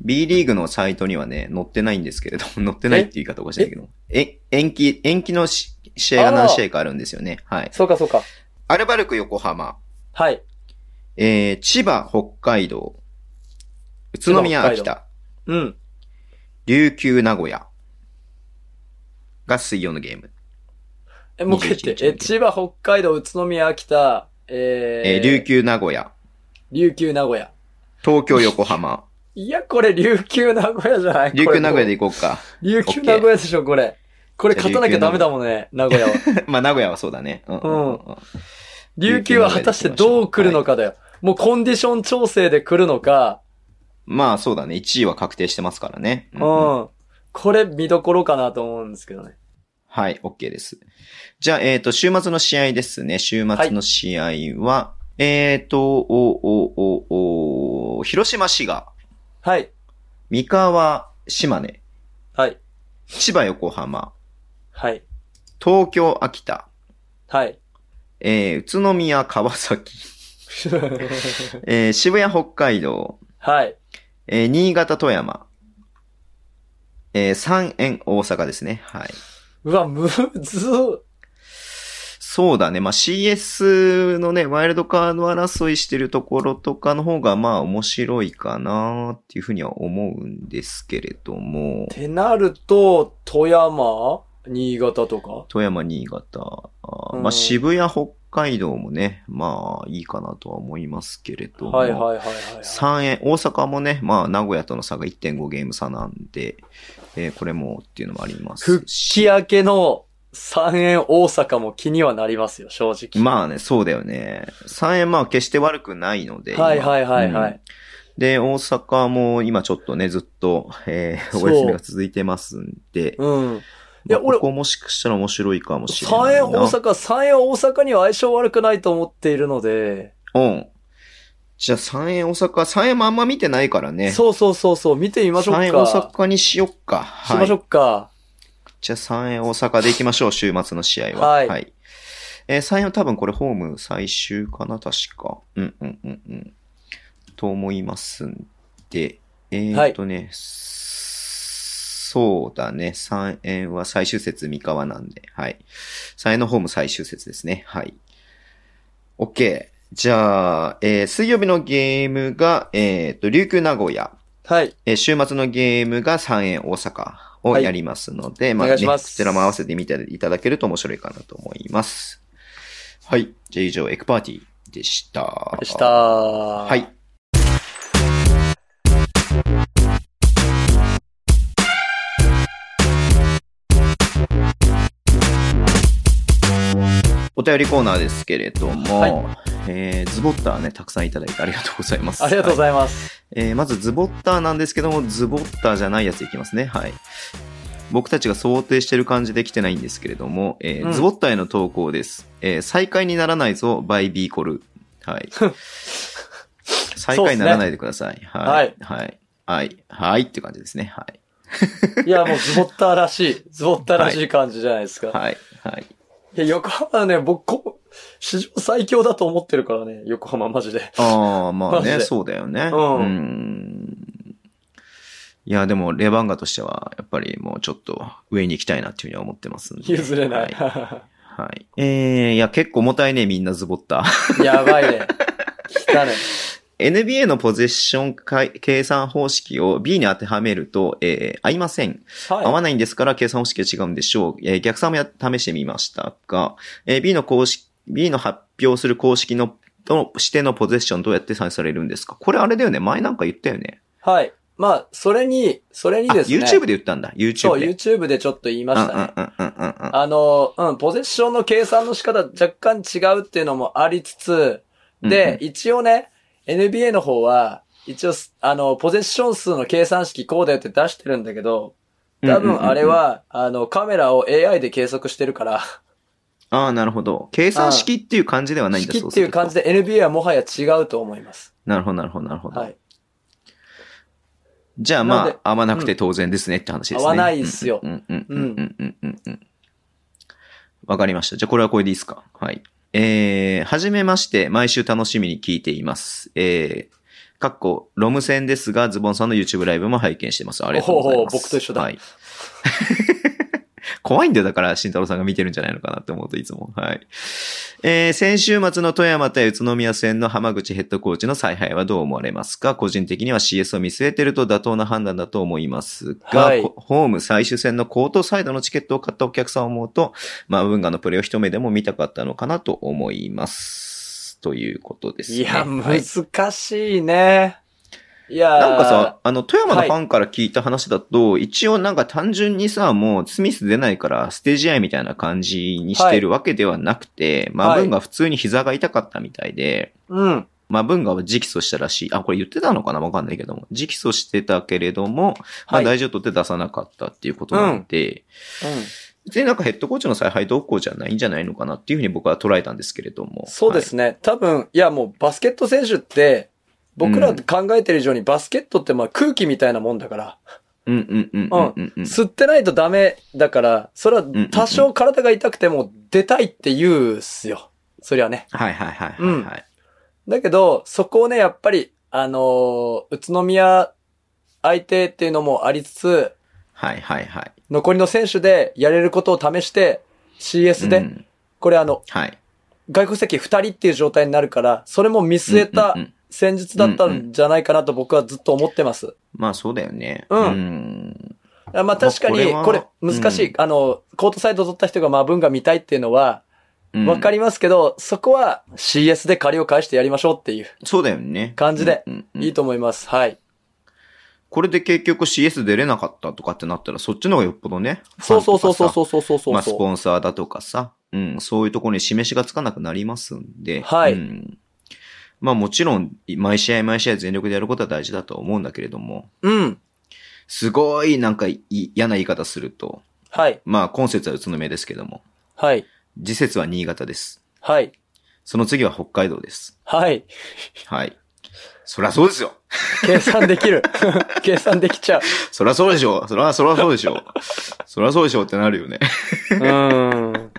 S2: B リーグのサイトにはね、載ってないんですけれども、載 ってないって言い方おかしいんだけど、え、延期、延期のし試合が何試合かあるんですよね。はい。
S3: そうかそうか。
S2: アルバルク横浜、
S3: はい。
S2: えー、千葉北海道、宇都宮
S3: 千葉
S2: 秋
S3: 北
S2: 田、
S3: うん。
S2: 琉球名古屋が水曜のゲーム。
S3: え、もう一回言って。え、千葉、北海道、宇都宮、秋田、え
S2: えー、
S3: ー、
S2: 琉。球名古屋、
S3: 琉球、名古屋。
S2: 東京横浜、
S3: いや、 これ、琉球、名古屋じゃない
S2: 琉球名古屋。
S3: これ
S2: で行
S3: も
S2: こうか。
S3: う琉球、名古屋でしょ、これ。これ、勝たなきゃダメだもんね、名古屋は。
S2: まあ名古屋はそうだね。うんうんうんうん
S3: 琉球は果たしてどう来るのかだよ。もうコンディション調整で来るのか、
S2: まあそうだね。1位は確定してますからね。
S3: う
S2: うんうん
S3: ん。これ見どころかなと思うんですけどね。
S2: はい、OK です。じゃあ、えっ、と、週末の試合ですね。週末の試合は、えっ、と、お、お、お、お、広島市が、
S3: はい。
S2: 三河、島根、
S3: はい。
S2: 千葉、横浜、
S3: はい。
S2: 東京、秋田、
S3: はい。
S2: えー、宇都宮、川崎、えー、渋谷、北海道、
S3: はい。
S2: えー、新潟、富山、えー、三円、大阪ですね。はい。
S3: うわ、むずっ
S2: そうだね。まあ、CS のね、ワイルドカード争いしてるところとかの方が、まあ、面白いかなっていうふうには思うんですけれども、
S3: てなると、富山新潟とか
S2: 富山、新潟、あー
S3: うん
S2: まあ、渋谷、北海道もね、まあ、いいかなとは思いますけれども、
S3: はいはいはいはいはい。
S2: 3円、大阪もね、まあ、名古屋との差が1.5ゲーム差なんで、えーこれもっていうのもあります
S3: 復帰明けの3円大阪も気にはなりますよ、正直。
S2: まあね、そうだよね。3円まあ決して悪くないので。
S3: はい
S2: 今
S3: はいはいはい
S2: うんで、大阪も今ちょっとね、ずっと、えー
S3: そう
S2: お休みが続いてますんで。
S3: うん。い
S2: まあ
S3: や、俺
S2: こ、こもしかしたら面白いかもしれな
S3: 三
S2: い
S3: 円
S2: な。
S3: 大阪、三円大阪には相性悪くないと思っているので、
S2: うん。じゃあ3円大阪、3円もあんま見てないからね。
S3: そうそうそうそう、見てみましょうか。
S2: 3円大阪にしよっか。は
S3: しましょうか。
S2: じゃあ3円大阪で行きましょう、週末の試合は。
S3: はい
S2: えー、3円は多分これホーム最終かな、確か。うんうんうんうん。と思いますんで、えー、っとね、そうだね、3円は最終節三河なんで、はい。3円のホーム最終節ですね、はい。OK。じゃあ、えー水曜日のゲームが、えーっと、琉球名古屋。
S3: はい。
S2: えー週末のゲームが3円大阪をやりますので、
S3: お願いします
S2: こちらも合わせて見ていただけると面白いかなと思います。はい。じゃあ以上、エクパーティーでした。
S3: でした。。
S2: は。。
S3: はい
S2: お便りコーナーですけれども、
S3: はい
S2: えーズボッターね、たくさんいただいてありがとうございます。
S3: ありがとうございます。
S2: えーまずズボッターなんですけども、ズボッターじゃないやついきますね。はい。僕たちが想定してる感じで来てないんですけれども、えー
S3: うん
S2: ズボッターへの投稿です。えー再開にならないぞ、バイビーコル。 はい。再開にならないでください。はい。はい。はい。はい。って感じですね。はい。
S3: いや、もうズボッターらしい、ズボッターらしい感じじゃないですか。
S2: はい。はい。
S3: い、や、横浜はね、僕、こ史上最強だと思ってるからね、横浜マジで。
S2: ああ、まあ
S3: マジ
S2: ね、
S3: で
S2: そうだよね。
S3: うん
S2: うんいや、でも、レバンガとしては、やっぱりもうちょっと上に行きたいなっていうふうには思ってますんで。
S3: 譲れない。
S2: はい。はい、えー、いや、結構重たいね、みんなズボった
S3: やばいね。来たね。
S2: NBA のポゼッションかい計算方式を B に当てはめると、えー、合いません。合
S3: は
S2: わないんですから計算方式が違うんでしょう。えー逆算もや試してみましたが、えー B の公式、B の発表する公式の、としてのポゼッションどうやって算出されるんですかこれあれだよね前なんか言ったよね。
S3: い。はい。まあ、それに、それに
S2: あ
S3: ですね。
S2: YouTube で言ったんだ。
S3: そ
S2: YouTube
S3: う、
S2: で。
S3: YouTube でちょっと言いま
S2: うんう
S3: し
S2: ん
S3: た
S2: う
S3: ね。
S2: んうんうんうん。
S3: あの、うん、ポゼッションの計算の仕方若干違うっていうのもありつつ、
S2: うんう
S3: で、
S2: ん
S3: 一応ね、NBA の方は、一応す、あの、ポゼッション数の計算式こうだよって出してるんだけど、多分あれは、あの、カメラを AI で計測してるから、
S2: ああ、なるほど。計算式っていう感じではないんだ
S3: 式っていう感じで NBA はもはや違うと思います。
S2: なるほど、なるほど、なるほど。
S3: はい。
S2: じゃあ
S3: な
S2: ま
S3: ので
S2: あ、合わなくて当然ですねって話ですね。
S3: 合わないっすよ
S2: うんうんうんうんうんうんうん。わかりました。じゃあこれはこれでいいですかはい。えー、はじめまして、毎週楽しみに聞いています。えー、かっこ、ロム線ですが、ズボンさんの YouTube ライブも拝見してます。ありがとうございます。
S3: おほほ僕と一緒だ
S2: はい。 怖いんだよ、だから、慎太郎さんが見てるんじゃないのかなって思うといつも。はい。えー先週末の富山対宇都宮戦の浜口ヘッドコーチの采配はどう思われますか個人的には CS を見据えてると妥当な判断だと思いますが、
S3: はい
S2: こホーム最終戦のコートサイドのチケットを買ったお客さんを思うと、まあ、文化のプレーを一目でも見たかったのかなと思います。ということです、ね。
S3: いや、
S2: はい
S3: 難しいね。いやー
S2: なんかさ、、あの、富山のファンから聞いた話だと、一応なんか単純にさ、もうスミス出ないからステージ合みたいな感じにしてるわけではなくて、マブンが普通に膝が痛かったみたいで、
S3: うん。
S2: マブンが直訴したらしい。あ、これ言ってたのかなわかんないけども。直訴してたけれども、ま
S3: は
S2: あ
S3: い。
S2: 大事を取って出さなかったっていうことなんで、
S3: うん
S2: 別になんかヘッドコーチの采配どうこうじゃないんじゃないのかなっていうふうに僕は捉えたんですけれども。
S3: そうですね。多分、いやもうバスケット選手って、僕ら考えてる以上にバスケットってまあ空気みたいなもんだから、
S2: はい。うんうんうんうんうんうん。
S3: 吸ってないとダメだから、それは多少体が痛くても出たいって言うっすよ。そりゃね。
S2: はいはいはいはいはい。
S3: だけど、そこをね、やっぱり、あのー宇都宮相手っていうのもありつつ、
S2: はいはいはい。
S3: 残りの選手でやれることを試して、CS で、
S2: うん
S3: これあの、
S2: はい。
S3: 外国籍2人っていう状態になるから、それも見据えた
S2: うんうんうん
S3: 戦術だったんじゃないかなと僕はずっと思ってます。
S2: まあそうだよね。
S3: うん
S2: ん
S3: あまあ確か
S2: まあこれ
S3: に、
S2: は
S3: これ難しい。
S2: う
S3: あの、コートサイド取った人がまあ文が見たいっていうのは、
S2: うん
S3: わかりますけど、そこは CS で借りを返してやりましょうっていう
S2: そうだよね。
S3: 感じで
S2: うんうんうん
S3: いいと思います。はい。
S2: これで結局 CS 出れなかったとかってなったら、そっちの方がよっぽどね。
S3: そうそうそうそう
S2: う。
S3: そうそうそうそう。
S2: まあスポンサーだとかさ。うん、そういうところに示しがつかなくなりますんで。
S3: はい
S2: うんまあもちろん、毎試合毎試合全力でやることは大事だとは思うんだけれども、
S3: うん。
S2: すごいなんかい嫌な言い方すると、
S3: はい。
S2: まあ今節は宇都宮ですけども、
S3: はい。
S2: 次節は新潟です。
S3: はい。
S2: その次は北海道です。
S3: はい。
S2: はい。そりゃそうですよ
S3: 計算できる。 計算できちゃう。
S2: そりゃそうでしょそりゃ、そりゃそうでしょそりゃそうでしょってなるよね。
S3: うーん。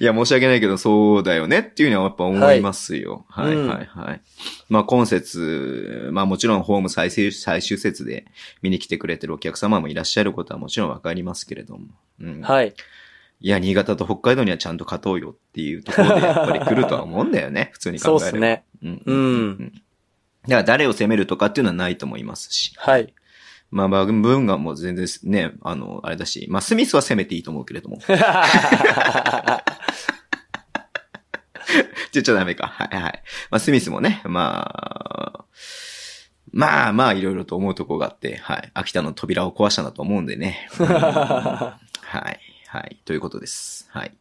S2: いや、申し訳ないけど、そうだよねっていうのはやっぱ思いますよ。
S3: は
S2: はいい、はい、はい。まあ、今節、まあもちろんホーム最終、最終節で見に来てくれてるお客様もいらっしゃることはもちろんわかりますけれども。うん。い。
S3: はい。
S2: や、新潟と北海道にはちゃんと勝とうよっていうとこ ろでやっぱり来るとは思うんだよね。普通に考え
S3: そう
S2: れば。
S3: です。ね。
S2: うん。
S3: う
S2: うん。
S3: ん。
S2: だから誰を責めるとかっていうのはないと思いますし。
S3: はい。
S2: まあ、バグンブンガンも全然ね、あの、あれだし、まあ、スミスは攻めていいと思うけれども。 言っちゃダメか。はいはい。まあ、スミスもね、まあ、まあまあ、いろいろと思うとこがあって、はい。秋田の扉を壊したんだと思うんでね。はい。はい。ということです。はい。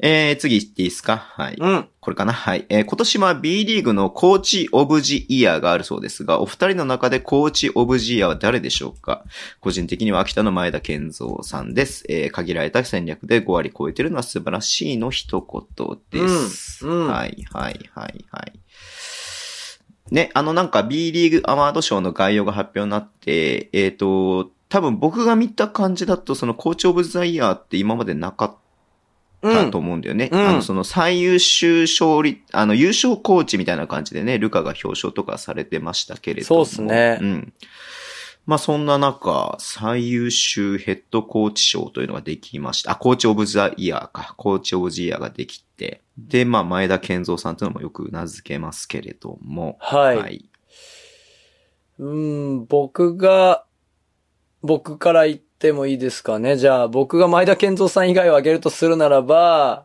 S2: えー、次行っていいですかはい。
S3: うん。
S2: これかなはい。えー今年は B リーグのコーチオブジイヤーがあるそうですが、お二人の中でコーチオブジイヤーは誰でしょうか個人的には秋田の前田健三さんです。えー限られた戦略で5割超えてるのは素晴らしいの一言です。
S3: うんうん
S2: はい、はい、はい、はい。ね、あのなんか B リーグアワードショーの概要が発表になって、えっ、と、多分僕が見た感じだと、そのコーチオブザイヤーって今までなかった
S3: う
S2: だ
S3: ん
S2: と。思うんだよね。
S3: うん
S2: あの、その最優秀勝利、あの、優勝コーチみたいな感じでね、ルカが表彰とかされてましたけれども。
S3: そうっすね
S2: うん。まあそんな中、最優秀ヘッドコーチ賞というのができました。あ、コーチオブザイヤーか。コーチオブザイヤーができて。で、まあ前田健三さんというのもよく名付けますけれども。
S3: はいうん、僕が、僕から言ってもいいですかね。じゃあ、僕が前田健三さん以外を挙げるとするならば、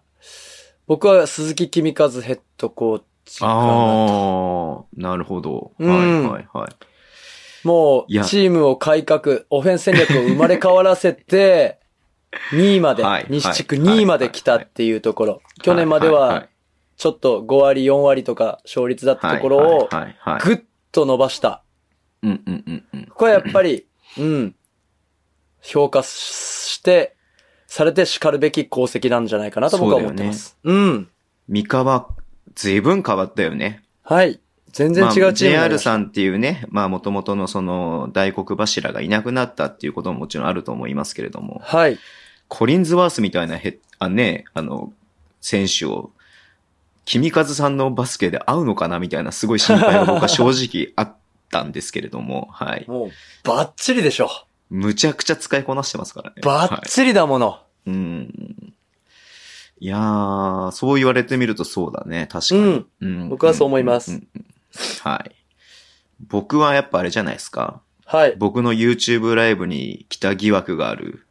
S3: 僕は鈴木君和ヘッドコーチかなと。
S2: ああ、なるほど。
S3: う
S2: は
S3: ん
S2: いはいはい。
S3: もう、
S2: いや
S3: チームを改革、オフェンス戦略を生まれ変わらせ て、2位まで
S2: はい、
S3: 西地区
S2: はい
S3: 2位まで来たっていうところ。去年まで
S2: い
S3: は、ちょっと5割、4割とか勝率だったところを
S2: はい、はいはいはい。
S3: ぐっと伸ばした。
S2: うんうんうんうん。
S3: ここはやっ ぱり、うん、評価して、されて叱るべき功績なんじゃないかなと僕は思ってます。うん。
S2: 三河、随分変わったよね。
S3: はい。全然違うチームになり
S2: JR
S3: ました
S2: さんっていうね、まあ元々のその大黒柱がいなくなったっていうことももちろんあると思いますけれども、
S3: はい。
S2: コリンズワースみたいなヘッあね、あの、選手を、君和さんのバスケで合うのかなみたいなすごい心配が 僕は正直あったんですけれども、はい。
S3: もう、バッチリでしょ。
S2: むちゃくちゃ使いこなしてますからね。
S3: バ
S2: は
S3: ッチリだもの。
S2: い、うん。いやー、そう言われてみるとそうだね、確か
S3: う
S2: に。
S3: ん。
S2: うん
S3: 僕はそう思います
S2: んうんはい。僕はやっぱあれじゃないですか。
S3: はい。
S2: 僕の YouTube ライブに来た疑惑がある、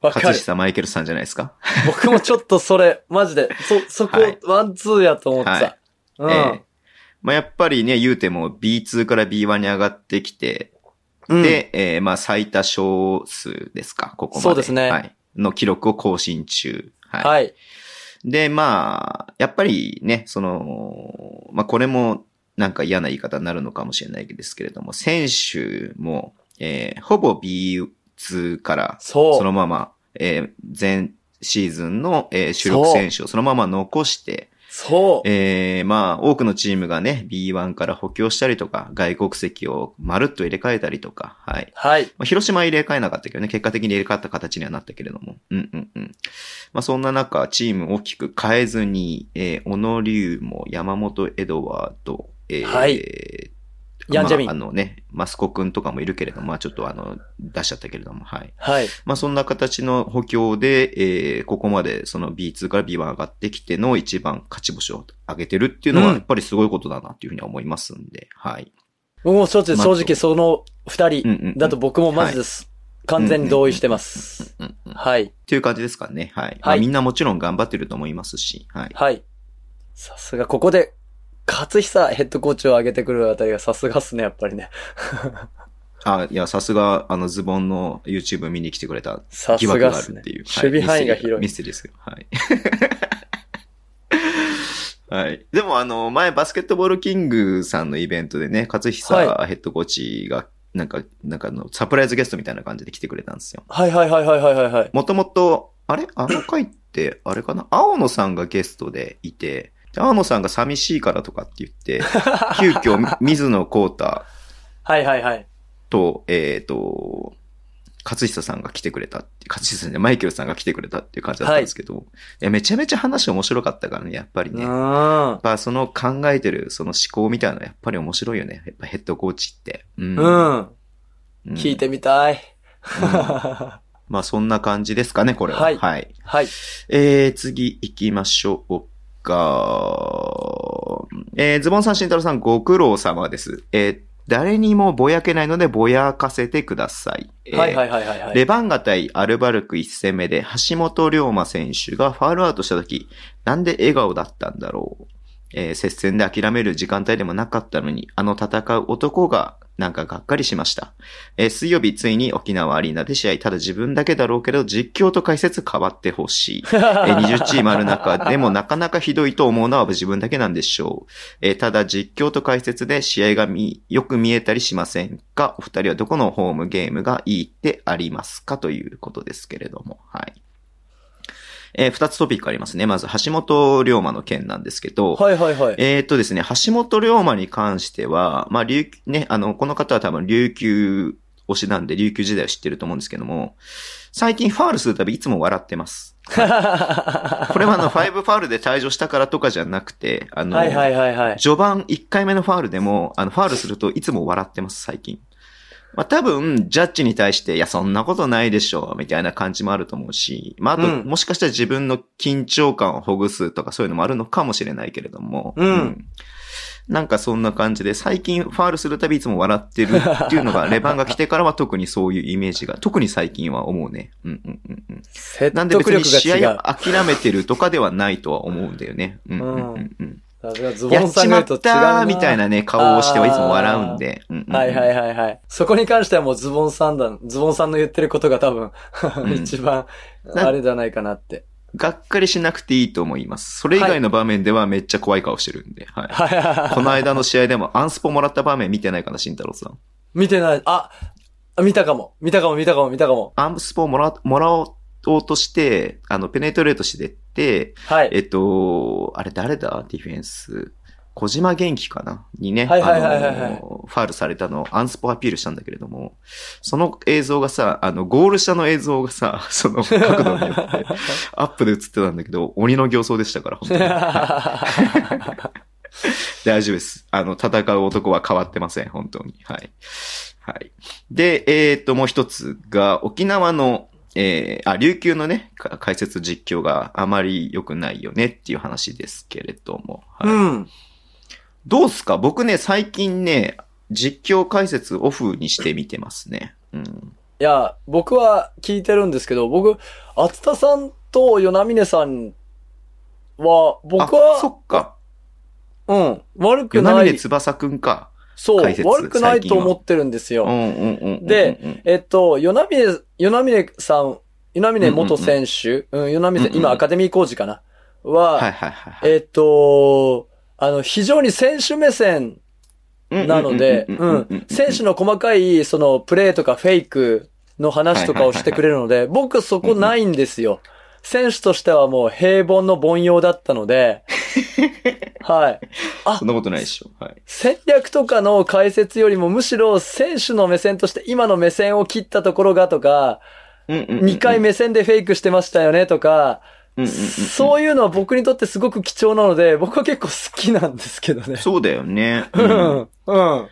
S3: わか
S2: 勝
S3: る。
S2: 久マイケルさんじゃないですか。
S3: 僕もちょっとそ れ、マジで、そ、そこ
S2: はい、
S3: ワンツーやと思ってた。
S2: ええまあ、やっぱりね、言うても B2 から B1 に上がってきて、
S3: うん。うん、
S2: で、えーまあ、最多勝数ですか、ここまで。
S3: そうですね
S2: はい。の記録を更新中。はい。
S3: はい。
S2: で、まあ、やっぱりね、その、まあ、これもなんか嫌な言い方になるのかもしれないですけれども、選手も、えーほぼ B2 から、
S3: そう。
S2: そのまま、えー前シーズンの、えー主力選手をそのまま残して、
S3: そう。
S2: えーまあ、多くのチームがね、B1 から補強したりとか、外国籍をまるっと入れ替えたりとか、はい。
S3: はい。
S2: まあ、広島は入れ替えなかったけどね、結果的に入れ替わった形にはなったけれども。うんうんうん。まあ、そんな中、チームを大きく変えずに、えー、小野龍も山本エドワード、えー、
S3: はいヤンジェミン
S2: まあ、あのね、マスコ君とかもいるけれども、まあ、ちょっとあの、出しちゃったけれども、はい。
S3: はい。
S2: まあ、そんな形の補強で、えー、ここまでその B2 から B1 上がってきての一番勝ち星を上げてるっていうの
S3: う
S2: は、
S3: ん
S2: やっぱりすごいことだなっていうふうには思いますんで、はい。
S3: もう、正直、
S2: まあ
S3: 正直その二
S2: うんうんう
S3: 人
S2: ん
S3: だと僕もマジです。完全に同意してます。
S2: うんうん。
S3: はい。
S2: っていう感じですかね。はい。まあ
S3: はい
S2: みんなもちろん頑張ってると思いますし。はい。
S3: はい。さすが、ここで、勝久ヘッドコーチを上げてくるあたりがさすがっすね、やっぱりね。
S2: あ、いや、さすが、あの、ズボンの YouTube 見に来てくれた
S3: さす
S2: 疑惑
S3: がっ
S2: があ
S3: す
S2: る
S3: ね
S2: っ。ていう。
S3: 守備範囲が広い
S2: ミステリーですけど。はい。はい。 でも、あの、前、バスケットボールキングさんのイベントでね、勝久ヘッドコーチが、なんか、なんかあの、サプライズゲストみたいな感じで来てくれたんですよ。
S3: はいはいはいはいはいはいはい。
S2: もともと、あれあの回って、あれかな青野さんがゲストでいて、で青野さんが寂しいからとかって言 って、急遽、水野幸太
S3: はいはいはい。
S2: と、えっ、と、勝久さんが来てくれたって、勝久さんじゃないマイケルさんが来てくれたっていう感じだったんですけど、い、や、めちゃめちゃ話面白かったからね、やっぱり
S3: う
S2: ね。やっ
S3: ーん。
S2: ぱその考えてる、その思考みたいなのやっぱり面白いよね。やっぱヘッドコーチって。うん
S3: うん。
S2: うん
S3: 聞いてみたい。
S2: うん
S3: は
S2: まあそんな感じですかね、これは。
S3: はい
S2: はい
S3: い。
S2: えー、次行きましょうか。えー、ズボンさん、慎太郎さん、ご苦労様です。えー誰にもぼやけないのでぼやかせてください。えー
S3: はいはいはいはいは
S2: レ
S3: い。
S2: バンガ対アルバルク1戦目で橋本龍馬選手がファールアウトした時、なんで笑顔だったんだろう。えー接戦で諦める時間帯でもなかったのに、あの戦う男がなんかがっかりしました。えー水曜日ついに沖縄アリーナで試合、ただ自分だけだろうけど実況と解説変わってほしい。 えー20チームある中でもなかなかひどいと思うのは自分だけなんでしょう。えーただ実況と解説で試合がみよく見えたりしませんかお二人はどこのホームゲームがいいってありますかということですけれども。はい。えー二つトピックありますね。まず、橋本龍馬の件なんですけど、
S3: はいは いはい。
S2: えーっ、とですね、橋本龍馬に関しては、まあ、琉球、ね、あの、この方は多分琉球推しなんで、琉球時代を知ってると思うんですけども、最近ファールするたびいつも笑ってます。 これはあの、5ファールで退場したからとかじゃなくて、あの、
S3: はいはいはいはい。
S2: 序盤1回目のファールでも、あの、ファールするといつも笑ってます、最近。まあ多分、ジャッジに対して、いや、そんなことないでしょう、みたいな感じもあると思うし、まああと、
S3: うん
S2: もしかしたら自分の緊張感をほぐすとかそういうのもあるのかもしれないけれども、
S3: うん
S2: なんかそんな感じで、最近ファールするたびいつも笑ってるっていうのが、レバンが来てからは特にそういうイメージが、特に最近は思うね。うんうんうんうん。
S3: 説
S2: なんで別
S3: 得
S2: に
S3: 力が違
S2: 試合
S3: う
S2: を。諦めてるとかではないとは思うんだよね。うんうんうんうん。
S3: さすがズ
S2: や
S3: ボン
S2: っ
S3: さ
S2: ち
S3: ん
S2: ま
S3: 見
S2: っ
S3: ると違う
S2: た
S3: な。
S2: みたいなね、顔をしてはいつも笑うんで。うんうんうん
S3: はいはいはいはい。そこに関してはもうズボンさんだ、ズボンさんの言ってることが多分、
S2: ん
S3: 一番、
S2: な
S3: あれじゃないかなって。
S2: がっかりしなくていいと思います。それ以外の場面ではめっちゃ怖い顔してるんで。はい。
S3: はいはいはい
S2: この間の試合でもアンスポもらった場面見てないかな、慎太郎さん。
S3: 見てない。あ、見たかも。見たかも見たかも見たかも。
S2: アンスポもら、もらおうとして、あの、ペネトレートしてって、
S3: はい。
S2: えっと、あれ誰だディフェンス。小島元気かなにね、
S3: はいはいはいはいはい
S2: あのファールされたのをアンスポアピールしたんだけれども、その映像がさ、あの、ゴール下の映像がさ、その角度によって、アップで映ってたんだけど、鬼の形相でしたから、本当に。大丈夫です。あの、戦う男は変わってません、本当に。はい。はい。で、えーっと、もう一つが、沖縄の、えー、あ、琉球のね、か解説実況があまり良くないよねっていう話ですけれども。はい
S3: うん。
S2: どうすか僕ね、最近ね、実況解説オフにしてみてますね。うん。
S3: いや、僕は聞いてるんですけど、僕、厚田さんと与那峰さんは、僕
S2: あそ
S3: は、
S2: っか。
S3: うん、悪く
S2: 与那
S3: な
S2: 峰
S3: い、
S2: 翼くんか。
S3: そう
S2: 解、説
S3: 悪くないと思ってるんです
S2: うんうん
S3: よ。
S2: うんうんうん。
S3: でえっと、与那峰、与那峰さん、与那峰元
S2: うんうん
S3: 選手、うん、与那峰さ
S2: うん
S3: ん、
S2: うん
S3: 今アカデミー工事かな、
S2: はい
S3: は、
S2: はいはいはい。
S3: えっと、あの、非常に選手目線なので、うん。選手の細かい、その、プレーとかフェイクの話とかをしてくれるので、僕そこないんですよ。選手としてはもう平凡の凡庸だったの で、はい。
S2: そんなことないでしょ。はい。
S3: 戦略とかの解説よりもむしろ選手の目線として今の目線を切ったところがとか、
S2: うんうんうんうん
S3: 2回目線でフェイクしてましたよねとか、
S2: うんうんうんうん
S3: そういうのは僕にとってすごく貴重なので、僕は結構好きなんですけどね。
S2: そうだよね。
S3: う
S2: うん
S3: ん。うん。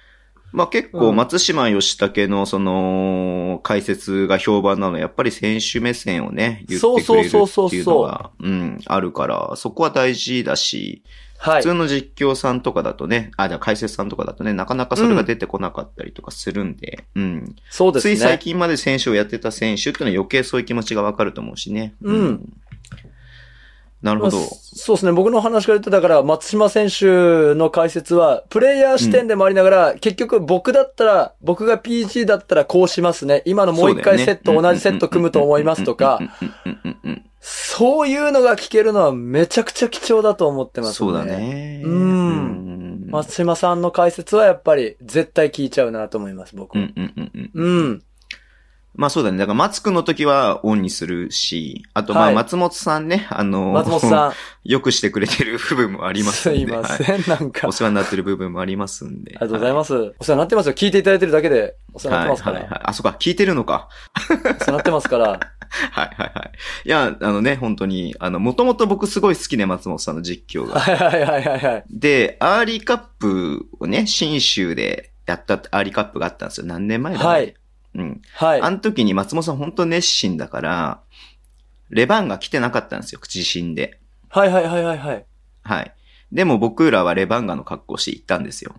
S2: まあ結構
S3: うん
S2: 松島義武のその解説が評判なのはやっぱり選手目線をね、言ってくれる
S3: そうそうそうそう
S2: っていうのが、うん、あるから、そこは大事だし、
S3: は
S2: 普
S3: い。
S2: 通の実況さんとかだとね、あ、じゃあ解説さんとかだとね、なかなかそれが出てこなかったりとかするんで、うん。
S3: そうです
S2: つ
S3: ね。
S2: い最近まで選手をやってた選手っていうのは余計そういう気持ちがわかると思うしね。
S3: うん
S2: なるほど。
S3: まあそうですね。僕の話から言うと、だから、松島選手の解説は、プレイヤー視点でもありながら、結局僕だったら、僕が PG だったらこうしますね。今のもう一回セット、同じセット組むと思いますとか、
S2: うんうんうんうんうんうんうんうん
S3: そういうのが聞けるのはめちゃくちゃ貴重だと思って
S2: うん。
S3: ますね。
S2: そうだ。ね。
S3: うん
S2: うん
S3: 松島さんの解説はやっぱり絶対聞いちゃうなと思います、僕
S2: う
S3: は。
S2: んうんうんうん。
S3: うん。
S2: まあそうだね。だから、松くんの時はオンにするし、あとまあ
S3: はい
S2: 松本さんね、あの、
S3: 松本さん。
S2: よくしてくれてる部分もありますんで。
S3: いま
S2: はい
S3: せん、なんか。
S2: お世話になってる部分もありますんで。
S3: ありがとうござい
S2: ま
S3: ます。お世話になってますよ。聞いていただいてるだけで、お世話になってますか
S2: はいはい
S3: ら。
S2: はい。あ、そっか、聞いてるのか。
S3: お世話になってますから。
S2: はいはいはい。いや、あのね、本当に、あの、もともと僕すごい好きで、松本さんの実況が。
S3: はいはいはいはいはい。
S2: で、アーリーカップをね、新州でやったアーリーカップがあったんですよ。何年前だ、ね、
S3: はい。
S2: うん。
S3: はい。
S2: あの時に松本さん本当熱心だから、レバンが来てなかったんですよ、地震で。
S3: はいはいはいはいはい。
S2: はい。でも僕らはレバンガの格好して行ったんですよ。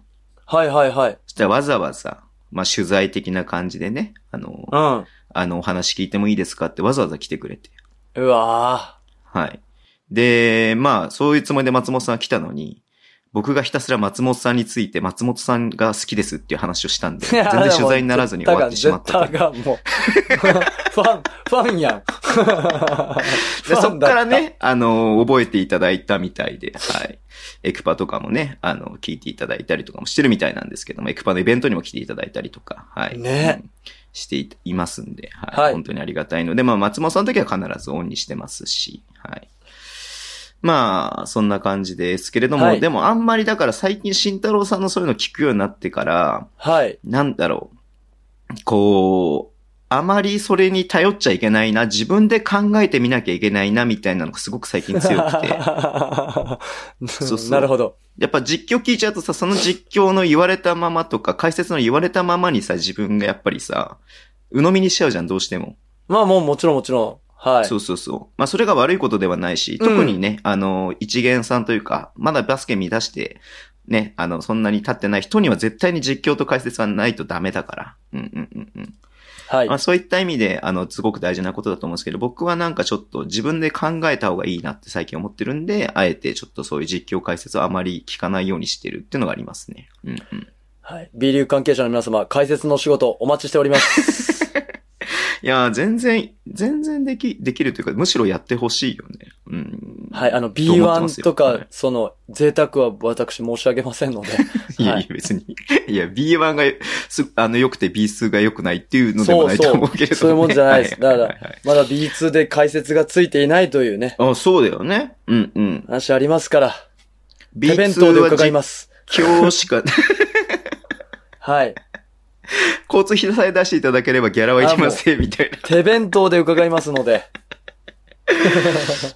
S3: はいはいはい。
S2: そしたらわざわざ、まあ、取材的な感じでね、あの、
S3: うん。
S2: あの、お話聞いてもいいですかってわざわざ来てくれて。
S3: うわ
S2: はい。で、まあ、そういうつもりで松本さんは来たのに、僕がひたすら松本さんについて松本さんが好きですっていう話をした んで、
S3: ー
S2: 全然取材にならずに終わってしまった
S3: だ
S2: と
S3: が、もう。 ファン、ファンやん。
S2: で
S3: ファ
S2: そっ
S3: ンだ
S2: から。ね、あの、覚えていただいたみたいで、はい。エクパとかもね、あの、聞いていただいたりとかもしてるみたいなんですけども、エクパのイベントにも来ていただいたりとか、はい。
S3: ね
S2: うんしていいますんで、はい、
S3: はい
S2: 本当にありがたいので、まあ、松本さんの時は必ずオンにしてますし、はい。まあ、そんな感じですけれども、
S3: はい
S2: でもあんまりだから最近慎太郎さんのそういうの聞くようになってから、
S3: はい。
S2: なんだろう。こう、あまりそれに頼っちゃいけないな、自分で考えてみなきゃいけないな、みたいなのがすごく最近強くて。 そうそう
S3: なるほど。
S2: やっぱ実況聞いちゃうとさ、その実況の言われたままとか、解説の言われたままにさ、自分がやっぱりさ、鵜呑みにしちゃうじゃん、どうしても。
S3: まあもうもちろんもちろん。はい。
S2: そうそうそう。まあそれが悪いことではないし、特にね、あの、一元さんというか、まだバスケ見出して、ね、あの、そんなに立ってない人には絶対に実況と解説はないとダメだから。うんうんうんうん。
S3: はい
S2: まあ。そういった意味で、あの、すごく大事なことだと思うんですけど、僕はなんかちょっと自分で考えた方がいいなって最近思ってるんで、あえてちょっとそういう実況解説をあまり聞かないようにしてるっていうのがありますね。うんうん。
S3: はい。B 流関係者の皆様、解説の仕事お待ちしております。
S2: いやー、全然、全然でき、できるというか、むしろやってほしいよね。うん。
S3: はい。あの、
S2: と思ってますよ
S3: B1 とか、
S2: はい
S3: その、贅沢は私申し上げませんので。
S2: いや
S3: はい
S2: いや、別に。いや、B1 が、す、あの、良くて B 数が良くないっていうのでもないと思うけれども、ね。
S3: そういうもんじゃないです。
S2: は
S3: だか
S2: は
S3: ら、まだ B2 で解説がついていないというね、
S2: いはいあ、そうだよね。うんうん。
S3: 話ありますから、手
S2: B2
S3: 弁当で
S2: は
S3: 伺い
S2: 実
S3: ます。
S2: 況しか、
S3: はい。
S2: 交通費さえ出していただければギャラはいきません、みたいな。
S3: 手弁当で伺いますので、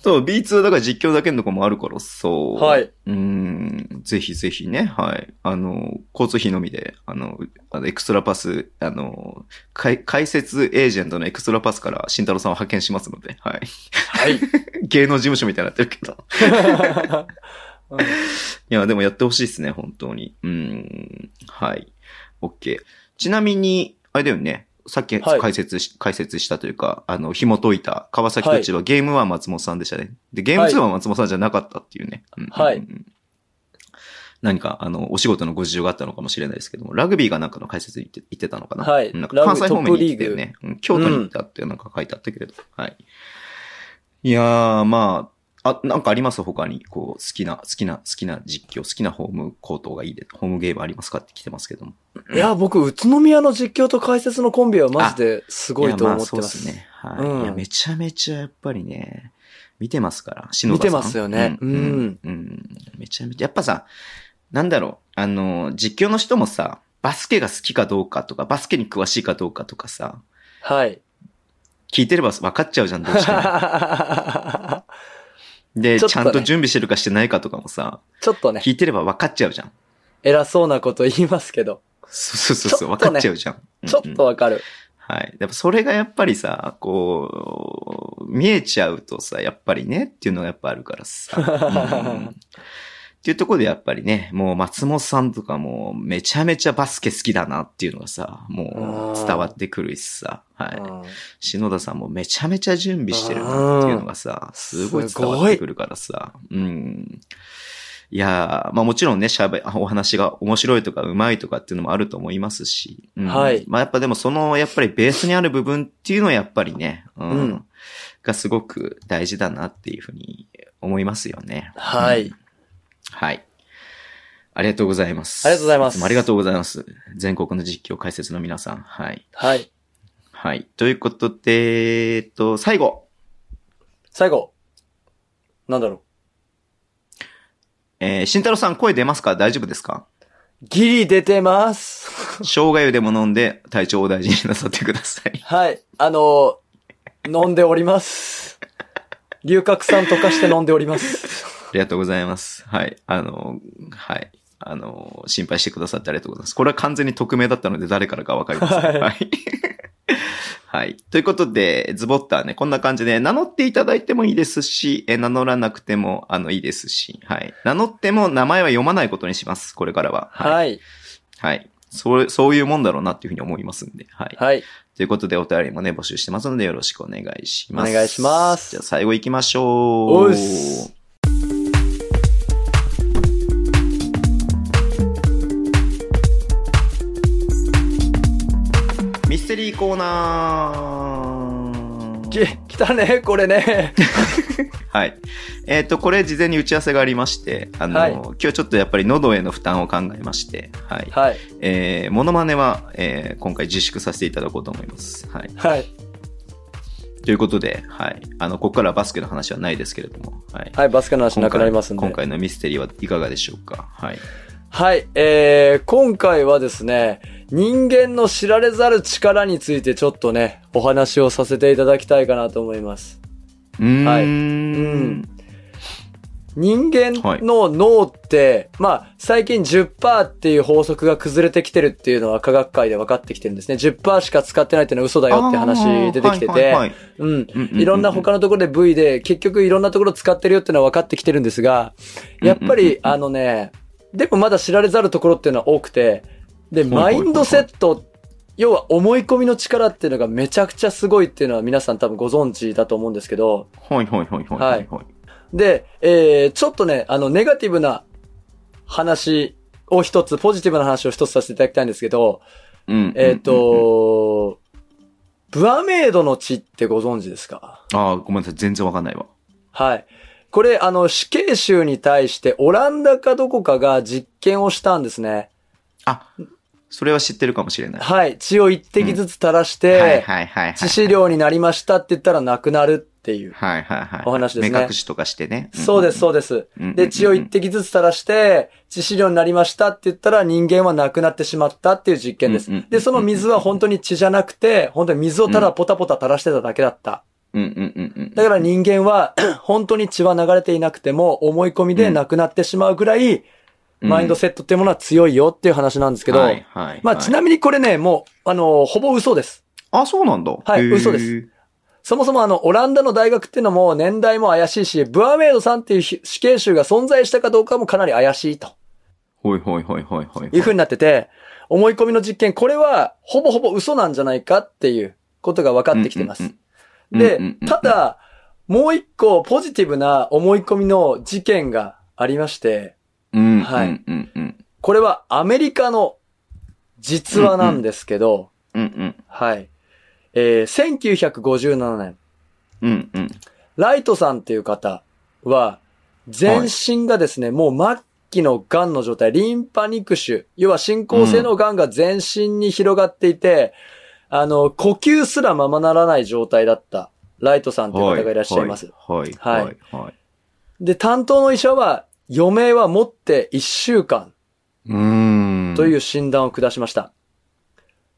S2: そう、B2 だから実況だけのとこもあるから、そう。
S3: はい。
S2: うーん、ぜひぜひね、はい。あの、交通費のみで、あの、あのエクストラパス、あの、解解説エージェントのエクストラパスから慎太郎さんを派遣しますので、はい。
S3: はい。
S2: 芸能事務所みたいになってるけど。
S3: うん
S2: いや、でもやってほしいですね、本当に。うーん、はい。OK。ちなみに、あれだよね。さっき
S3: はい
S2: 解説し、解説したというか、あの、紐解いた、川崎と千葉、ゲーム1松本さんでしたね。で、ゲーム2は松本さんじゃなかったっていうね。うん
S3: はい
S2: うんうん何か、あの、お仕事のご事情があったのかもしれないですけども、ラグビーがなんかの解説に行って行ってたのかな
S3: はい
S2: なんか
S3: ラグ
S2: 関
S3: ビー
S2: 西方面に行ってたよね。うん京都に
S3: う
S2: 行
S3: ん
S2: ったってなんか書いてあったけれど。はい。いやー、まあ、あ、なんかあります他に、こう、好きな、好きな、好きな実況、好きなホームコートがいいで、ホームゲームありますかって来てますけども。
S3: いや、僕、宇都宮の実況と解説のコンビはマジですごいと思って
S2: いや
S3: ま
S2: あ
S3: す。
S2: そうっね。はい。
S3: うん
S2: いや、めちゃめちゃやっぱりね、見てますから、篠田さん。
S3: 見てますよね
S2: うん。うん。うんめちゃめちゃ、やっぱさ、なんだろう、あの、実況の人もさ、バスケが好きかどうかとか、バスケに詳しいかどうかとかさ、
S3: はい。
S2: 聞いてれば分かっちゃうじゃん、どう しても。で、
S3: ちょっとね
S2: ちゃんと準備してるかしてないかとかもさ、
S3: ちょっとね、
S2: 聞いてれば分かっちゃうじゃん。
S3: 偉そうなこと言いますけど、
S2: そうそうそうそう、
S3: ちょっとね
S2: 分かっちゃうじゃん。うん
S3: ちょっと
S2: うん
S3: わかる。
S2: はい。やっぱそれがやっぱりさ、こう、見えちゃうとさ、やっぱりね、っていうのがやっぱあるから さ。うんっていうところでやっぱりね、もう松本さんとかもうめちゃめちゃバスケ好きだなっていうのがさ、もう伝わってくるしさ、はい。
S3: うん
S2: 篠田さんもめちゃめちゃ準備してるなっていうのがさ、すごい伝わってくるからさ、うん。いやー、まあもちろんね、しゃべ、 お話が面白いとかうまいとかっていうのもあると思いますし、うん
S3: はい
S2: まあやっぱでもその、やっぱりベースにある部分っていうのはやっぱりね、うん。
S3: うん
S2: がすごく大事だなっていうふうに思いますよね。
S3: は
S2: う
S3: い
S2: んはい。ありがとうございます。
S3: ありがとうございます
S2: つもありがとうございます。全国の実況解説の皆さん。はい。
S3: はい。
S2: はい。ということで、えっと、最後。
S3: 最後。なんだろ
S2: えー、慎太郎さん声出ますか大丈夫ですか
S3: う。ギリ出てます。
S2: 生 姜湯でも飲んで体調を大事になさってくださ い。
S3: はい。あのー飲んでおります。龍角散溶かして飲んでおります。
S2: ありがとうございます。はい。あの、はい。あの、心配してくださってありがとうございます。これは完全に匿名だったので誰からかわかりません。
S3: はい
S2: はい。 はい。ということで、ズボッターね、こんな感じで、名乗っていただいてもいいですし、え名乗らなくても、あの、いいですし、はい。名乗っても名前は読まないことにします、これからは。い。
S3: はい。
S2: はい。そう、そういうもんだろうなっていうふうに思いますんで、はい。
S3: はい。
S2: ということで、お便りもね、募集してますので、よろしくお願いします。
S3: お願いします
S2: じゃあ、最後行きましょう。
S3: おっす
S2: ミステリーコーナー
S3: き、来たね、これね。
S2: はい。えっ、と、これ事前に打ち合わせがありまして、あの、
S3: はい
S2: 今日ちょっとやっぱり喉への負担を考えまして、はい。
S3: はい。
S2: えー、モノマネは、えー今回自粛させていただこうと思います。はい。
S3: はい。
S2: ということで、はい。あの、ここからはバスケの話はないですけれども、はい。
S3: はい、バスケの話なくなりますんで。
S2: 今回今回のミステリーはいかがでしょうかはい。
S3: はい、えー、今回はですね、人間の知られざる力についてちょっとね、お話をさせていただきたいかなと思います。
S2: うーん。
S3: はい
S2: うん。
S3: 人間の脳って、まあ、最近10%っていう法則が崩れてきてるっていうのは科学界で分かってきてるんですね。10%しか使ってないっていうのは嘘だよって話出てきて
S2: あーはいは
S3: て、
S2: いはい
S3: うん。
S2: ううう
S3: いろんな他のところで V で、結局いろんなところ使ってるよってのは分かってきてるんですが、やっぱ
S2: うんうんうん
S3: り、あのね、でもまだ知られざるところっていうのは多くて、で、
S2: いは
S3: マ
S2: いはい
S3: インドセット、要は思い込みの力っていうのがめちゃくちゃすごいっていうのは皆さん多分ご存知だと思うんですけど、
S2: はいはいはいはいはいはい。
S3: で、えー、ちょっとね、あの、ネガティブな話を一つ、ポジティブな話を一つさせていただきたいんですけど、
S2: うんうんうんうん
S3: えっ、と、ブアメイドの地ってご存知ですか
S2: ああ、ごめんなさい。全然わかんないわ。
S3: はい。これ、あの、死刑囚に対して、オランダかどこかが実験をしたんですね。
S2: あ、それは知ってるかもしれない。
S3: はい。血を一滴ずつ垂らし
S2: はい
S3: て、
S2: はいはいはい。
S3: 致死量になりましたって言ったら亡くなるっていう。
S2: はいはいはい。
S3: お話ですね
S2: 目隠しとかしてね。
S3: そうです、そうです。
S2: うん
S3: で、血を一滴ずつ垂らして、致死量になりましたって言ったら人間は亡くなってしまったっていう実験で
S2: うんうん
S3: す。で、その水は本当に血じゃなくて、本当に水をただポタポタ垂らしてただけだった。
S2: うんうんうんうん。
S3: だから人間は、本当に血は流れていなくても、思い込みで亡くなってしまうぐら
S2: う
S3: い、
S2: ん
S3: マインドセットってものは強いよっていう話なんですけど、
S2: はいはい。
S3: まあち
S2: み
S3: なみにこれね、もう、あの、ほぼ嘘です。
S2: あ、そうなんだ。
S3: は
S2: へ
S3: い
S2: ー
S3: 嘘です。そもそもあの、オランダの大学っていうのも年代も怪しいし、ブアメイドさんっていう死刑囚が存在したかどうかもかなり怪しいと
S2: ほいほいほいほいほい。
S3: いうふうになってて、思い込みの実験、これはほぼほぼ嘘なんじゃないかっていうことが分かってきてます。
S2: うんうんうん
S3: で
S2: うんうんう、ん
S3: ただ、もう一個ポジティブな思い込みの事件がありまして、
S2: うん。
S3: はい
S2: うんうんうん。
S3: これはアメリカの実話なんですけど、
S2: うんうん。
S3: はい。えー、1957年、
S2: うんうん。
S3: ライトさんっていう方は、全身がですね、もう末期の癌の状態、リンパ肉腫、要は進行性の癌が全身に広がっていて、あの、呼吸すらままならない状態だった、ライトさんという方がいらっしゃいます。
S2: はい
S3: は
S2: はいいはいはい。
S3: で、担当の医者は、余命は持って1週間
S2: うーん。。
S3: というう診断を下しました。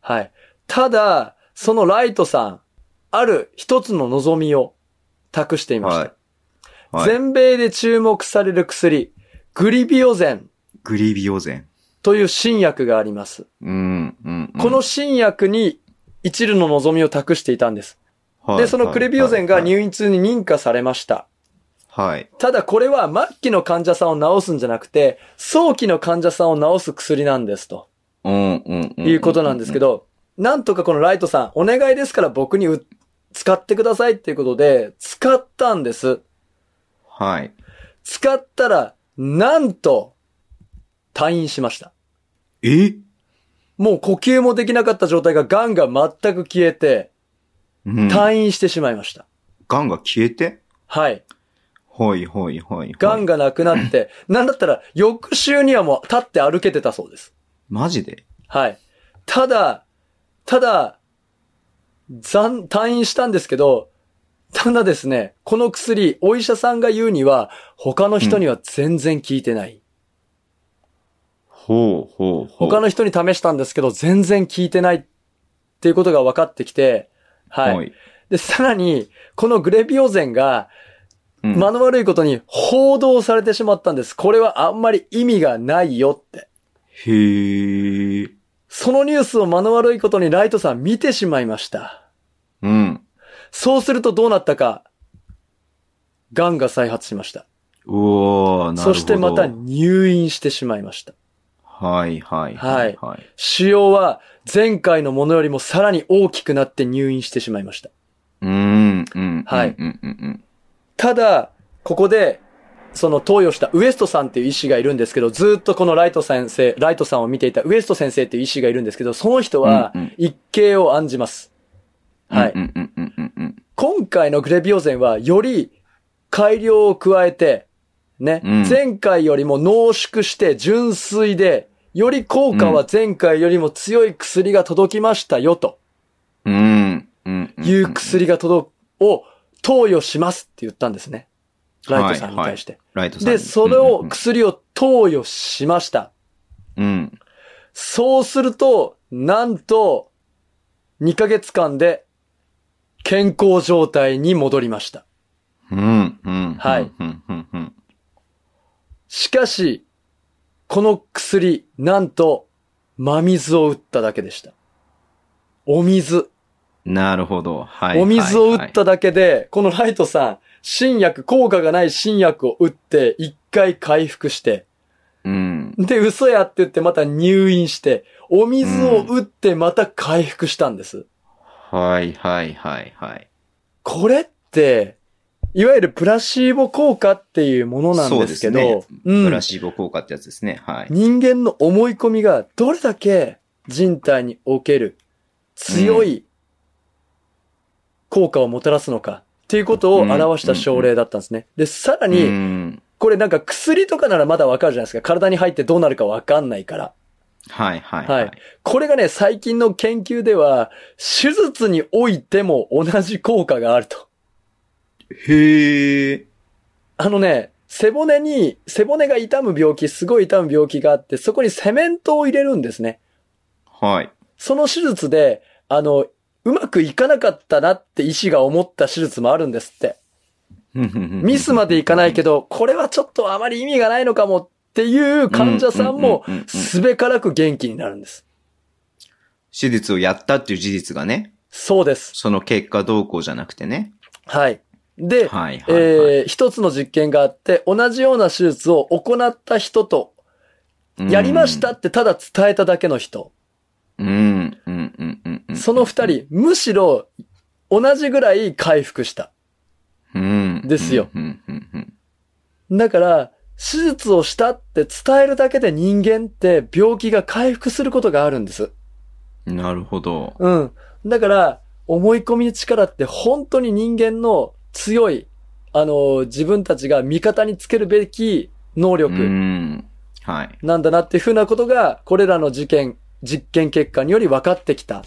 S3: はい。ただ、そのライトさん、ある一つの望みを託していました。
S2: はいはい
S3: 全米で注目される薬、グリビオゼン
S2: グリビオゼン。
S3: という新薬があります。
S2: うんうん。
S3: この、新薬に一縷の望みを託していたんです。
S2: はい
S3: で、そのグリビオゼンが入院痛に認可されました。
S2: はい。
S3: ただこれは末期の患者さんを治すんじゃなくて、早期の患者さんを治す薬なんですと。
S2: うんうんうん。
S3: いうことなんですけど、なんとかこのライトさん、お願いですから僕にう使ってくださいっていうことで、使ったんです。
S2: はい。
S3: 使ったら、なんと、退院しました。
S2: え
S3: もう呼吸もできなかった状態が、ガンが全く消えて、
S2: うん。
S3: 退院してしまいました。
S2: ガンが消えて
S3: はい。
S2: はいはいはい。
S3: ガン
S2: が。
S3: がなくな って、なんだったら、翌週にはもう立って歩けてたそうです。
S2: マジで
S3: はい。ただ、ただ、残、退院したんですけど、ただですね、この薬、お医者さんが言うには、他の人には全然効いてない。
S2: ほうほうほう。
S3: 他の人に試したんですけど、全然効いてないっていうことが分かってきて、はい。
S2: はい。
S3: で、さらに、このグレビオゼンが、
S2: うん
S3: 間の悪いことに報道されてしまったんです。これはあんまり意味がないよって。
S2: へー。
S3: そのニュースを間の悪いことにライトさん見てしまいました。
S2: うん。
S3: そうするとどうなったか、癌が再発しました。
S2: うおー、なるほど。
S3: そしてまた入院してしまいました。
S2: はいはいはいはい。
S3: 腫瘍は前回のものよりもさらに大きくなって入院してしまいました。
S2: うーん、うん。
S3: はい
S2: うんうんうん
S3: ただ、ここで、その投与したウエストさんっていう医師がいるんですけど、ずーっとこのライト先生、ライトさんを見ていたウエスト先生っていう医師がいるんですけど、その人は
S2: うんうん
S3: 一計を案じます。
S2: うん。
S3: はい
S2: うんうんうんうんうん。
S3: 今回のグレビオゼンはより改良を加えて、ね、
S2: うん
S3: 前回よりも濃縮して純粋で、より効果は前回よりも強い薬が届きましたよ、と
S2: うん。うん。うん
S3: いう。薬が届く、を投与しますって言ったんですね。ライトさんに対して。
S2: ライトさんに。
S3: で、それ
S2: うん
S3: を
S2: うん、
S3: 薬を投与しました。
S2: うん。
S3: そうすると、なんと、2ヶ月間で、健康状態に戻りました。
S2: うん。うん。
S3: はい
S2: うん。うん。うん。
S3: しかし、この薬、なんと、真水を打っただけでした。お水。
S2: なるほど。はい。
S3: お水を打
S2: はい
S3: っ。ただけで、このライトさん、新薬、効果がない新薬を打って、一回回復して、
S2: うん。
S3: で、嘘やって言ってまた入院して、お水を打ってまた回復したんです。
S2: はいはいはいはい。
S3: これって、いわゆるプラシーボ効果っていうものなんですけど、
S2: そうです
S3: うん
S2: ブラシーボ効果ってやつですね。はい。
S3: 人間の思い込みがどれだけ人体における強い効果をもたらすのかっていうことを表した症例だったんですね。で、さら
S2: う
S3: に、
S2: ん。
S3: これなんか薬とかならまだわかるじゃないですか。体に入ってどうなるかわかんないから。
S2: はいはい
S3: は
S2: はいい。
S3: これがね、最近の研究では、手術においても同じ効果があると。
S2: へえ。
S3: あのね、背骨に、背骨が痛む病気、すごい痛む病気があって、そこにセメントを入れるんですね。
S2: はい。
S3: その手術で、あの、うまくいかなかったなって医師が思った手術もあるんですって。ミ
S2: ミ
S3: スまでいかないけど、これはちょっとあまり意味がないのかもっていう患者さんも
S2: うんうんうんうんう、ん
S3: すべからく元気になるんです。
S2: 手術をやったっていう事実がね、
S3: そうです。
S2: その結果どうこうじゃなくてね。
S3: はい。で、
S2: はいはい、はい。
S3: えー一つの実験があって、同じような手術を行った人と、
S2: うん
S3: やりましたってただ伝えただけの人。
S2: うん、うん、うん、うんうん。
S3: その二人、むしろ、同じぐらい回復した。
S2: うん。
S3: ですよ
S2: うん。うん、うん、
S3: だから、手術をしたって伝えるだけで人間って病気が回復することがあるんです。
S2: うん。なるほど。
S3: うん。だから、思い込みの力って本当に人間の強い、あの、自分たちが味方につけるべき能
S2: う
S3: 力
S2: ん。はい。
S3: なんだなっていうふうなことが、これらの事件、実験結果により分かってきたっ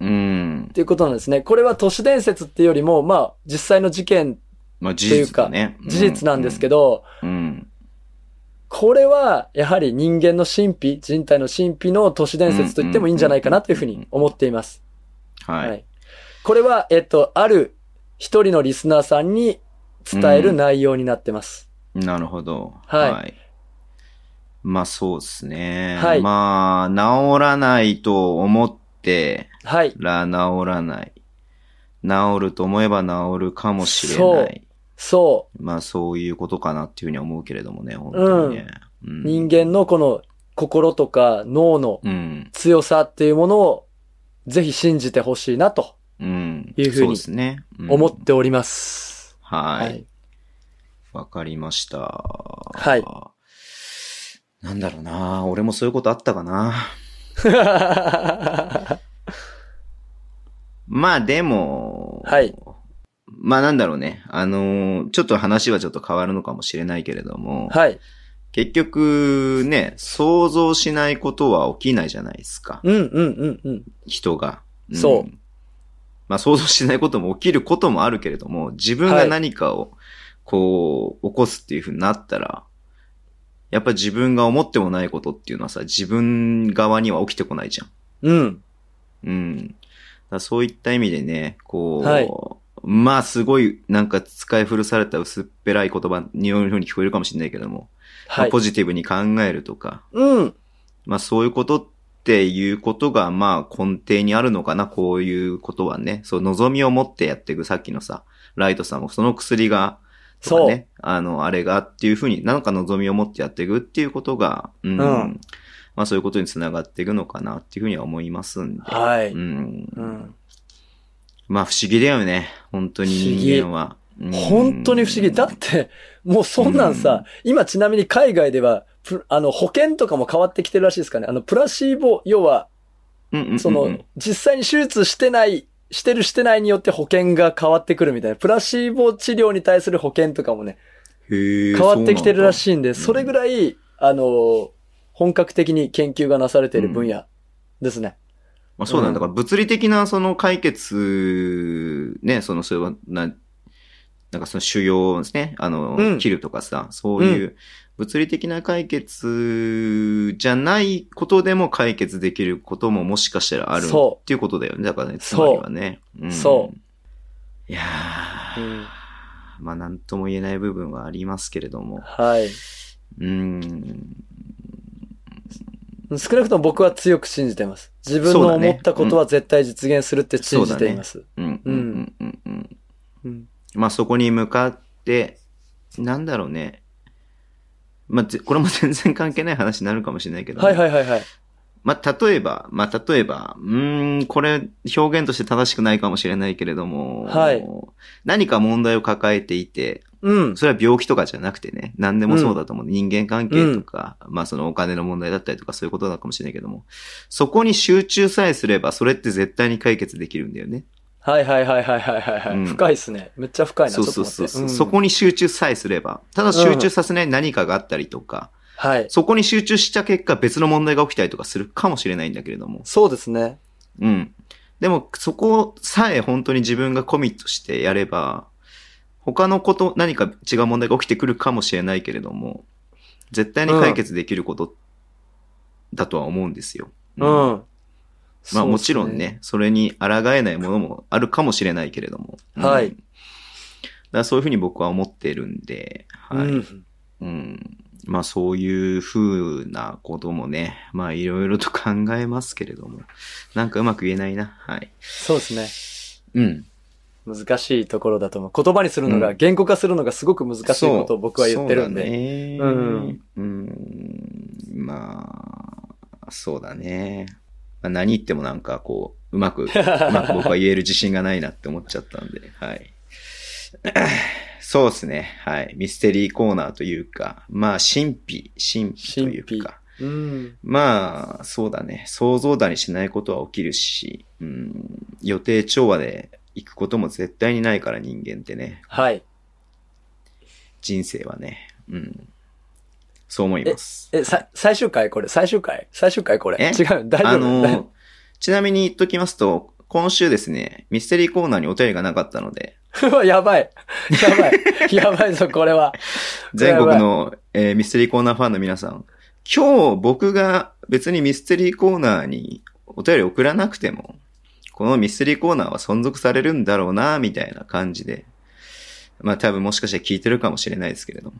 S2: うん。
S3: ていうことなんですね。これは都市伝説っていうよりも、まあ、実際の事件、
S2: まあ事実だね。
S3: 事実なんですけ
S2: ど。う
S3: ど、
S2: ん。
S3: これは、やはり人間の神秘、人体の神秘の都市伝説と言ってもいいんじゃないかなというふうに思っています。
S2: はい。
S3: これは、えっと、ある一人のリスナーさんに伝える内容になってます。
S2: なるほど。
S3: はい
S2: まあそうですね。
S3: はい
S2: まあ、治らないと思って
S3: はい。
S2: ら治らない。治ると思えば治るかもしれない。
S3: そ
S2: まあそういうことかなっていうふうには思うけれどもね、本当にね。う
S3: う。
S2: ん
S3: 人間のこの心とか脳の
S2: うん。
S3: 強さっていうものを、ぜひ信じてほしいなと
S2: うん。
S3: いうふうに
S2: そうですね。うん
S3: 思っております。
S2: は
S3: はいい。。
S2: わかりました。
S3: はい。
S2: なんだろうな俺もそういうことあったかな。まあでも、
S3: はい。
S2: まあなんだろうね。あのーちょっと話はちょっと変わるのかもしれないけれども、
S3: はい。
S2: 結局ね、想像しないことは起きないじゃないですか。
S3: うんうんうんうん。
S2: 人が。ん
S3: そう。
S2: まあ想像しないことも起きることもあるけれども、自分が何かをこう起こすっていう風になったら、やっぱ自分が思ってもないことっていうのはさ、自分側には起きてこないじゃん。
S3: うん。
S2: うん。だからそういった意味でね、こう、
S3: はい
S2: まあすごいなんか使い古された薄っぺらい言葉にように聞こえるかもしれないけども、ま
S3: は
S2: あ
S3: い
S2: ポ。ジティブに考えるとか、
S3: うん。
S2: まあそういうことっていうことがまあ根底にあるのかな、こういうことはね。そう、望みを持ってやっていく、さっきのさ、ライトさんもその薬が、とかね、あの、あれがっていうふうに、なんか望みを持ってやっていくっていうことが、うん。
S3: うん
S2: まあそういうことにつながっていくのかなっていうふうには思いますんで。
S3: はい
S2: うん。
S3: うん。
S2: まあ不思議だよね。本当に人間は。うん
S3: 本当に不思議。だって、もうそんなんさ、今ちなみに海外では、プあの、保険とかも変わってきてるらしいですかね。あの、プラシーボ、要は、
S2: うんうんうんうん
S3: その、実際に手術してない、してるしてないによって保険が変わってくるみたいな。プラシーボ治療に対する保険とかもね、
S2: 変
S3: 変わってきてるらしいんで、
S2: そう
S3: そ
S2: な
S3: れ
S2: んだ
S3: ぐらい、あの、本格的に研究がなされている分野ですね。
S2: まあ、そうなんだ
S3: う
S2: から、物理的なその解決、ね、その、そういうな、なんかその腫瘍ですね、あの、
S3: うん
S2: 切るとかさ、そういう物理的な解決じゃないことでも解決できることももしかしたらある
S3: そう
S2: っていうことだよね。だからね、つ
S3: そう
S2: まりはね。うん
S3: そ
S2: いやー、
S3: うん
S2: まあなんとも言えない部分はありますけれども。
S3: はい。
S2: うん。
S3: 少なくとも僕は強く信じてます。自分
S2: そう
S3: の
S2: だね
S3: 思ったことは絶対実現するって信じています。
S2: うん。うん。うん。うん。うん。
S3: うん
S2: まあそこに向かって、なんだろうね。まあ、ぜこれも全然関係ない話になるかもしれないけど、
S3: はいはいはいはい。
S2: まあ、例えば、まあ、例えば、うーん、これ、表現として正しくないかもしれないけれども、
S3: はい
S2: 何か問題を抱えていて、
S3: うん。
S2: それは病気とかじゃなくてね、何でもそうだと思う。人間関係とか、まあ、そのお金の問題だったりとか、そういうことだかもしれないけども、そこに集中さえすれば、それって絶対に解決できるんだよね。
S3: はいはいはいはいはいはいはい。
S2: うん
S3: 深いっすね。めっちゃ深いな。
S2: そうそうそう
S3: ち
S2: そ
S3: ょ
S2: う、
S3: っと待ってん
S2: そこに集中さえすれば、ただ集中させない何かがあったりとか、
S3: はい。
S2: そこに集中した結果、別の問題が起きたりとかするかもしれないんだけれども、
S3: そうですね。
S2: うん。でも、そこさえ本当に自分がコミットしてやれば、他のこと、何か違う問題が起きてくるかもしれないけれども、絶対に解決できることだとは思うんですよ。
S3: うん。
S2: まあもちろんね、それに抗えないものもあるかもしれないけれども。うん
S3: はい
S2: だからそういうふうに僕は思ってるんで、
S3: そう
S2: は
S3: っ
S2: い。
S3: すね。うん。
S2: うん。まあそういう風なこともね、まあいろいろと考えますけれども、なんかうまく言えないな。はい。
S3: そうですね。
S2: うん。
S3: 難しいところだと思う。言葉にするのが、
S2: う
S3: 言語化するのがすごく難しいことを僕は言ってるんで。
S2: そう
S3: う
S2: だね
S3: ん。
S2: うん。まあ、そうだね。まあ何言ってもなんかこう、うま く、うまく僕は言える自信がないなって思っちゃったんで、はい。 そうですね。はい。ミステリーコーナーというか、まあ、神秘、神秘というか。
S3: うん。
S2: まあ、そうだね。想像だにしないことは起きるし、うん、予定調和で行くことも絶対にないから人間ってね、
S3: はい。
S2: 人生はね。うん。そう思います。
S3: え、さ、最終回これ最終回最終回これ
S2: え
S3: 違う。大丈夫
S2: あの、ちなみに言っときますと、今週ですね、ミステリーコーナーにお便りがなかったので、
S3: うわ、やばい。やばい。やばいぞ、これは。
S2: 全国の、えーミステリーコーナーファンの皆さん、今日僕が別にミステリーコーナーにお便り送らなくても、このミステリーコーナーは存続されるんだろうな、みたいな感じで。まあ多分もしかしたら聞いてるかもしれないですけれども。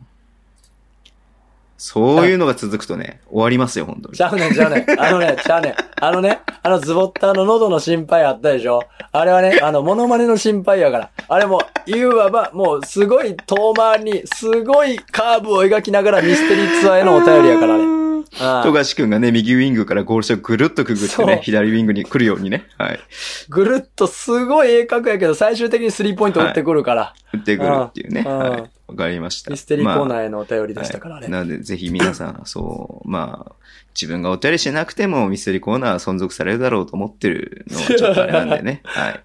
S2: そういうのが続くとね、終わりますよ、本当に
S3: ち。ゃうねん、ちゃうねん。あのね、ちゃうねん。あのね、あのズボッターの喉の心配あったでしょあれはね、あの、モノマネの心配やから。あれも、言うわば、もう、すごい遠回りに、すごいカーブを描きながらミステリーツアーへのお便りやからね。あ
S2: 富
S3: あ
S2: 樫くんがね、右ウィングからゴール下をぐるっとくぐって
S3: そう
S2: ね、左ウィングに来るようにね、はい。
S3: ぐるっとすごい鋭角やけど、最終的にスリーポイント打ってくるから、
S2: 打ってくるっていうね。
S3: あーあー
S2: はい。わかりました。
S3: ミステリーコー
S2: まあ
S3: ナーへのお便りでしたから、あ
S2: は
S3: れ。
S2: い、なので、ぜひ皆さん、そう、まあ、自分がお便りしなくても、ミステリーコーナーは存続されるだろうと思ってるのはちょっとあれなんでね。 はい。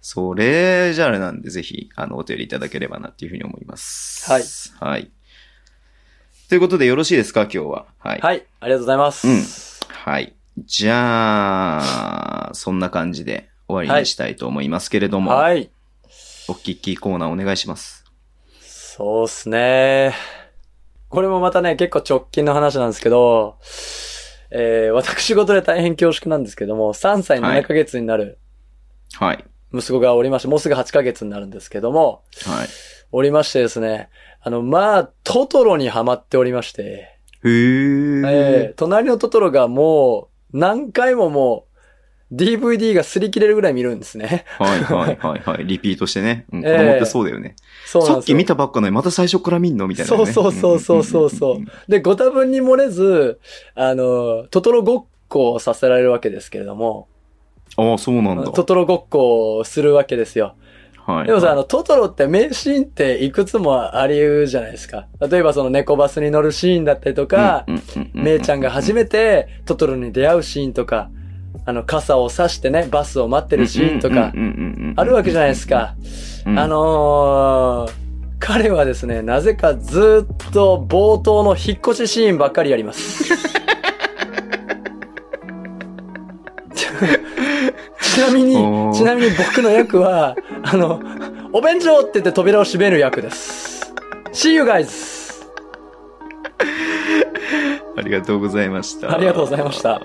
S2: それじゃあれなんで、ぜひ、あの、お便りいただければなっていうふうに思います。
S3: はい。
S2: はい。ということで、よろしいですか、今日は。はい。
S3: はい、ありがとうございます。
S2: うんはい。じゃあ、そんな感じで終わりにしたいと思いますけれども、
S3: はい。
S2: お聞きコーナーお願いします。
S3: そうっすね。これもまたね、結構直近の話なんですけど、えー、私事で大変恐縮なんですけども、3歳
S2: はい
S3: 7ヶ月になる
S2: はい。
S3: 息子がおりまして、もうすぐ8ヶ月になるんですけども、
S2: はい。
S3: おりましてですね、あの、まあ、トトロにハマっておりまして、
S2: へー。
S3: えー、隣のトトロがもう、何回ももう、DVD が擦り切れるぐらい見るんで すね。
S2: はいはいはいはい。リピートしてね。うん、子
S3: ええ
S2: 供ってそうだよね。
S3: そうなん
S2: さ
S3: で
S2: っ
S3: す
S2: き
S3: よ
S2: 見たばっかなのにまた最初から見んのみたいな、ね。
S3: そうそうそうそうそうそうん
S2: んんん
S3: で、ご多分に漏れず、あの、トトロごっこをさせられるわけですけれども、
S2: ああ、そうなんだ。
S3: トトロごっこをするわけですよ。
S2: はい。
S3: でもさ、あの、トトロって名シーンっていくつもあり得るじゃないですか。例えばその猫バスに乗るシーンだったりとか
S2: う、んうんうんうん、
S3: めいちゃんが初めてトトロに出会うシーンとか、あの、傘を差してね、バスを待って
S2: て
S3: るシーンとか、あるわけじゃないです。か。
S2: うん
S3: あ、のー、彼はですね、なぜかずっと冒頭の引っ越しシーンばっかりやります。 ちなみに
S2: おー、
S3: ちなみに僕の役は、あの、お便所って言って扉を閉める役です。See you guys!
S2: ありがとうございました。
S3: ありがとうございました。